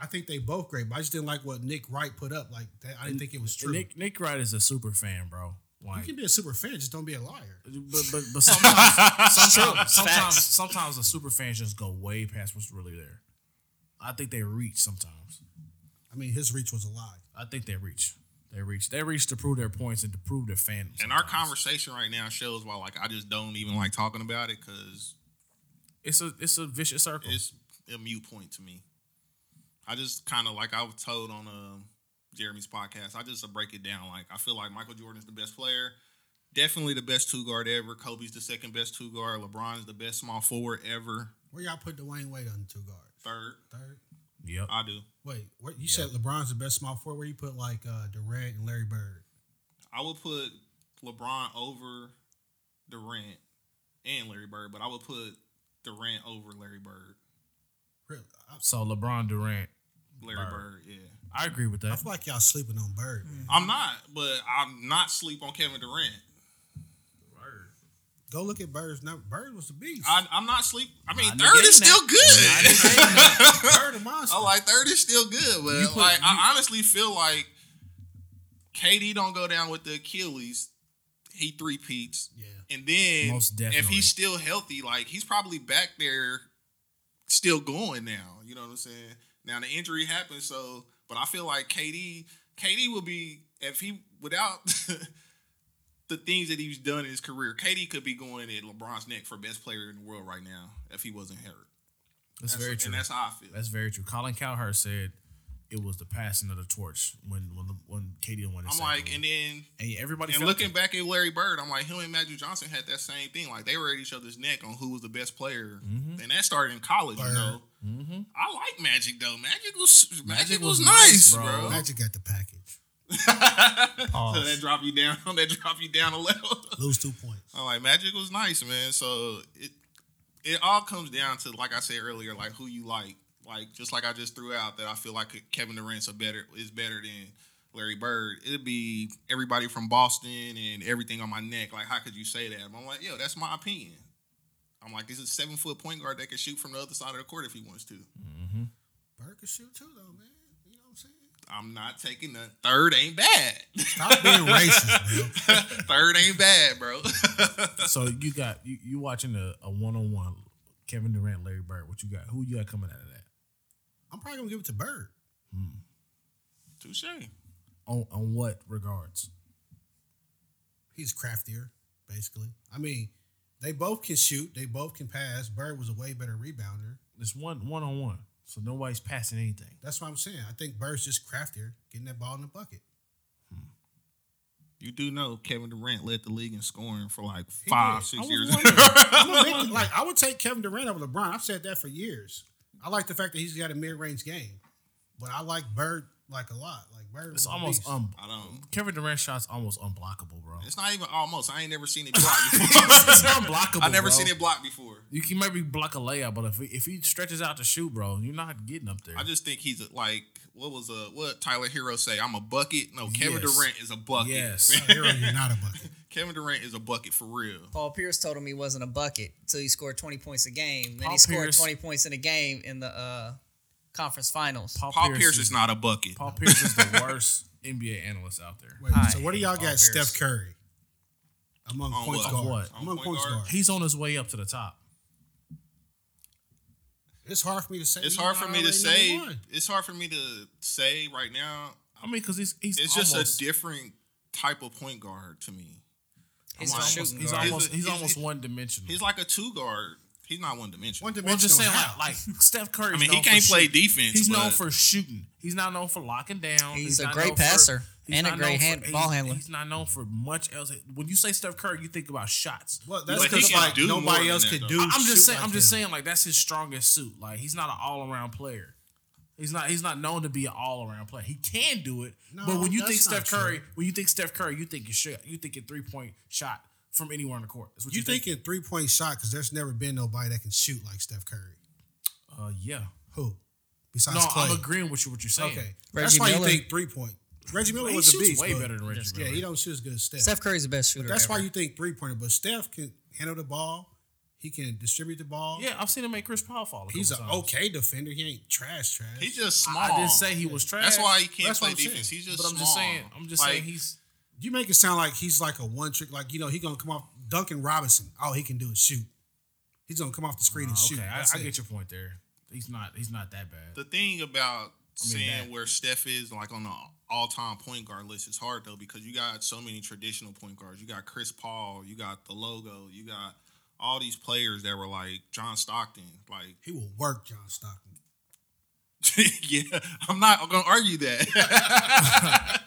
[SPEAKER 3] I think they both great, but I just didn't like what Nick Wright put up. Like that, I didn't think it was true.
[SPEAKER 1] Nick Nick Wright is a super fan, bro.
[SPEAKER 3] you
[SPEAKER 1] Like,
[SPEAKER 3] can be a super fan, just don't be a liar.
[SPEAKER 1] but but but sometimes sometimes sometimes,
[SPEAKER 4] Facts.
[SPEAKER 1] sometimes the super fans just go way past what's really there. I think they reach sometimes.
[SPEAKER 3] I mean, his reach was a lie.
[SPEAKER 1] I think they reach. They reach. They reach to prove their points and to prove their fandom.
[SPEAKER 2] And our
[SPEAKER 1] sometimes.
[SPEAKER 2] conversation right now shows why like I just don't even like talking about it because
[SPEAKER 1] it's a it's a vicious circle.
[SPEAKER 2] it's a mute point to me. I just kind of like I was told on um Jeremy's podcast. I just uh, break it down. Like I feel like Michael Jordan's the best player, definitely the best two guard ever. Kobe's the second best two guard. LeBron's the best small forward ever.
[SPEAKER 3] Where y'all put Dwayne Wade on two guards?
[SPEAKER 2] Third,
[SPEAKER 3] Third.
[SPEAKER 1] yep.
[SPEAKER 2] I do.
[SPEAKER 3] Wait, where, you said LeBron's the best small forward. Where you put like uh, Durant and Larry Bird?
[SPEAKER 2] I would put LeBron over Durant and Larry Bird, but I would put Durant over Larry Bird.
[SPEAKER 3] Really? I,
[SPEAKER 1] So LeBron Durant,
[SPEAKER 2] Larry
[SPEAKER 1] Bird.
[SPEAKER 2] Bird, yeah.
[SPEAKER 1] I agree with
[SPEAKER 3] I
[SPEAKER 1] that.
[SPEAKER 3] feel like y'all sleeping on Bird. man.
[SPEAKER 2] I'm not, but I'm not sleep on Kevin Durant.
[SPEAKER 3] Go look at Bird's number. Bird was a beast.
[SPEAKER 2] I, I'm not sleep. I mean,
[SPEAKER 1] I didn't
[SPEAKER 2] third
[SPEAKER 1] get
[SPEAKER 2] is
[SPEAKER 1] that.
[SPEAKER 2] still good.
[SPEAKER 3] Bird a monster.
[SPEAKER 2] I like third is still good, but
[SPEAKER 1] You put-
[SPEAKER 2] like
[SPEAKER 1] you-
[SPEAKER 2] I honestly feel like KD don't go down with the Achilles. He three peats,
[SPEAKER 3] yeah.
[SPEAKER 2] and then
[SPEAKER 1] Most
[SPEAKER 2] if
[SPEAKER 1] definitely.
[SPEAKER 2] he's still healthy, like he's probably back there, still going now. You know what I'm saying? Now the injury happened, so but I feel like KD, KD will be if he without the things that he's done in his career, KD could be going at LeBron's neck for best player in the world right now if he wasn't hurt.
[SPEAKER 1] That's, very true.
[SPEAKER 2] And that's how I feel.
[SPEAKER 1] That's very true. Colin Cowherd said it was the passing of the torch when when when KD won. his second
[SPEAKER 2] I'm like,
[SPEAKER 1] one.
[SPEAKER 2] and then
[SPEAKER 1] and everybody
[SPEAKER 2] and
[SPEAKER 1] felt
[SPEAKER 2] looking
[SPEAKER 1] it.
[SPEAKER 2] back at Larry Bird, I'm like, him and Magic Johnson had that same thing. Like they were at each other's neck on who was the best player,
[SPEAKER 1] Mm-hmm.
[SPEAKER 2] and that started in college.
[SPEAKER 3] Bird.
[SPEAKER 2] You know, I like Magic though. Magic was Magic, was,
[SPEAKER 1] was nice,
[SPEAKER 2] nice, bro.
[SPEAKER 1] bro.
[SPEAKER 3] Magic got the package.
[SPEAKER 2] so that drop you down. That drop you down a level.
[SPEAKER 3] Lose two points.
[SPEAKER 2] I'm like, Magic was nice, man. So it it all comes down to like I said earlier, like who you like. Like just like I just threw out that I feel like Kevin Durant's a better is better than Larry Bird. It'd be everybody from Boston and everything on my neck. Like how could you say that? I'm like, yo, that's my opinion. I'm like, this is seven foot point guard that can shoot from the other side of the court if he wants to.
[SPEAKER 1] Mm-hmm.
[SPEAKER 3] Bird can shoot too, though, man. You know what I'm saying?
[SPEAKER 2] I'm not taking the third ain't bad.
[SPEAKER 3] Stop being racist, man.
[SPEAKER 2] third ain't bad, bro.
[SPEAKER 1] So you got you, you watching a, a one on one Kevin Durant Larry Bird. What you got? Who you got coming out of that?
[SPEAKER 3] I'm probably gonna give it to Bird.
[SPEAKER 2] Touche.
[SPEAKER 1] On on what regards?
[SPEAKER 3] He's craftier, basically. I mean, they both can shoot. They both can pass. Bird was a way better rebounder.
[SPEAKER 1] It's one one on one. So nobody's passing anything.
[SPEAKER 3] That's what I'm saying. I think Bird's just craftier, getting that ball in the bucket.
[SPEAKER 2] You do know Kevin Durant led the league in scoring for like
[SPEAKER 3] He
[SPEAKER 2] five,
[SPEAKER 3] did.
[SPEAKER 2] six
[SPEAKER 3] I was
[SPEAKER 2] years.
[SPEAKER 3] wondering- I'm a big- like I would take Kevin Durant over LeBron. I've said that for years. I like the fact that he's got a mid-range game, but I like Bird like a lot. Like Bird,
[SPEAKER 1] It's
[SPEAKER 3] was a
[SPEAKER 1] almost
[SPEAKER 3] beast.
[SPEAKER 1] um
[SPEAKER 2] I don't.
[SPEAKER 1] Kevin Durant shots almost unblockable, bro.
[SPEAKER 2] It's not even almost. I ain't never seen it blocked before.
[SPEAKER 1] It's unblockable.
[SPEAKER 2] I never
[SPEAKER 1] bro.
[SPEAKER 2] seen it blocked before.
[SPEAKER 1] You can maybe block a layup, but if he, if he stretches out the shoe, bro, you're not getting up there.
[SPEAKER 2] I just think he's a, like, what was a what Tyler Hero say? I'm a bucket. No, Kevin
[SPEAKER 1] Yes.
[SPEAKER 2] Durant is a bucket.
[SPEAKER 1] yes,
[SPEAKER 3] Hero, you're not a bucket.
[SPEAKER 2] Kevin Durant is a bucket for real.
[SPEAKER 4] Paul Pierce told him he wasn't a bucket until he scored 20 points a game. Then
[SPEAKER 1] Paul
[SPEAKER 4] he scored
[SPEAKER 1] Pierce-
[SPEAKER 4] 20 points in a game in the uh, conference finals.
[SPEAKER 2] Paul Pierce, is not a bucket.
[SPEAKER 1] Paul Pierce is the worst NBA analyst out there.
[SPEAKER 3] Wait,
[SPEAKER 4] I
[SPEAKER 3] so what do
[SPEAKER 4] hate
[SPEAKER 3] y'all
[SPEAKER 4] Paul
[SPEAKER 3] got?
[SPEAKER 4] Pierce.
[SPEAKER 3] Steph Curry among
[SPEAKER 2] On
[SPEAKER 3] points
[SPEAKER 2] what?
[SPEAKER 3] guards.
[SPEAKER 1] What?
[SPEAKER 2] On
[SPEAKER 3] Among
[SPEAKER 2] point
[SPEAKER 3] points
[SPEAKER 2] guard?
[SPEAKER 3] guards.
[SPEAKER 1] He's on his way up to the top.
[SPEAKER 3] It's hard for me to say.
[SPEAKER 2] it's hard
[SPEAKER 3] he's
[SPEAKER 2] for me to
[SPEAKER 3] already
[SPEAKER 2] say.
[SPEAKER 3] number one.
[SPEAKER 2] It's hard for me to say right now.
[SPEAKER 1] I mean, because he's he's
[SPEAKER 2] It's
[SPEAKER 1] almost,
[SPEAKER 2] just a different type of point guard to me.
[SPEAKER 4] He's
[SPEAKER 1] he's
[SPEAKER 4] a
[SPEAKER 2] almost-
[SPEAKER 4] shooting
[SPEAKER 1] he's
[SPEAKER 4] guard.
[SPEAKER 1] almost
[SPEAKER 2] He's a-
[SPEAKER 1] he's
[SPEAKER 2] he's-
[SPEAKER 1] almost one dimensional.
[SPEAKER 2] He's like a two guard. He's not one dimensional.
[SPEAKER 3] One
[SPEAKER 1] Well, I'm
[SPEAKER 3] dimensional.
[SPEAKER 1] just saying, like,
[SPEAKER 3] how?
[SPEAKER 1] like Steph Curry.
[SPEAKER 2] I mean, he can't play defense.
[SPEAKER 1] He's known
[SPEAKER 2] but-
[SPEAKER 1] for shooting. He's not known for locking down.
[SPEAKER 4] He's a
[SPEAKER 1] not
[SPEAKER 4] great
[SPEAKER 1] known for-
[SPEAKER 4] passer
[SPEAKER 1] he's
[SPEAKER 4] and a
[SPEAKER 1] not
[SPEAKER 4] great
[SPEAKER 1] known
[SPEAKER 4] hand-
[SPEAKER 1] for-
[SPEAKER 4] ball
[SPEAKER 1] he's-
[SPEAKER 4] handler.
[SPEAKER 1] He's not known for much else. When you say Steph Curry, you think about shots.
[SPEAKER 3] well, that's
[SPEAKER 2] But he
[SPEAKER 3] because
[SPEAKER 2] can
[SPEAKER 3] like
[SPEAKER 2] do more
[SPEAKER 3] nobody
[SPEAKER 2] than
[SPEAKER 3] else
[SPEAKER 2] that,
[SPEAKER 3] could
[SPEAKER 2] though.
[SPEAKER 3] do.
[SPEAKER 1] I- I'm
[SPEAKER 3] shoot
[SPEAKER 1] just saying.
[SPEAKER 3] like
[SPEAKER 1] I'm just
[SPEAKER 3] him.
[SPEAKER 1] saying. Like that's his strongest suit. Like he's not an all around player. He's not. He's not known to be an all around player. He can do it,
[SPEAKER 3] No,
[SPEAKER 1] but when you
[SPEAKER 3] that's
[SPEAKER 1] think
[SPEAKER 3] not
[SPEAKER 1] Steph Curry,
[SPEAKER 3] true.
[SPEAKER 1] when you think Steph Curry, you think your shot, you think your three point shot from anywhere on the court. That's what
[SPEAKER 3] You
[SPEAKER 1] you
[SPEAKER 3] thinking three point shot because there's never been nobody that can shoot like Steph Curry.
[SPEAKER 1] Uh, yeah.
[SPEAKER 3] Who? Besides
[SPEAKER 1] No,
[SPEAKER 3] Clay.
[SPEAKER 1] I'm agreeing with you. What you're saying.
[SPEAKER 3] Okay, that's
[SPEAKER 4] Reggie
[SPEAKER 3] why
[SPEAKER 4] Miller.
[SPEAKER 3] you think three point. Reggie Miller
[SPEAKER 1] He
[SPEAKER 3] was a
[SPEAKER 1] shoots
[SPEAKER 3] beast.
[SPEAKER 1] way
[SPEAKER 3] but-
[SPEAKER 1] better than Reggie
[SPEAKER 3] Yeah,
[SPEAKER 1] Miller.
[SPEAKER 3] he don't shoot as good as Steph.
[SPEAKER 4] Steph Curry's the best shooter.
[SPEAKER 3] That's why
[SPEAKER 4] ever.
[SPEAKER 3] you think three pointer, but Steph can handle the ball. He can distribute the ball.
[SPEAKER 1] Yeah, I've seen him make Chris Paul fall. a
[SPEAKER 3] he's an
[SPEAKER 1] couple times.
[SPEAKER 3] okay defender. He ain't trash, trash.
[SPEAKER 2] He's just small.
[SPEAKER 1] I didn't say he was trash.
[SPEAKER 2] That's why he can't
[SPEAKER 3] That's what
[SPEAKER 2] play
[SPEAKER 3] I'm saying.
[SPEAKER 2] defense. He's just
[SPEAKER 1] But I'm
[SPEAKER 2] small.
[SPEAKER 1] just saying. I'm just
[SPEAKER 2] Like,
[SPEAKER 1] saying he's.
[SPEAKER 3] you make it sound like he's like a one trick. Like you know, he gonna come off Duncan Robinson. All he can do is shoot. He's gonna come off the screen and
[SPEAKER 1] Ah, okay,
[SPEAKER 3] shoot.
[SPEAKER 1] I,
[SPEAKER 3] That's
[SPEAKER 1] I
[SPEAKER 3] it.
[SPEAKER 1] get your point there. He's not. He's not that bad.
[SPEAKER 2] the thing about saying
[SPEAKER 1] that-
[SPEAKER 2] where Steph is like on the all-time point guard list is hard though because you got so many traditional point guards. You got Chris Paul. You got the logo. You got all these players that were like John Stockton. Like,
[SPEAKER 3] He will work John Stockton.
[SPEAKER 2] yeah, I'm not gonna argue that.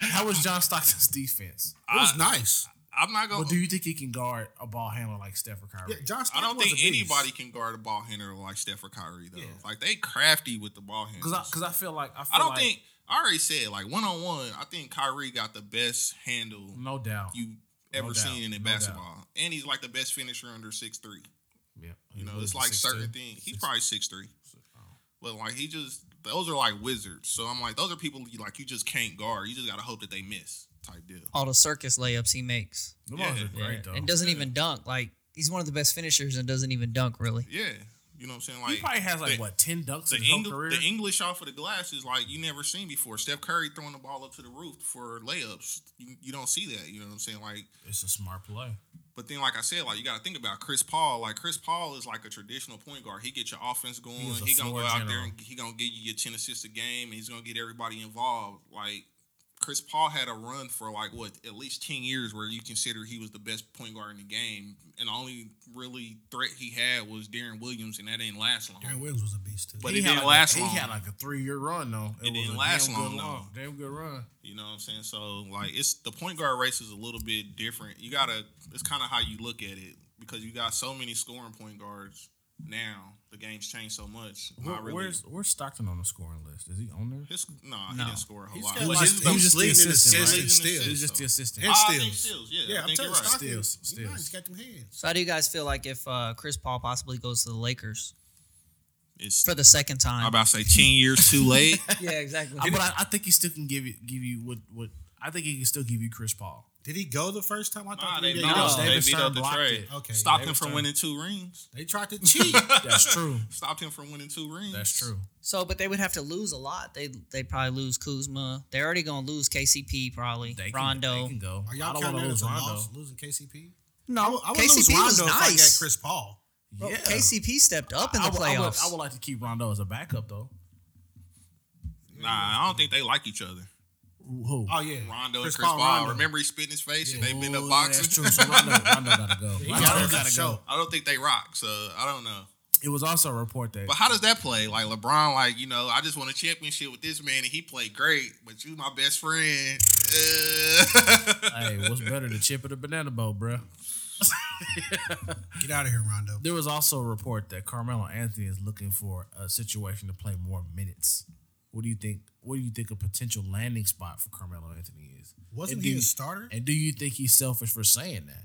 [SPEAKER 1] How was John Stockton's defense?
[SPEAKER 3] It was nice.
[SPEAKER 2] I'm not gonna.
[SPEAKER 1] But do you think he can guard a ball handler like Steph or Kyrie?
[SPEAKER 3] Yeah, John
[SPEAKER 2] I
[SPEAKER 3] Stockton.
[SPEAKER 2] don't
[SPEAKER 3] was
[SPEAKER 2] think
[SPEAKER 3] a beast.
[SPEAKER 2] anybody can guard a ball handler like Steph or Kyrie though.
[SPEAKER 3] Yeah.
[SPEAKER 2] Like they crafty with the ball handler.
[SPEAKER 1] Because I, cause I feel like I, feel
[SPEAKER 2] I don't
[SPEAKER 1] like,
[SPEAKER 2] think I already said like one on one. I think Kyrie got the best handle
[SPEAKER 1] no doubt.
[SPEAKER 2] you ever
[SPEAKER 1] doubt.
[SPEAKER 2] seen in
[SPEAKER 1] Mm, No
[SPEAKER 2] basketball, and he's like the best finisher under six three.
[SPEAKER 1] yeah,
[SPEAKER 2] You know, it's like certain things. He's probably six three,
[SPEAKER 1] oh.
[SPEAKER 2] but like he just those are like wizards. So I'm like those are people you, like you just can't guard. You just gotta hope that they miss type deal.
[SPEAKER 4] all the circus layups he makes.
[SPEAKER 1] The balls
[SPEAKER 2] Yeah,
[SPEAKER 1] are great
[SPEAKER 4] Yeah.
[SPEAKER 1] though.
[SPEAKER 4] And doesn't even dunk. Like he's one of the best finishers and doesn't even dunk really.
[SPEAKER 2] Yeah, you know what I'm saying.
[SPEAKER 1] he
[SPEAKER 2] Like
[SPEAKER 1] probably has like
[SPEAKER 2] the-
[SPEAKER 1] what ten dunks
[SPEAKER 2] the,
[SPEAKER 1] in his whole
[SPEAKER 2] Engl-
[SPEAKER 1] career.
[SPEAKER 2] the English off of the glass is like you never seen before. Steph Curry throwing the ball up to the roof for layups. You, you don't see that. You know what I'm saying? Like
[SPEAKER 1] it's a smart play.
[SPEAKER 2] But then, like I said, like you got to think about Chris Paul. Like Chris Paul is like a traditional point guard. He get your offense going.
[SPEAKER 1] He is a
[SPEAKER 2] He, gonna go
[SPEAKER 1] floor
[SPEAKER 2] out there
[SPEAKER 1] general.
[SPEAKER 2] and he gonna give you your ten assists a game, and he's gonna get everybody involved. Like Chris Paul had a run for like what at least ten years where you consider he was the best point guard in the game, and the only really threat he had was Darren Williams, and that didn't last long.
[SPEAKER 3] Darren Williams was a beast too.
[SPEAKER 2] But
[SPEAKER 1] he
[SPEAKER 2] it
[SPEAKER 1] had
[SPEAKER 2] didn't
[SPEAKER 1] like
[SPEAKER 2] last
[SPEAKER 1] a,
[SPEAKER 2] long.
[SPEAKER 1] He had like a three year run though.
[SPEAKER 2] It didn't
[SPEAKER 1] a
[SPEAKER 2] last
[SPEAKER 1] damn good
[SPEAKER 2] long, though.
[SPEAKER 1] run. Damn good run.
[SPEAKER 2] You know what I'm saying? So like it's the point guard race is a little bit different. You gotta it's kinda how you look at it because you got so many scoring point guards now. The game's changed so much.
[SPEAKER 1] Where,
[SPEAKER 2] Not really
[SPEAKER 1] Where's Where's Stockton on the scoring list? Is he on there?
[SPEAKER 2] his nah,
[SPEAKER 4] No.
[SPEAKER 2] he didn't score a whole
[SPEAKER 3] He's
[SPEAKER 2] lot.
[SPEAKER 3] got
[SPEAKER 2] Well,
[SPEAKER 3] like-
[SPEAKER 2] his-
[SPEAKER 1] he was just
[SPEAKER 3] leading
[SPEAKER 1] the
[SPEAKER 3] in
[SPEAKER 1] assistant,
[SPEAKER 3] assists
[SPEAKER 1] right?
[SPEAKER 3] and
[SPEAKER 2] He's
[SPEAKER 3] steals.
[SPEAKER 1] He's just the assistant.
[SPEAKER 3] And
[SPEAKER 2] Ah, I think
[SPEAKER 3] steals.
[SPEAKER 2] steals, yeah.
[SPEAKER 3] Yeah,
[SPEAKER 2] I
[SPEAKER 3] I'm
[SPEAKER 2] think
[SPEAKER 3] telling
[SPEAKER 2] you're
[SPEAKER 3] you,
[SPEAKER 2] right.
[SPEAKER 3] Stockton.
[SPEAKER 1] Steals,
[SPEAKER 3] he
[SPEAKER 1] steals.
[SPEAKER 3] nice, He's got them hands.
[SPEAKER 4] So how do you guys feel like if uh, Chris Paul possibly goes to the Lakers
[SPEAKER 2] It's
[SPEAKER 4] for the second time?
[SPEAKER 2] I'm about to say ten years too late.
[SPEAKER 4] yeah, exactly.
[SPEAKER 1] I- but I, I think he still can give you give you what what I think he can still give you Chris Paul.
[SPEAKER 3] Did he go the first time? I
[SPEAKER 2] nah,
[SPEAKER 3] thought
[SPEAKER 2] they,
[SPEAKER 3] he
[SPEAKER 2] no,
[SPEAKER 3] did.
[SPEAKER 4] knocked
[SPEAKER 2] they
[SPEAKER 4] David
[SPEAKER 2] beat
[SPEAKER 1] Stern
[SPEAKER 2] up the
[SPEAKER 1] blocked
[SPEAKER 2] trade.
[SPEAKER 1] it.
[SPEAKER 3] Okay,
[SPEAKER 2] Stopped him
[SPEAKER 1] David
[SPEAKER 2] from
[SPEAKER 1] Stern.
[SPEAKER 2] winning two rings.
[SPEAKER 3] They tried to cheat.
[SPEAKER 1] That's true.
[SPEAKER 2] Stopped him from winning two rings.
[SPEAKER 1] That's true.
[SPEAKER 4] so, but they would have to lose a lot. They they probably lose Kuzma. They're already gonna lose KCP probably.
[SPEAKER 1] They can-
[SPEAKER 4] Rondo.
[SPEAKER 1] they can go.
[SPEAKER 3] Are
[SPEAKER 1] I
[SPEAKER 3] y'all
[SPEAKER 1] don't want
[SPEAKER 3] counting
[SPEAKER 1] to
[SPEAKER 3] that as
[SPEAKER 1] lose
[SPEAKER 3] a
[SPEAKER 1] Rondo.
[SPEAKER 3] loss? Losing KCP? I
[SPEAKER 4] no,
[SPEAKER 3] would- I would
[SPEAKER 4] KCP
[SPEAKER 3] lose
[SPEAKER 4] was
[SPEAKER 3] Rondo if I got
[SPEAKER 4] nice.
[SPEAKER 3] Chris Paul.
[SPEAKER 1] Yeah.
[SPEAKER 4] Bro, KCP stepped up in the
[SPEAKER 1] I would- I would-
[SPEAKER 4] playoffs.
[SPEAKER 1] I would like to keep Rondo as a backup though.
[SPEAKER 2] Nah, I don't think they like each other.
[SPEAKER 1] Who?
[SPEAKER 3] Oh yeah,
[SPEAKER 2] Rondo and Chris Paul. Remember he spit in his face and they been up
[SPEAKER 1] Ooh,
[SPEAKER 2] boxing.
[SPEAKER 1] That's true. So Rondo, Rondo gotta go. Rondo
[SPEAKER 3] got
[SPEAKER 1] gotta
[SPEAKER 3] to
[SPEAKER 1] go.
[SPEAKER 3] go.
[SPEAKER 2] I don't think they rock, so I don't know.
[SPEAKER 1] It was also a report that
[SPEAKER 2] But how does that play? Like LeBron, like you know, I just won a championship with this man, and he played great. But you, my best friend. Uh.
[SPEAKER 1] hey, what's better, the chip or the banana boat, bruh?
[SPEAKER 3] Get out of here, Rondo.
[SPEAKER 1] There was also a report that Carmelo Anthony is looking for a situation to play more minutes. What do you think? What do you think a potential landing spot for Carmelo Anthony is?
[SPEAKER 3] Wasn't
[SPEAKER 1] And do
[SPEAKER 3] he a
[SPEAKER 1] you-
[SPEAKER 3] starter?
[SPEAKER 1] And do you think he's selfish for saying that?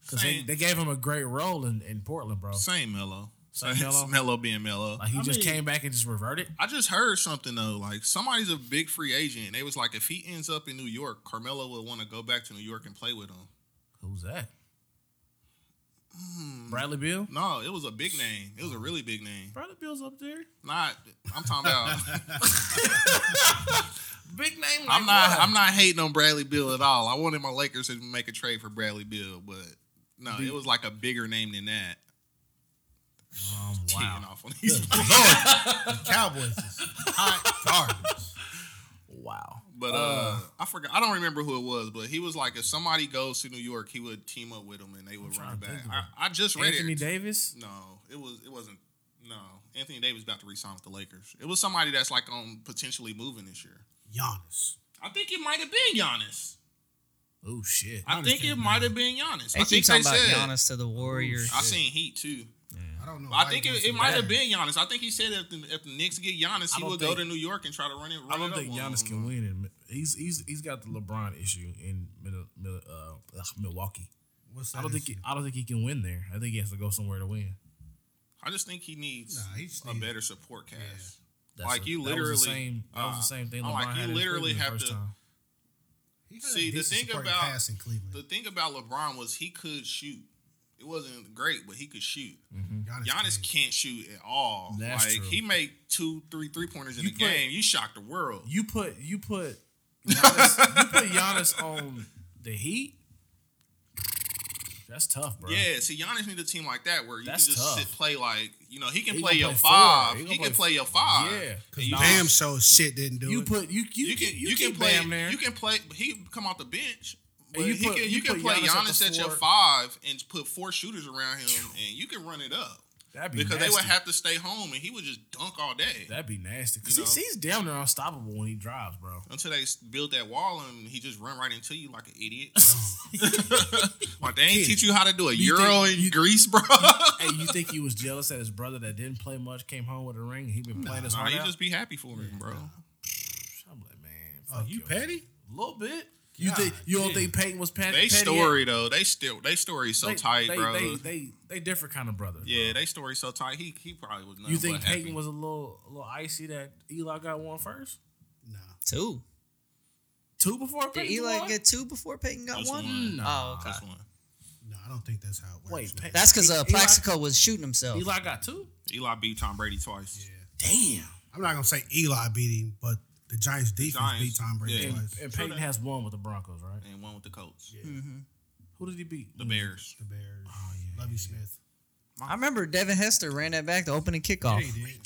[SPEAKER 1] Because they,
[SPEAKER 2] Saying-
[SPEAKER 1] they gave him a great role in, in Portland, bro.
[SPEAKER 2] Same Mello.
[SPEAKER 1] Same Melo?
[SPEAKER 2] Mello being Mello.
[SPEAKER 1] Like he
[SPEAKER 3] I
[SPEAKER 1] just
[SPEAKER 3] mean-
[SPEAKER 1] came back and just reverted.
[SPEAKER 2] I just heard something though. Like somebody's a big free agent. And they was like, if he ends up in New York, Carmelo would want to go back to New York and play with him.
[SPEAKER 1] Who's that? Bradley Bill.
[SPEAKER 2] No, it was a big name. It was a really big name.
[SPEAKER 1] Bradley Bill's up there.
[SPEAKER 2] Not. I'm talking about.
[SPEAKER 1] Big name.
[SPEAKER 2] I'm not. I'm not hating on Bradley Bill at all. I wanted my Lakers to make a trade for Bradley Bill, but no, it was like a bigger name than that. Wow.
[SPEAKER 1] wow.
[SPEAKER 2] off on these.
[SPEAKER 3] Um, Cowboys is hot garbage.
[SPEAKER 1] Wow.
[SPEAKER 2] But uh, I forgot. I don't remember who it was, but he was like, if somebody goes to New York, he would team up with them and they would
[SPEAKER 1] trying
[SPEAKER 2] run
[SPEAKER 1] to
[SPEAKER 2] it back.
[SPEAKER 1] think of
[SPEAKER 2] I,
[SPEAKER 1] it.
[SPEAKER 2] I just read
[SPEAKER 1] Anthony
[SPEAKER 2] it.
[SPEAKER 1] Davis.
[SPEAKER 2] no, it was. It wasn't. No, Anthony Davis about to resign with the Lakers. It was somebody that's like um potentially moving this year.
[SPEAKER 3] Giannis.
[SPEAKER 2] I think it might have been Giannis.
[SPEAKER 1] Oh shit.
[SPEAKER 2] I
[SPEAKER 3] Giannis
[SPEAKER 2] think it
[SPEAKER 3] didn't
[SPEAKER 2] might have been Giannis.
[SPEAKER 4] they
[SPEAKER 2] I
[SPEAKER 4] keep
[SPEAKER 2] think
[SPEAKER 4] talking
[SPEAKER 2] they
[SPEAKER 4] about
[SPEAKER 2] said.
[SPEAKER 4] Giannis to the Warriors.
[SPEAKER 2] I seen Heat too.
[SPEAKER 3] I don't know.
[SPEAKER 2] I
[SPEAKER 3] why
[SPEAKER 2] think
[SPEAKER 3] he
[SPEAKER 2] it,
[SPEAKER 3] goes
[SPEAKER 2] it
[SPEAKER 3] to
[SPEAKER 2] might have
[SPEAKER 3] that.
[SPEAKER 2] been Giannis. I think he said if the, if the Knicks get Giannis,
[SPEAKER 1] I
[SPEAKER 2] he
[SPEAKER 1] don't
[SPEAKER 2] would go
[SPEAKER 1] think-
[SPEAKER 2] to New York and try to run it. Run
[SPEAKER 1] I don't
[SPEAKER 2] it
[SPEAKER 1] think
[SPEAKER 2] up on
[SPEAKER 1] Giannis
[SPEAKER 2] him.
[SPEAKER 1] can win, and he's he's he's got the LeBron issue in Mil- Mil- uh, ugh, Milwaukee.
[SPEAKER 3] What's that
[SPEAKER 1] I don't think he,
[SPEAKER 3] issue?
[SPEAKER 1] I don't think he can win there. I think he has to go somewhere to win.
[SPEAKER 2] I just think he needs
[SPEAKER 3] Nah, he just
[SPEAKER 2] a
[SPEAKER 3] need-
[SPEAKER 2] better support cast.
[SPEAKER 1] That's
[SPEAKER 2] Like,
[SPEAKER 1] what-
[SPEAKER 2] you
[SPEAKER 1] that was the
[SPEAKER 2] literally-
[SPEAKER 1] same- that was
[SPEAKER 2] nah,
[SPEAKER 1] the same thing.
[SPEAKER 2] I'm like,
[SPEAKER 1] LeBron
[SPEAKER 2] you
[SPEAKER 1] had in
[SPEAKER 2] literally
[SPEAKER 1] Cleveland the
[SPEAKER 2] have
[SPEAKER 1] first
[SPEAKER 2] to-
[SPEAKER 1] time.
[SPEAKER 3] He had
[SPEAKER 2] See,
[SPEAKER 3] a
[SPEAKER 2] the
[SPEAKER 3] decent
[SPEAKER 2] thing
[SPEAKER 3] supporting
[SPEAKER 2] about-
[SPEAKER 3] pass in Cleveland.
[SPEAKER 2] The thing about LeBron was he could shoot. It wasn't great, but he could shoot.
[SPEAKER 3] Giannis,
[SPEAKER 2] Giannis
[SPEAKER 3] can't.
[SPEAKER 2] can't shoot at all.
[SPEAKER 1] That's
[SPEAKER 2] like
[SPEAKER 1] true.
[SPEAKER 2] he made two, three three pointers in
[SPEAKER 1] You
[SPEAKER 2] the
[SPEAKER 1] put-
[SPEAKER 2] game. You shocked the world.
[SPEAKER 1] You put you put Giannis, you put Giannis on the Heat. That's tough, bro.
[SPEAKER 2] Yeah, see, Giannis need a team like that where you
[SPEAKER 1] That's
[SPEAKER 2] can just
[SPEAKER 1] tough.
[SPEAKER 2] sit play like you know he can
[SPEAKER 1] He
[SPEAKER 2] play
[SPEAKER 1] gonna
[SPEAKER 2] your
[SPEAKER 1] play four.
[SPEAKER 2] five.
[SPEAKER 1] He
[SPEAKER 2] He,
[SPEAKER 1] gonna
[SPEAKER 2] can
[SPEAKER 1] play-
[SPEAKER 2] play your five.
[SPEAKER 1] Yeah.
[SPEAKER 2] And you,
[SPEAKER 1] Nah.
[SPEAKER 2] just-
[SPEAKER 3] Damn, so shit didn't do
[SPEAKER 1] You
[SPEAKER 3] it.
[SPEAKER 1] put you you,
[SPEAKER 2] you can you, can
[SPEAKER 1] keep
[SPEAKER 2] play
[SPEAKER 1] Bam there.
[SPEAKER 2] you can play. He can come off the bench. But
[SPEAKER 1] you
[SPEAKER 2] he
[SPEAKER 1] put-
[SPEAKER 2] can
[SPEAKER 1] you
[SPEAKER 2] you, can
[SPEAKER 1] put
[SPEAKER 2] play
[SPEAKER 1] Giannis at
[SPEAKER 2] Giannis
[SPEAKER 1] the
[SPEAKER 2] at, your
[SPEAKER 1] four.
[SPEAKER 2] five and put four shooters around him, and you can run it up
[SPEAKER 1] That'd be
[SPEAKER 2] because they would
[SPEAKER 1] nasty.
[SPEAKER 2] have to stay home, and he would just dunk all day
[SPEAKER 1] That'd be nasty. Cause
[SPEAKER 2] You
[SPEAKER 1] he's,
[SPEAKER 2] know?
[SPEAKER 1] he's damn near unstoppable when he drives, bro.
[SPEAKER 2] until they s- build that wall, and he just run right into you like an idiot. like they ain't teach you how to do a
[SPEAKER 1] You
[SPEAKER 2] euro
[SPEAKER 1] think-
[SPEAKER 2] in
[SPEAKER 1] you-
[SPEAKER 2] Greece, bro.
[SPEAKER 1] hey, you think he was jealous that his brother that didn't play much came home with a ring? and He been playing his
[SPEAKER 2] Nah,
[SPEAKER 1] heart
[SPEAKER 2] you
[SPEAKER 1] out.
[SPEAKER 2] just be happy for him, bro.
[SPEAKER 1] I'm like, man,
[SPEAKER 3] Oh,
[SPEAKER 1] fuck
[SPEAKER 3] you
[SPEAKER 1] your-
[SPEAKER 3] petty?
[SPEAKER 1] A little bit. You
[SPEAKER 3] God
[SPEAKER 1] think you don't
[SPEAKER 3] damn.
[SPEAKER 1] think Peyton was petty?
[SPEAKER 2] They
[SPEAKER 1] petty yet?
[SPEAKER 2] story though, they still they story so
[SPEAKER 1] They-
[SPEAKER 2] tight,
[SPEAKER 1] they,
[SPEAKER 2] bro.
[SPEAKER 1] They, they they different kind of brothers.
[SPEAKER 2] yeah, they story so tight. He he probably was.
[SPEAKER 1] bro.
[SPEAKER 2] nothing
[SPEAKER 1] You think
[SPEAKER 2] but happy.
[SPEAKER 1] Peyton was a little a little icy that Eli got one first,
[SPEAKER 3] Nah.
[SPEAKER 4] Two.
[SPEAKER 1] two before
[SPEAKER 4] Did
[SPEAKER 1] Peyton
[SPEAKER 4] Eli
[SPEAKER 1] won?
[SPEAKER 4] get two before Peyton got
[SPEAKER 2] Just
[SPEAKER 4] one?
[SPEAKER 2] one.
[SPEAKER 4] Oh, okay.
[SPEAKER 2] That's one.
[SPEAKER 3] No, I don't think that's how it works.
[SPEAKER 1] Wait,
[SPEAKER 3] man.
[SPEAKER 1] Peyton-
[SPEAKER 4] That's because uh,
[SPEAKER 1] Eli-
[SPEAKER 4] Plaxico was shooting himself.
[SPEAKER 1] Eli got two.
[SPEAKER 2] Eli beat Tom Brady twice.
[SPEAKER 3] Yeah.
[SPEAKER 1] Damn.
[SPEAKER 3] I'm not gonna say Eli beat him, but the Giants defense
[SPEAKER 2] Giants,
[SPEAKER 3] beat Tom Brady
[SPEAKER 2] yeah.
[SPEAKER 1] And,
[SPEAKER 3] twice.
[SPEAKER 1] and Peyton has one with the Broncos, right?
[SPEAKER 2] and one with the Colts.
[SPEAKER 1] Who did he beat?
[SPEAKER 2] The Bears.
[SPEAKER 3] The Bears. Lovey Smith.
[SPEAKER 4] I remember Devin Hester ran that back to open a
[SPEAKER 3] Yeah,
[SPEAKER 4] kickoff.
[SPEAKER 3] he did.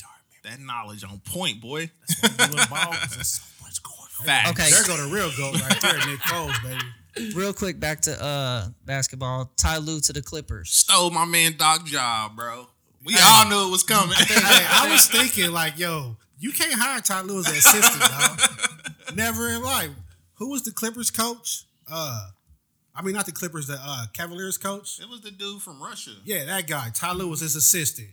[SPEAKER 2] That knowledge on point, boy.
[SPEAKER 1] He went ball 'cause there's so much going on.
[SPEAKER 2] Facts.
[SPEAKER 4] Okay.
[SPEAKER 3] There go the real goat right there, Nick Foles, baby.
[SPEAKER 4] Real quick, back to uh basketball. Ty Lue to the Clippers.
[SPEAKER 2] Stole my man Doc job, bro. We all knew it was coming.
[SPEAKER 3] Hey, I was thinking like, yo, you can't hire Ty Lue as an assistant, dog. Never in life. Who was the Clippers coach? Uh, I mean, not the Clippers, the uh, Cavaliers coach.
[SPEAKER 2] it was the dude from Russia.
[SPEAKER 3] Yeah, that guy. Ty Lue was his assistant.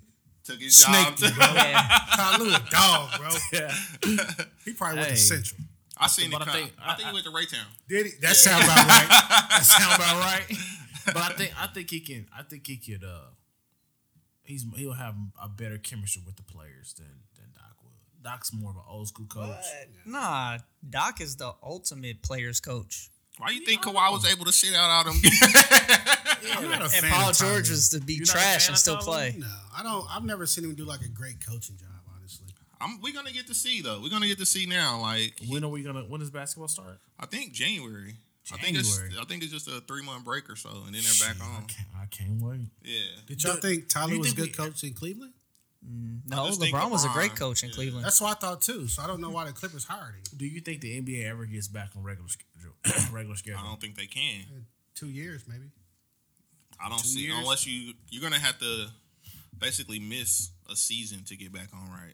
[SPEAKER 2] Took his job.
[SPEAKER 3] Snaked him,
[SPEAKER 2] To,
[SPEAKER 3] bro. Ty Lue, a dog, bro.
[SPEAKER 1] Yeah.
[SPEAKER 3] He probably went
[SPEAKER 1] Hey.
[SPEAKER 3] to Central.
[SPEAKER 2] I seen it.
[SPEAKER 1] But I
[SPEAKER 2] I
[SPEAKER 1] think-
[SPEAKER 2] think, I think he went to Raytown.
[SPEAKER 3] Did he? That sounds about right.
[SPEAKER 1] That sound about right. But I think I think he can. I think he could. Uh, he's he'll have a better chemistry with the players than than Doc will. Doc's more of an old school coach.
[SPEAKER 4] Nah, Doc is the ultimate players coach.
[SPEAKER 2] Why you think Kawhi was able to shit out all them games?
[SPEAKER 3] I'm not a
[SPEAKER 4] And
[SPEAKER 3] fan
[SPEAKER 4] Paul
[SPEAKER 3] of Ty
[SPEAKER 4] George
[SPEAKER 3] Lue.
[SPEAKER 4] was to be
[SPEAKER 1] You're not a
[SPEAKER 4] trash
[SPEAKER 1] fan
[SPEAKER 4] and
[SPEAKER 1] of
[SPEAKER 4] still
[SPEAKER 1] Ty Lue?
[SPEAKER 4] play.
[SPEAKER 3] No, I don't. I've never seen him do like a great coaching job. Honestly,
[SPEAKER 2] I'm, we're gonna get to see though. We're gonna get to see now. Like
[SPEAKER 1] When are we gonna? When does basketball start?
[SPEAKER 2] I think January. I think it's
[SPEAKER 1] January.
[SPEAKER 2] I think it's just a three month break or so, and then they're back
[SPEAKER 1] Shit,
[SPEAKER 2] on.
[SPEAKER 1] I can't, I can't wait.
[SPEAKER 2] Yeah.
[SPEAKER 3] did y'all think Ty
[SPEAKER 1] you
[SPEAKER 3] Lue was a
[SPEAKER 1] think we-
[SPEAKER 3] good coach in Cleveland?
[SPEAKER 4] No,
[SPEAKER 2] just think
[SPEAKER 4] LeBron was a great
[SPEAKER 2] LeBron-
[SPEAKER 4] coach in
[SPEAKER 2] yeah.
[SPEAKER 4] Cleveland.
[SPEAKER 3] That's what I thought too. So I don't know why the Clippers hired him.
[SPEAKER 1] Do you think the NBA ever gets back on regular schedule? regular schedule.
[SPEAKER 2] I don't think they can.
[SPEAKER 3] Two years, maybe.
[SPEAKER 2] I don't
[SPEAKER 1] Two
[SPEAKER 2] see
[SPEAKER 1] years?
[SPEAKER 2] unless you you're gonna have to basically miss a season to get back on right.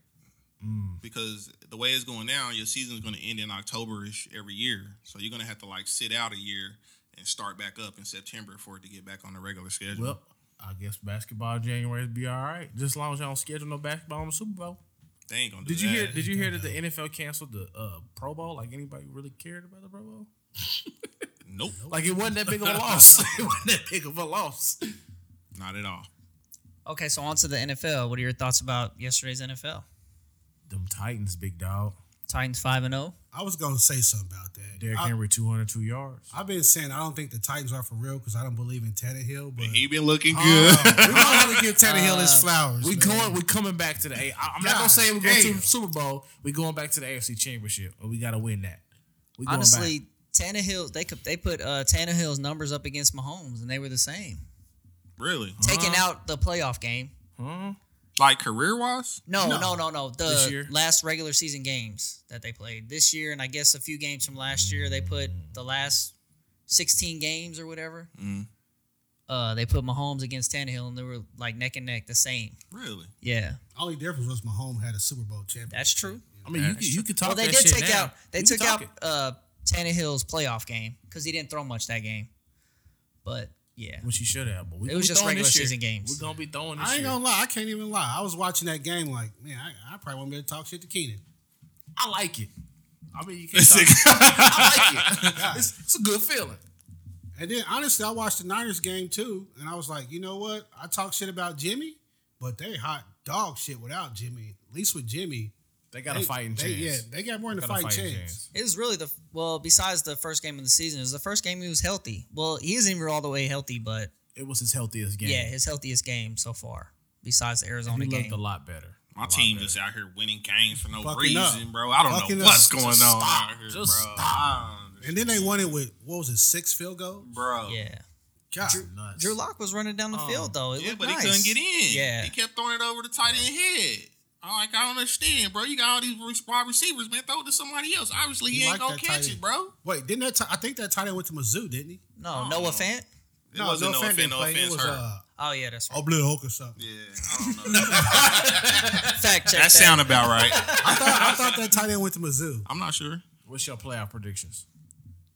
[SPEAKER 1] Mm.
[SPEAKER 2] Because the way it's going now, your season's going to end in Octoberish every year, so you're going to have to like sit out a year and start back up in September for it to get back on the regular schedule.
[SPEAKER 1] Well, I guess basketball January would be all right, just as long as y'all don't schedule no basketball on the Super Bowl.
[SPEAKER 2] they ain't going to do
[SPEAKER 1] Did you
[SPEAKER 2] that.
[SPEAKER 1] hear? Did you hear that the NFL canceled the uh, Pro Bowl? Like anybody really cared about the Pro Bowl?
[SPEAKER 2] Nope,
[SPEAKER 1] Like it wasn't that big of a loss. it wasn't that big of a loss.
[SPEAKER 2] not at all.
[SPEAKER 4] Okay, so on to the NFL. What are your thoughts about yesterday's NFL?
[SPEAKER 1] Them Titans, big dog.
[SPEAKER 4] Titans five and oh? zero.
[SPEAKER 3] I was gonna say something about that.
[SPEAKER 1] Derrick
[SPEAKER 3] I,
[SPEAKER 1] Henry, two hundred two yards.
[SPEAKER 3] I've been saying I don't think the Titans are for real because I don't believe in Tannehill. But
[SPEAKER 2] He been looking good.
[SPEAKER 3] Oh, we might want to give Tannehill his flowers.
[SPEAKER 1] Uh, We
[SPEAKER 3] man.
[SPEAKER 1] going. We coming back to the. A- I, I'm not gonna
[SPEAKER 3] God
[SPEAKER 1] say we're going to
[SPEAKER 3] damn.
[SPEAKER 1] the Super Bowl. We going back to the AFC Championship. and We gotta win that. We going
[SPEAKER 4] Honestly,
[SPEAKER 1] back.
[SPEAKER 4] Tannehill they could they put uh, Tannehill's numbers up against Mahomes and they were the same.
[SPEAKER 2] really,
[SPEAKER 1] Uh-huh.
[SPEAKER 4] Taking out the playoff game.
[SPEAKER 2] like career wise,
[SPEAKER 4] No, no, no, no. The
[SPEAKER 1] This year?
[SPEAKER 4] last regular season games that they played this year, and I guess a few games from last year, they put the last sixteen games or whatever.
[SPEAKER 1] Mm-hmm.
[SPEAKER 4] Uh, they put Mahomes against Tannehill, and they were like neck and neck, the same.
[SPEAKER 2] really.
[SPEAKER 4] Yeah,
[SPEAKER 3] Only difference was Mahomes had a Super Bowl championship.
[SPEAKER 4] that's true.
[SPEAKER 1] I mean, you, could- you could talk.
[SPEAKER 4] Well, they
[SPEAKER 1] that
[SPEAKER 4] did
[SPEAKER 1] shit
[SPEAKER 4] take
[SPEAKER 1] now.
[SPEAKER 4] out they
[SPEAKER 1] You can
[SPEAKER 4] took out
[SPEAKER 1] talk it.
[SPEAKER 4] uh, Tannehill's playoff game because he didn't throw much that game. but yeah,
[SPEAKER 1] which you should have. But we
[SPEAKER 4] It was
[SPEAKER 1] we
[SPEAKER 4] just
[SPEAKER 1] throwing
[SPEAKER 4] regular
[SPEAKER 1] this year.
[SPEAKER 4] season games.
[SPEAKER 1] We're gonna be throwing this
[SPEAKER 3] I ain't
[SPEAKER 1] year.
[SPEAKER 3] gonna lie. I can't even lie. I was watching that game like, man, I, I probably won't be able to talk shit to Keenan.
[SPEAKER 1] I like it. I mean, you can't. Talk, I like it. It's, it's a good feeling.
[SPEAKER 3] And then honestly, I watched the Niners game too, and I was like, you know what? I talk shit about Jimmy, but they hot dog shit without Jimmy. At least with Jimmy,
[SPEAKER 1] They got a
[SPEAKER 3] they-
[SPEAKER 1] fighting
[SPEAKER 3] they-
[SPEAKER 1] chance.
[SPEAKER 3] Yeah, they got more than a
[SPEAKER 1] Got
[SPEAKER 3] fighting chance.
[SPEAKER 4] It was really the well, besides the first game of the season, it was the first game he was healthy. Well, he isn't even all the way healthy, but
[SPEAKER 1] It was his healthiest game.
[SPEAKER 4] yeah, his healthiest game so far, besides the Arizona
[SPEAKER 1] he
[SPEAKER 4] game.
[SPEAKER 1] looked a lot better. A
[SPEAKER 2] My
[SPEAKER 1] lot
[SPEAKER 2] team
[SPEAKER 1] better.
[SPEAKER 2] just out here winning games for no
[SPEAKER 3] Fucking up.
[SPEAKER 2] reason, bro. I don't
[SPEAKER 3] Fucking
[SPEAKER 2] know
[SPEAKER 3] up.
[SPEAKER 2] what's going
[SPEAKER 1] Just
[SPEAKER 2] on
[SPEAKER 1] stop.
[SPEAKER 2] out here,
[SPEAKER 1] Just
[SPEAKER 2] bro.
[SPEAKER 1] stop.
[SPEAKER 2] I don't
[SPEAKER 3] And then they won it with what was it, six field goals?
[SPEAKER 2] bro.
[SPEAKER 4] yeah,
[SPEAKER 3] God,
[SPEAKER 1] nuts.
[SPEAKER 4] Drew Lock was running down the
[SPEAKER 1] Um,
[SPEAKER 4] field though. It
[SPEAKER 2] Oh. Yeah,
[SPEAKER 4] looked
[SPEAKER 2] but
[SPEAKER 4] nice.
[SPEAKER 2] he couldn't get in.
[SPEAKER 4] Yeah.
[SPEAKER 2] he kept throwing it over the tight end head. I like I don't understand, bro. You got all these re- wide receivers, man. Throw it to somebody else. Obviously, he,
[SPEAKER 3] You
[SPEAKER 2] ain't
[SPEAKER 3] like
[SPEAKER 2] gonna
[SPEAKER 3] that tight
[SPEAKER 2] catch
[SPEAKER 3] end.
[SPEAKER 2] it, bro.
[SPEAKER 3] wait, didn't that? T- I think that tight end went to Mizzou, didn't he?
[SPEAKER 4] No,
[SPEAKER 2] Oh.
[SPEAKER 4] Noah Fant.
[SPEAKER 2] It wasn't no,
[SPEAKER 3] offense
[SPEAKER 2] offense.
[SPEAKER 3] didn't
[SPEAKER 2] No
[SPEAKER 3] play.
[SPEAKER 2] offense,
[SPEAKER 3] It was
[SPEAKER 2] hurt.
[SPEAKER 3] uh,
[SPEAKER 4] Oh yeah, that's right.
[SPEAKER 3] Oblin Hook or something.
[SPEAKER 2] yeah, I don't know.
[SPEAKER 4] Fact check.
[SPEAKER 2] that sound about right.
[SPEAKER 3] I, thought, I thought that tight end went to Mizzou.
[SPEAKER 2] I'm not sure
[SPEAKER 1] What's your playoff predictions?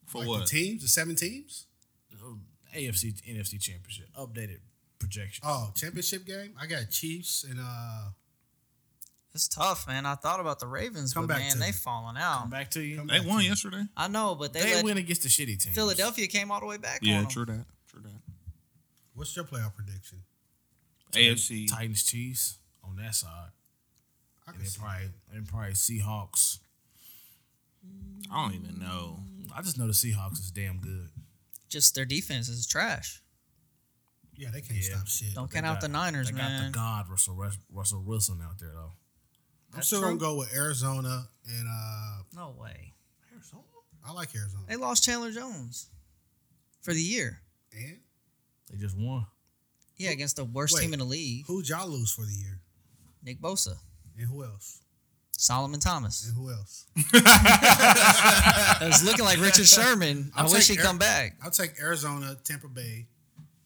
[SPEAKER 2] for
[SPEAKER 3] Like the
[SPEAKER 2] what.
[SPEAKER 3] teams, the seven teams.
[SPEAKER 1] AFC, NFC championship updated projections.
[SPEAKER 3] Oh, championship game. I got Chiefs and uh,
[SPEAKER 4] It's tough, man. I thought about the Ravens,
[SPEAKER 3] Come
[SPEAKER 4] but
[SPEAKER 3] back to
[SPEAKER 4] man, they
[SPEAKER 3] me.
[SPEAKER 4] falling out.
[SPEAKER 1] back to you.
[SPEAKER 3] Come
[SPEAKER 2] They won yesterday.
[SPEAKER 4] I know, but they,
[SPEAKER 1] They
[SPEAKER 4] let
[SPEAKER 1] win against the shitty team.
[SPEAKER 4] Philadelphia came all the way back. on
[SPEAKER 2] Yeah,
[SPEAKER 4] 'em.
[SPEAKER 2] true that. True that.
[SPEAKER 3] what's your playoff prediction?
[SPEAKER 2] AFC.
[SPEAKER 1] Titans, Chiefs on that side,
[SPEAKER 3] I
[SPEAKER 1] and
[SPEAKER 3] can
[SPEAKER 1] then
[SPEAKER 3] see
[SPEAKER 1] probably and probably Seahawks.
[SPEAKER 2] I don't even know.
[SPEAKER 1] I just know the Seahawks is damn good.
[SPEAKER 4] Just their defense is trash.
[SPEAKER 3] Yeah, they can't
[SPEAKER 1] Yeah.
[SPEAKER 3] stop shit.
[SPEAKER 4] Don't
[SPEAKER 1] They
[SPEAKER 4] count out
[SPEAKER 1] got-
[SPEAKER 4] the Niners,
[SPEAKER 1] They got
[SPEAKER 4] man.
[SPEAKER 1] the god Russell Rus- Russell Wilson out there though.
[SPEAKER 3] I'm still gonna go with Arizona and uh,
[SPEAKER 4] No way.
[SPEAKER 1] Arizona.
[SPEAKER 3] I like Arizona.
[SPEAKER 4] They lost Chandler Jones for the year.
[SPEAKER 3] And
[SPEAKER 1] They just won.
[SPEAKER 4] Yeah, against the worst
[SPEAKER 3] Wait.
[SPEAKER 4] team in the league,
[SPEAKER 3] who'd y'all lose for the year?
[SPEAKER 4] Nick Bosa,
[SPEAKER 3] And who else?
[SPEAKER 4] Solomon Thomas.
[SPEAKER 3] And who else?
[SPEAKER 4] It was looking like Richard Sherman. I
[SPEAKER 3] I'll
[SPEAKER 4] wish
[SPEAKER 3] take
[SPEAKER 4] he'd come back.
[SPEAKER 3] I'll take Arizona, Tampa Bay,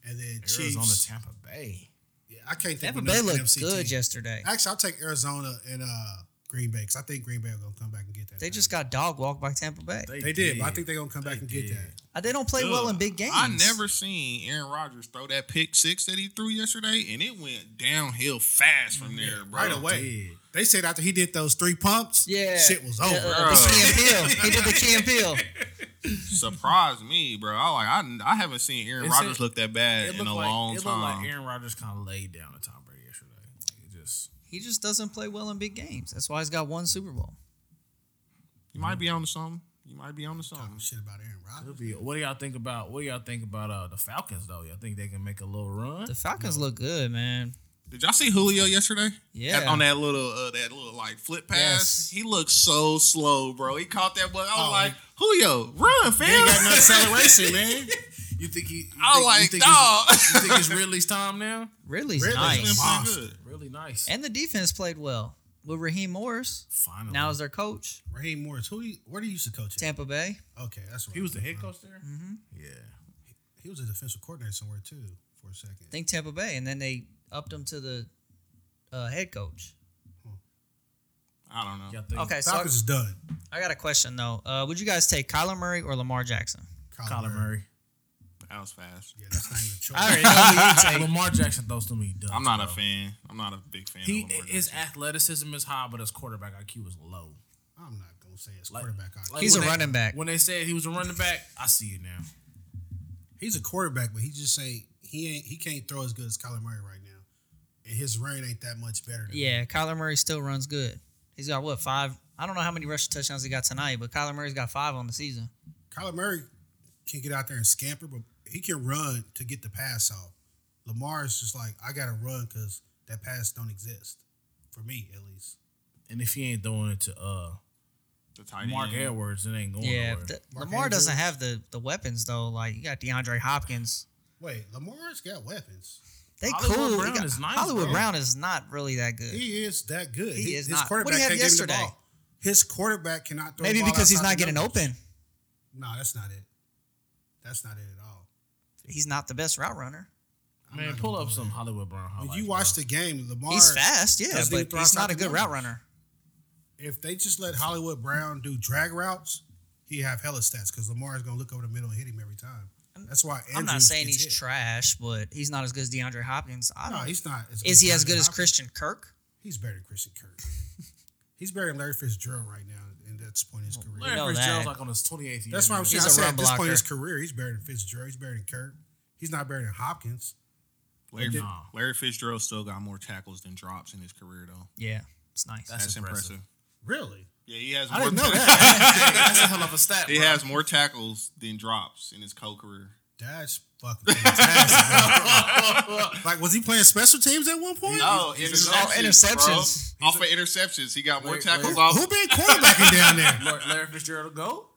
[SPEAKER 3] and then
[SPEAKER 1] Arizona,
[SPEAKER 3] Chiefs.
[SPEAKER 1] Tampa Bay.
[SPEAKER 3] yeah, I can't think
[SPEAKER 4] Tampa
[SPEAKER 3] of
[SPEAKER 4] Bay
[SPEAKER 3] another
[SPEAKER 4] looked
[SPEAKER 3] NFC
[SPEAKER 4] good
[SPEAKER 3] team.
[SPEAKER 4] yesterday.
[SPEAKER 3] Actually, I'll take Arizona and uh, Green Bay because I think Green Bay are gonna come back and get that.
[SPEAKER 4] They
[SPEAKER 3] thing.
[SPEAKER 4] just got dog walked by Tampa Bay.
[SPEAKER 3] They did, but I think they're gonna come back
[SPEAKER 1] They
[SPEAKER 3] and
[SPEAKER 1] did.
[SPEAKER 3] get that.
[SPEAKER 4] Uh, They don't play well in big games.
[SPEAKER 2] I never seen Aaron Rodgers throw that pick six that he threw yesterday, and it went downhill fast from there, bro.
[SPEAKER 3] Right away.
[SPEAKER 1] did.
[SPEAKER 3] They said after he did those three pumps,
[SPEAKER 4] Yeah,
[SPEAKER 3] shit was
[SPEAKER 4] Yeah,
[SPEAKER 3] over.
[SPEAKER 4] uh, the Key and Peele. He did the Key and Peele.
[SPEAKER 2] Surprised me, bro. I like I, I haven't seen Aaron
[SPEAKER 1] It's
[SPEAKER 2] Rodgers
[SPEAKER 1] a-
[SPEAKER 2] look that bad
[SPEAKER 1] It
[SPEAKER 2] in
[SPEAKER 1] looked
[SPEAKER 2] a
[SPEAKER 1] like
[SPEAKER 2] long
[SPEAKER 1] it looked
[SPEAKER 2] time.
[SPEAKER 1] like Aaron Rodgers kind of laid down to Tom Brady yesterday. Like it just
[SPEAKER 4] He just doesn't play well in big games. That's why he's got one Super Bowl.
[SPEAKER 2] you might be on to something. You might be on to
[SPEAKER 3] Talking
[SPEAKER 2] something.
[SPEAKER 3] shit about Aaron
[SPEAKER 1] it'll
[SPEAKER 3] Rodgers.
[SPEAKER 1] Uh-huh. be. What do y'all think about? What do y'all think about uh, the Falcons though? Y'all think they can make a little run?
[SPEAKER 4] The Falcons look good, man.
[SPEAKER 2] Did y'all see Julio yesterday?
[SPEAKER 4] Yeah.
[SPEAKER 2] That- on that little uh, that little like flip pass.
[SPEAKER 4] Yes.
[SPEAKER 2] He looked so slow, bro. He caught that boy. I was
[SPEAKER 3] Oh.
[SPEAKER 2] like, Julio, run, fam.
[SPEAKER 3] He ain't got no acceleration, man.
[SPEAKER 1] You think he? You
[SPEAKER 2] I
[SPEAKER 1] think, you
[SPEAKER 2] like,
[SPEAKER 1] think it's-
[SPEAKER 2] dog.
[SPEAKER 1] You think it's Ridley's time now?
[SPEAKER 4] Ridley's
[SPEAKER 2] He's
[SPEAKER 3] Ridley's
[SPEAKER 4] nice.
[SPEAKER 3] been-
[SPEAKER 2] playing
[SPEAKER 3] Monster.
[SPEAKER 2] good.
[SPEAKER 1] Really nice.
[SPEAKER 4] And the defense played well with Raheem Morris.
[SPEAKER 1] Finally,
[SPEAKER 4] Now is their coach,
[SPEAKER 3] Raheem Morris, who he, where do you used to coach? At?
[SPEAKER 4] Tampa Bay.
[SPEAKER 3] Okay, that's right.
[SPEAKER 1] he was the head coach there. Yeah,
[SPEAKER 3] He was a defensive coordinator somewhere too for a second.
[SPEAKER 4] I think Tampa Bay, and then they upped him to the uh, head coach.
[SPEAKER 2] I don't know.
[SPEAKER 1] y'all think
[SPEAKER 4] Okay, so
[SPEAKER 3] Falcons is done.
[SPEAKER 4] I, I got a question though. Uh, would you guys take Kyler Murray or Lamar Jackson?
[SPEAKER 1] Kyler Murray.
[SPEAKER 2] That was fast.
[SPEAKER 3] Yeah, that's not even a choice.
[SPEAKER 4] I already know who you take.
[SPEAKER 1] Lamar Jackson throws to me.
[SPEAKER 2] I'm not a
[SPEAKER 1] bro.
[SPEAKER 2] fan. I'm not a big fan.
[SPEAKER 1] He
[SPEAKER 2] of Lamar
[SPEAKER 1] his
[SPEAKER 2] Jackson.
[SPEAKER 1] athleticism is high, but his quarterback IQ is low.
[SPEAKER 3] I'm not gonna say it's
[SPEAKER 1] Like-
[SPEAKER 3] quarterback.
[SPEAKER 1] like
[SPEAKER 4] He's
[SPEAKER 1] when
[SPEAKER 4] a
[SPEAKER 1] they-
[SPEAKER 4] running back.
[SPEAKER 1] When they said he was a running back, I see it now.
[SPEAKER 3] he's a quarterback, but he just ain't. He ain't. He can't throw as good as Kyler Murray right now, and his reign ain't that much better. Than
[SPEAKER 4] Yeah, Kyler Murray still runs good. He's got what five? I don't know how many rushing touchdowns he got tonight, but Kyler Murray's got five on the season.
[SPEAKER 3] Kyler Murray can get out there and scamper, but he can run to get the pass off. Lamar is just like I gotta run because that pass don't exist for me at least.
[SPEAKER 1] And if he ain't throwing it to uh
[SPEAKER 2] the tight
[SPEAKER 1] Mark
[SPEAKER 2] end.
[SPEAKER 1] Edwards, it ain't going
[SPEAKER 4] yeah,
[SPEAKER 1] nowhere.
[SPEAKER 4] th-
[SPEAKER 3] Mark
[SPEAKER 4] Lamar doesn't
[SPEAKER 3] Andrews.
[SPEAKER 4] have the the weapons though. Like you got DeAndre Hopkins.
[SPEAKER 3] Wait, Lamar's got weapons.
[SPEAKER 4] They
[SPEAKER 1] Hollywood
[SPEAKER 4] cool. He
[SPEAKER 1] Brown
[SPEAKER 4] got-
[SPEAKER 1] is nice,
[SPEAKER 4] Hollywood
[SPEAKER 1] bro.
[SPEAKER 4] Brown is not really that good.
[SPEAKER 3] He is that good.
[SPEAKER 4] He is
[SPEAKER 3] his
[SPEAKER 4] not.
[SPEAKER 3] quarterback
[SPEAKER 4] What'd he have
[SPEAKER 3] can't give him the
[SPEAKER 4] yesterday?
[SPEAKER 3] ball. His quarterback cannot throw.
[SPEAKER 4] Maybe
[SPEAKER 3] the ball
[SPEAKER 4] because he's
[SPEAKER 3] outside
[SPEAKER 4] not
[SPEAKER 3] the
[SPEAKER 4] getting
[SPEAKER 3] numbers.
[SPEAKER 4] open.
[SPEAKER 3] No, that's not it. That's not it at all.
[SPEAKER 4] He's not the best route runner.
[SPEAKER 3] I'm
[SPEAKER 1] Man,
[SPEAKER 3] not
[SPEAKER 1] pull
[SPEAKER 3] gonna
[SPEAKER 1] up
[SPEAKER 3] go
[SPEAKER 1] some
[SPEAKER 3] there.
[SPEAKER 1] Hollywood Brown.
[SPEAKER 3] When
[SPEAKER 1] highlights,
[SPEAKER 3] you
[SPEAKER 1] bro.
[SPEAKER 3] watch the game, Lamar.
[SPEAKER 4] He's fast, yeah,
[SPEAKER 3] doesn't even
[SPEAKER 4] but
[SPEAKER 3] throw
[SPEAKER 4] he's
[SPEAKER 3] outside
[SPEAKER 4] not a
[SPEAKER 3] the
[SPEAKER 4] good route
[SPEAKER 3] numbers.
[SPEAKER 4] runner.
[SPEAKER 3] If they just let Hollywood Brown do drag routes, he have hella stats because Lamar is gonna look over the middle and hit him every time. That's why Andrews
[SPEAKER 4] I'm not saying
[SPEAKER 3] gets
[SPEAKER 4] he's
[SPEAKER 3] hit.
[SPEAKER 4] trash, but he's not as good as DeAndre Hopkins. I
[SPEAKER 3] No,
[SPEAKER 4] don't.
[SPEAKER 3] he's not.
[SPEAKER 4] is he as good as
[SPEAKER 3] Hopkins.
[SPEAKER 4] Christian Kirk?
[SPEAKER 3] He's better than Christian Kirk. man. he's better than Larry Fitzgerald right now in the this point in his career.
[SPEAKER 1] Larry
[SPEAKER 4] know
[SPEAKER 1] Fitzgerald's
[SPEAKER 4] that.
[SPEAKER 1] like on his 28th year.
[SPEAKER 3] That's why I'm
[SPEAKER 1] man.
[SPEAKER 3] saying. I
[SPEAKER 4] He's a
[SPEAKER 3] said
[SPEAKER 4] run
[SPEAKER 3] at this point in his
[SPEAKER 4] blocker.
[SPEAKER 3] career, he's better than Fitzgerald. He's better than Kirk. He's not better than Hopkins.
[SPEAKER 2] Larry,
[SPEAKER 1] Nah.
[SPEAKER 2] Larry Fitzgerald still got more tackles than drops in his career, though.
[SPEAKER 4] Yeah, it's nice.
[SPEAKER 1] That's
[SPEAKER 2] That's,
[SPEAKER 1] impressive.
[SPEAKER 2] impressive.
[SPEAKER 3] Really?
[SPEAKER 2] Yeah, he has.
[SPEAKER 3] I
[SPEAKER 2] more
[SPEAKER 3] didn't know
[SPEAKER 2] tackles-
[SPEAKER 3] that.
[SPEAKER 1] That's a hell of a stat.
[SPEAKER 2] He
[SPEAKER 1] bro.
[SPEAKER 2] has more tackles than drops in his co career.
[SPEAKER 3] That's fucking fantastic. bro. like, was he playing special teams at one point?
[SPEAKER 2] No,
[SPEAKER 1] he's-
[SPEAKER 2] interceptions.
[SPEAKER 4] all interceptions.
[SPEAKER 2] bro. Off of interceptions, he got more
[SPEAKER 1] Larry-
[SPEAKER 2] tackles
[SPEAKER 1] Larry-
[SPEAKER 2] off.
[SPEAKER 3] Who been quarterbacking down there?
[SPEAKER 1] Larry- Larry Fitzgerald a goat.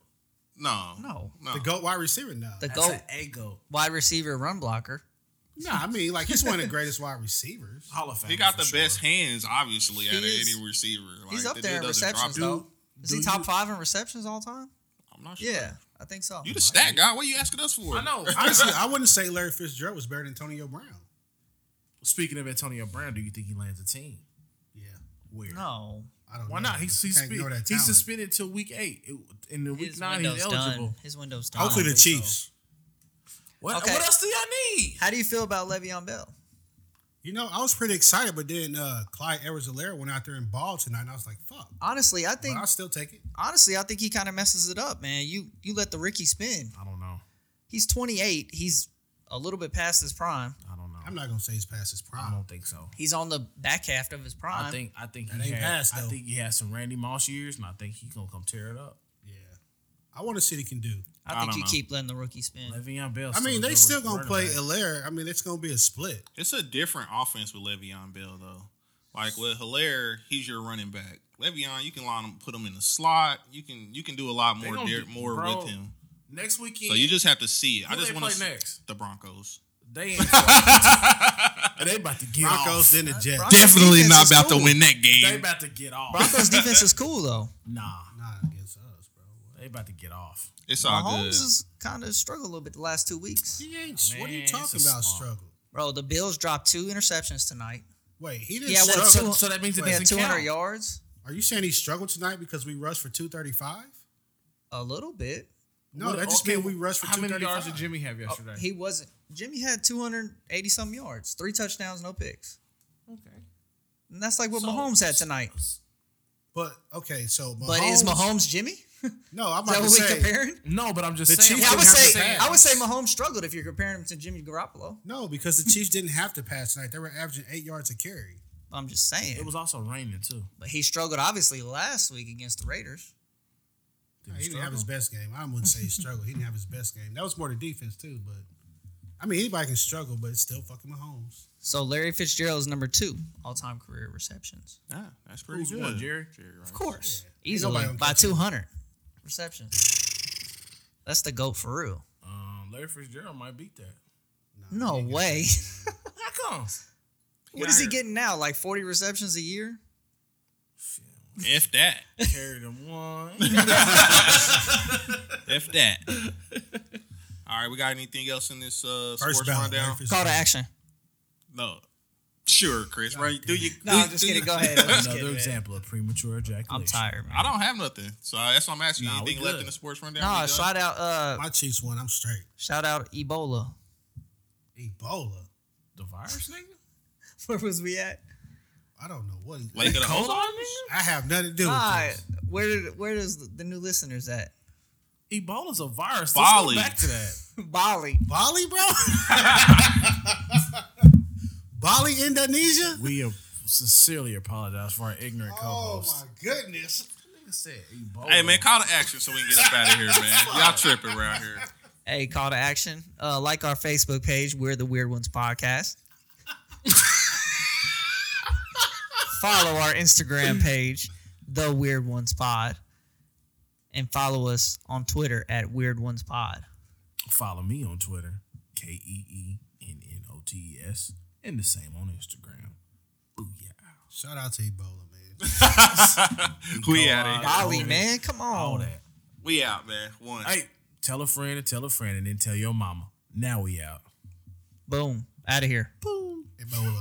[SPEAKER 2] No,
[SPEAKER 4] No.
[SPEAKER 2] no.
[SPEAKER 3] The GOAT wide receiver now.
[SPEAKER 4] The
[SPEAKER 1] That's
[SPEAKER 4] goat
[SPEAKER 1] an a goat.
[SPEAKER 4] wide receiver run blocker.
[SPEAKER 3] No, I mean, like, he's one of the greatest wide receivers.
[SPEAKER 1] Hall of Fame.
[SPEAKER 2] He got
[SPEAKER 1] for
[SPEAKER 2] the
[SPEAKER 1] sure.
[SPEAKER 2] best hands, obviously, out of
[SPEAKER 4] He's-
[SPEAKER 2] any receiver. Like,
[SPEAKER 4] He's up
[SPEAKER 2] the
[SPEAKER 4] there in
[SPEAKER 2] dude doesn't drop
[SPEAKER 4] receptions
[SPEAKER 2] it.
[SPEAKER 4] though. Is
[SPEAKER 1] do
[SPEAKER 4] he top
[SPEAKER 1] you-
[SPEAKER 4] five in receptions all time?
[SPEAKER 2] I'm not sure.
[SPEAKER 4] Yeah, I think so.
[SPEAKER 2] You the stat guy. What are you asking us for?
[SPEAKER 1] I know.
[SPEAKER 3] Honestly, I wouldn't say Larry Fitzgerald was better than Antonio Brown.
[SPEAKER 1] Speaking of Antonio Brown, do you think he lands a team?
[SPEAKER 3] Yeah.
[SPEAKER 1] Where?
[SPEAKER 4] No,
[SPEAKER 3] I don't
[SPEAKER 1] Why
[SPEAKER 3] know.
[SPEAKER 1] not? He's, he's,
[SPEAKER 3] Can't ignore
[SPEAKER 1] suspe-
[SPEAKER 3] that
[SPEAKER 1] he's
[SPEAKER 3] talent.
[SPEAKER 1] suspended till week eight. It- in the week
[SPEAKER 4] his
[SPEAKER 1] nine, he's
[SPEAKER 4] window's
[SPEAKER 1] eligible.
[SPEAKER 4] done. His window's done.
[SPEAKER 3] Hopefully, the
[SPEAKER 1] think so.
[SPEAKER 3] Chiefs.
[SPEAKER 1] What,
[SPEAKER 4] Okay.
[SPEAKER 1] what else do y'all need?
[SPEAKER 4] How do you feel about Le'Veon Bell?
[SPEAKER 3] You know, I was pretty excited, but then uh, Clyde edwards alaire went out there and balled tonight, and I was like, fuck.
[SPEAKER 4] Honestly, I
[SPEAKER 3] But
[SPEAKER 4] think
[SPEAKER 3] I'll still take it.
[SPEAKER 4] honestly, I think he kind of messes it up, man. You you let the Ricky spin.
[SPEAKER 1] I don't know.
[SPEAKER 4] He's 28. He's a little bit past his prime.
[SPEAKER 1] I don't know.
[SPEAKER 3] I'm not going to say he's past his
[SPEAKER 1] I
[SPEAKER 3] prime.
[SPEAKER 1] don't think so.
[SPEAKER 4] He's on the back half of his prime.
[SPEAKER 1] I think I think
[SPEAKER 3] That
[SPEAKER 1] he
[SPEAKER 3] ain't
[SPEAKER 1] had,
[SPEAKER 3] passed,
[SPEAKER 1] I
[SPEAKER 3] though.
[SPEAKER 1] think he had some Randy Moss years, and I think he gonna come tear it up.
[SPEAKER 3] Yeah. I want to see what he can do.
[SPEAKER 4] I
[SPEAKER 2] I
[SPEAKER 4] think
[SPEAKER 2] don't
[SPEAKER 4] you
[SPEAKER 2] know.
[SPEAKER 4] keep letting the rookie spin.
[SPEAKER 1] Le'Veon Bell.
[SPEAKER 3] I mean,
[SPEAKER 1] a
[SPEAKER 3] they
[SPEAKER 1] good
[SPEAKER 3] still going
[SPEAKER 1] running
[SPEAKER 3] to play
[SPEAKER 1] back.
[SPEAKER 3] Hilaire. I mean, it's going to be a split.
[SPEAKER 2] It's a different offense with Le'Veon Bell though. Like with Hilaire, he's your running back. Le'Veon, you can line him, put him in the slot. You can you can do a lot
[SPEAKER 1] They
[SPEAKER 2] more
[SPEAKER 1] gonna
[SPEAKER 2] there-
[SPEAKER 1] do-
[SPEAKER 2] more
[SPEAKER 1] bro,
[SPEAKER 2] with him.
[SPEAKER 1] next weekend.
[SPEAKER 2] So you just have to see it. I
[SPEAKER 1] Who
[SPEAKER 2] just
[SPEAKER 1] they
[SPEAKER 2] want
[SPEAKER 1] play
[SPEAKER 2] to see
[SPEAKER 1] next?
[SPEAKER 2] the Broncos.
[SPEAKER 1] they ain't they about to get
[SPEAKER 3] Broncos,
[SPEAKER 1] off.
[SPEAKER 3] then the Jets.
[SPEAKER 4] Broncos defense is cool.
[SPEAKER 2] that
[SPEAKER 1] They
[SPEAKER 2] game.
[SPEAKER 1] about to get off.
[SPEAKER 4] Broncos defense is cool though.
[SPEAKER 1] Nah,
[SPEAKER 3] Not against us, bro. What?
[SPEAKER 1] they about to get off.
[SPEAKER 2] It's all
[SPEAKER 4] Mahomes
[SPEAKER 2] good.
[SPEAKER 4] has kind of struggled a little bit the last two weeks.
[SPEAKER 3] He ain't, what are
[SPEAKER 1] Man,
[SPEAKER 3] you
[SPEAKER 1] it's
[SPEAKER 3] talking
[SPEAKER 1] a
[SPEAKER 3] about,
[SPEAKER 1] slump.
[SPEAKER 3] struggle?
[SPEAKER 4] Bro, the Bills dropped two interceptions tonight.
[SPEAKER 3] Wait, he didn't
[SPEAKER 4] He had what,
[SPEAKER 3] struggle.
[SPEAKER 4] two,
[SPEAKER 1] so that means it
[SPEAKER 4] he had
[SPEAKER 1] doesn't
[SPEAKER 4] 200
[SPEAKER 1] count.
[SPEAKER 4] yards?
[SPEAKER 3] Are you saying he struggled tonight because we rushed for 235?
[SPEAKER 4] A little bit.
[SPEAKER 3] No,
[SPEAKER 1] What-
[SPEAKER 3] that just
[SPEAKER 1] okay,
[SPEAKER 3] means we rushed for
[SPEAKER 1] How many yards did
[SPEAKER 3] 235.
[SPEAKER 1] Jimmy have Oh, yesterday?
[SPEAKER 4] Oh, He wasn't. Jimmy had 280 some yards, three touchdowns, no picks.
[SPEAKER 1] okay.
[SPEAKER 4] And that's like what
[SPEAKER 1] So-
[SPEAKER 4] Mahomes had tonight.
[SPEAKER 3] But okay, so Mahomes,
[SPEAKER 4] But is Mahomes Jimmy?
[SPEAKER 3] No, I'm
[SPEAKER 4] Is that
[SPEAKER 3] about to
[SPEAKER 4] what we
[SPEAKER 3] say.
[SPEAKER 4] comparing?
[SPEAKER 1] No, but I'm just
[SPEAKER 3] The
[SPEAKER 1] saying.
[SPEAKER 3] Chiefs
[SPEAKER 4] Yeah, I
[SPEAKER 3] didn't
[SPEAKER 4] would
[SPEAKER 3] have to
[SPEAKER 4] say
[SPEAKER 3] pass.
[SPEAKER 4] I would say Mahomes struggled if you're comparing him to Jimmy Garoppolo.
[SPEAKER 3] No, because the Chiefs didn't have to pass tonight. They were averaging eight yards a carry.
[SPEAKER 4] I'm just saying.
[SPEAKER 1] it was also raining too.
[SPEAKER 4] but he struggled obviously last week against the Raiders.
[SPEAKER 1] Did
[SPEAKER 3] He,
[SPEAKER 1] he
[SPEAKER 3] didn't have his
[SPEAKER 1] struggle?
[SPEAKER 3] best game. I wouldn't say he struggled. he didn't have his best game. That was more the defense too. But I mean, anybody can struggle, but it's still fucking Mahomes.
[SPEAKER 4] So Larry Fitzgerald is number two all time career receptions.
[SPEAKER 2] Yeah, that's pretty
[SPEAKER 1] Who's
[SPEAKER 2] good.
[SPEAKER 1] one, Jerry?
[SPEAKER 2] right?
[SPEAKER 4] Of course.
[SPEAKER 3] Yeah.
[SPEAKER 4] Easily
[SPEAKER 3] Ain't nobody
[SPEAKER 4] by
[SPEAKER 3] gonna catch him.
[SPEAKER 4] two hundred receptions. That's the GOAT for real.
[SPEAKER 1] Um, Larry Fitzgerald might beat that.
[SPEAKER 4] No
[SPEAKER 3] he ain't
[SPEAKER 4] way.
[SPEAKER 1] How come?
[SPEAKER 4] what is he
[SPEAKER 2] Yeah.
[SPEAKER 4] getting now? Like forty receptions a year?
[SPEAKER 1] Shit,
[SPEAKER 2] If that.
[SPEAKER 1] Carried him one.
[SPEAKER 2] if that. All right, we got anything else in this uh,
[SPEAKER 3] First
[SPEAKER 2] sports
[SPEAKER 3] ballot,
[SPEAKER 2] rundown?
[SPEAKER 3] Larry Fitz-
[SPEAKER 4] Call to action.
[SPEAKER 2] No. Sure, Chris. Right? Do you?
[SPEAKER 4] No,
[SPEAKER 2] do you-
[SPEAKER 4] I'm just
[SPEAKER 2] do you-
[SPEAKER 4] kidding. Go ahead. I'm, just
[SPEAKER 1] Another
[SPEAKER 4] kidding, man.
[SPEAKER 1] example of premature ejaculation.
[SPEAKER 4] I'm tired,
[SPEAKER 2] I
[SPEAKER 4] man.
[SPEAKER 2] don't have nothing, so that's why I'm asking. you
[SPEAKER 1] Nah, we
[SPEAKER 2] anything left
[SPEAKER 1] good.
[SPEAKER 2] in the sports rundown? We
[SPEAKER 4] No,
[SPEAKER 2] done?
[SPEAKER 4] shout out uh
[SPEAKER 3] My Chiefs won. I'm straight.
[SPEAKER 4] shout out Ebola.
[SPEAKER 3] Ebola.
[SPEAKER 1] The virus, nigga.
[SPEAKER 4] Where was we at?
[SPEAKER 3] I don't know what.
[SPEAKER 2] Lake of the
[SPEAKER 1] Hold
[SPEAKER 2] Ozarks?
[SPEAKER 1] on, nigga.
[SPEAKER 3] I have nothing to do with
[SPEAKER 4] Nah,
[SPEAKER 3] this.
[SPEAKER 4] where did where does the, the new listeners at?
[SPEAKER 1] Ebola's a virus. Let's
[SPEAKER 2] Bali.
[SPEAKER 1] go back to that.
[SPEAKER 4] Bali.
[SPEAKER 3] Bali, bro. Bali, Indonesia.
[SPEAKER 1] We ap- sincerely apologize for our ignorant co-host.
[SPEAKER 3] Oh, goodness.
[SPEAKER 1] Nigga said Ebola.
[SPEAKER 2] Hey man, call to action so we can get up out of here, man. Y'all tripping around here.
[SPEAKER 4] Hey, call to action. Uh, like our Facebook page, We're the Weird Ones Podcast. follow our Instagram page, The Weird Ones Pod. And follow us on Twitter at Weird Ones Pod.
[SPEAKER 1] Follow me on Twitter, K E E N N O T E S, and the same on Instagram. Booyah.
[SPEAKER 3] Shout out to Ebola, man.
[SPEAKER 2] We out of here.
[SPEAKER 4] Bali, man, come
[SPEAKER 1] All
[SPEAKER 4] on.
[SPEAKER 1] that.
[SPEAKER 2] We out, man. One.
[SPEAKER 1] Hey, tell a friend and tell a friend and then tell your mama. Now we out.
[SPEAKER 4] Boom. Out of here.
[SPEAKER 3] Ebola.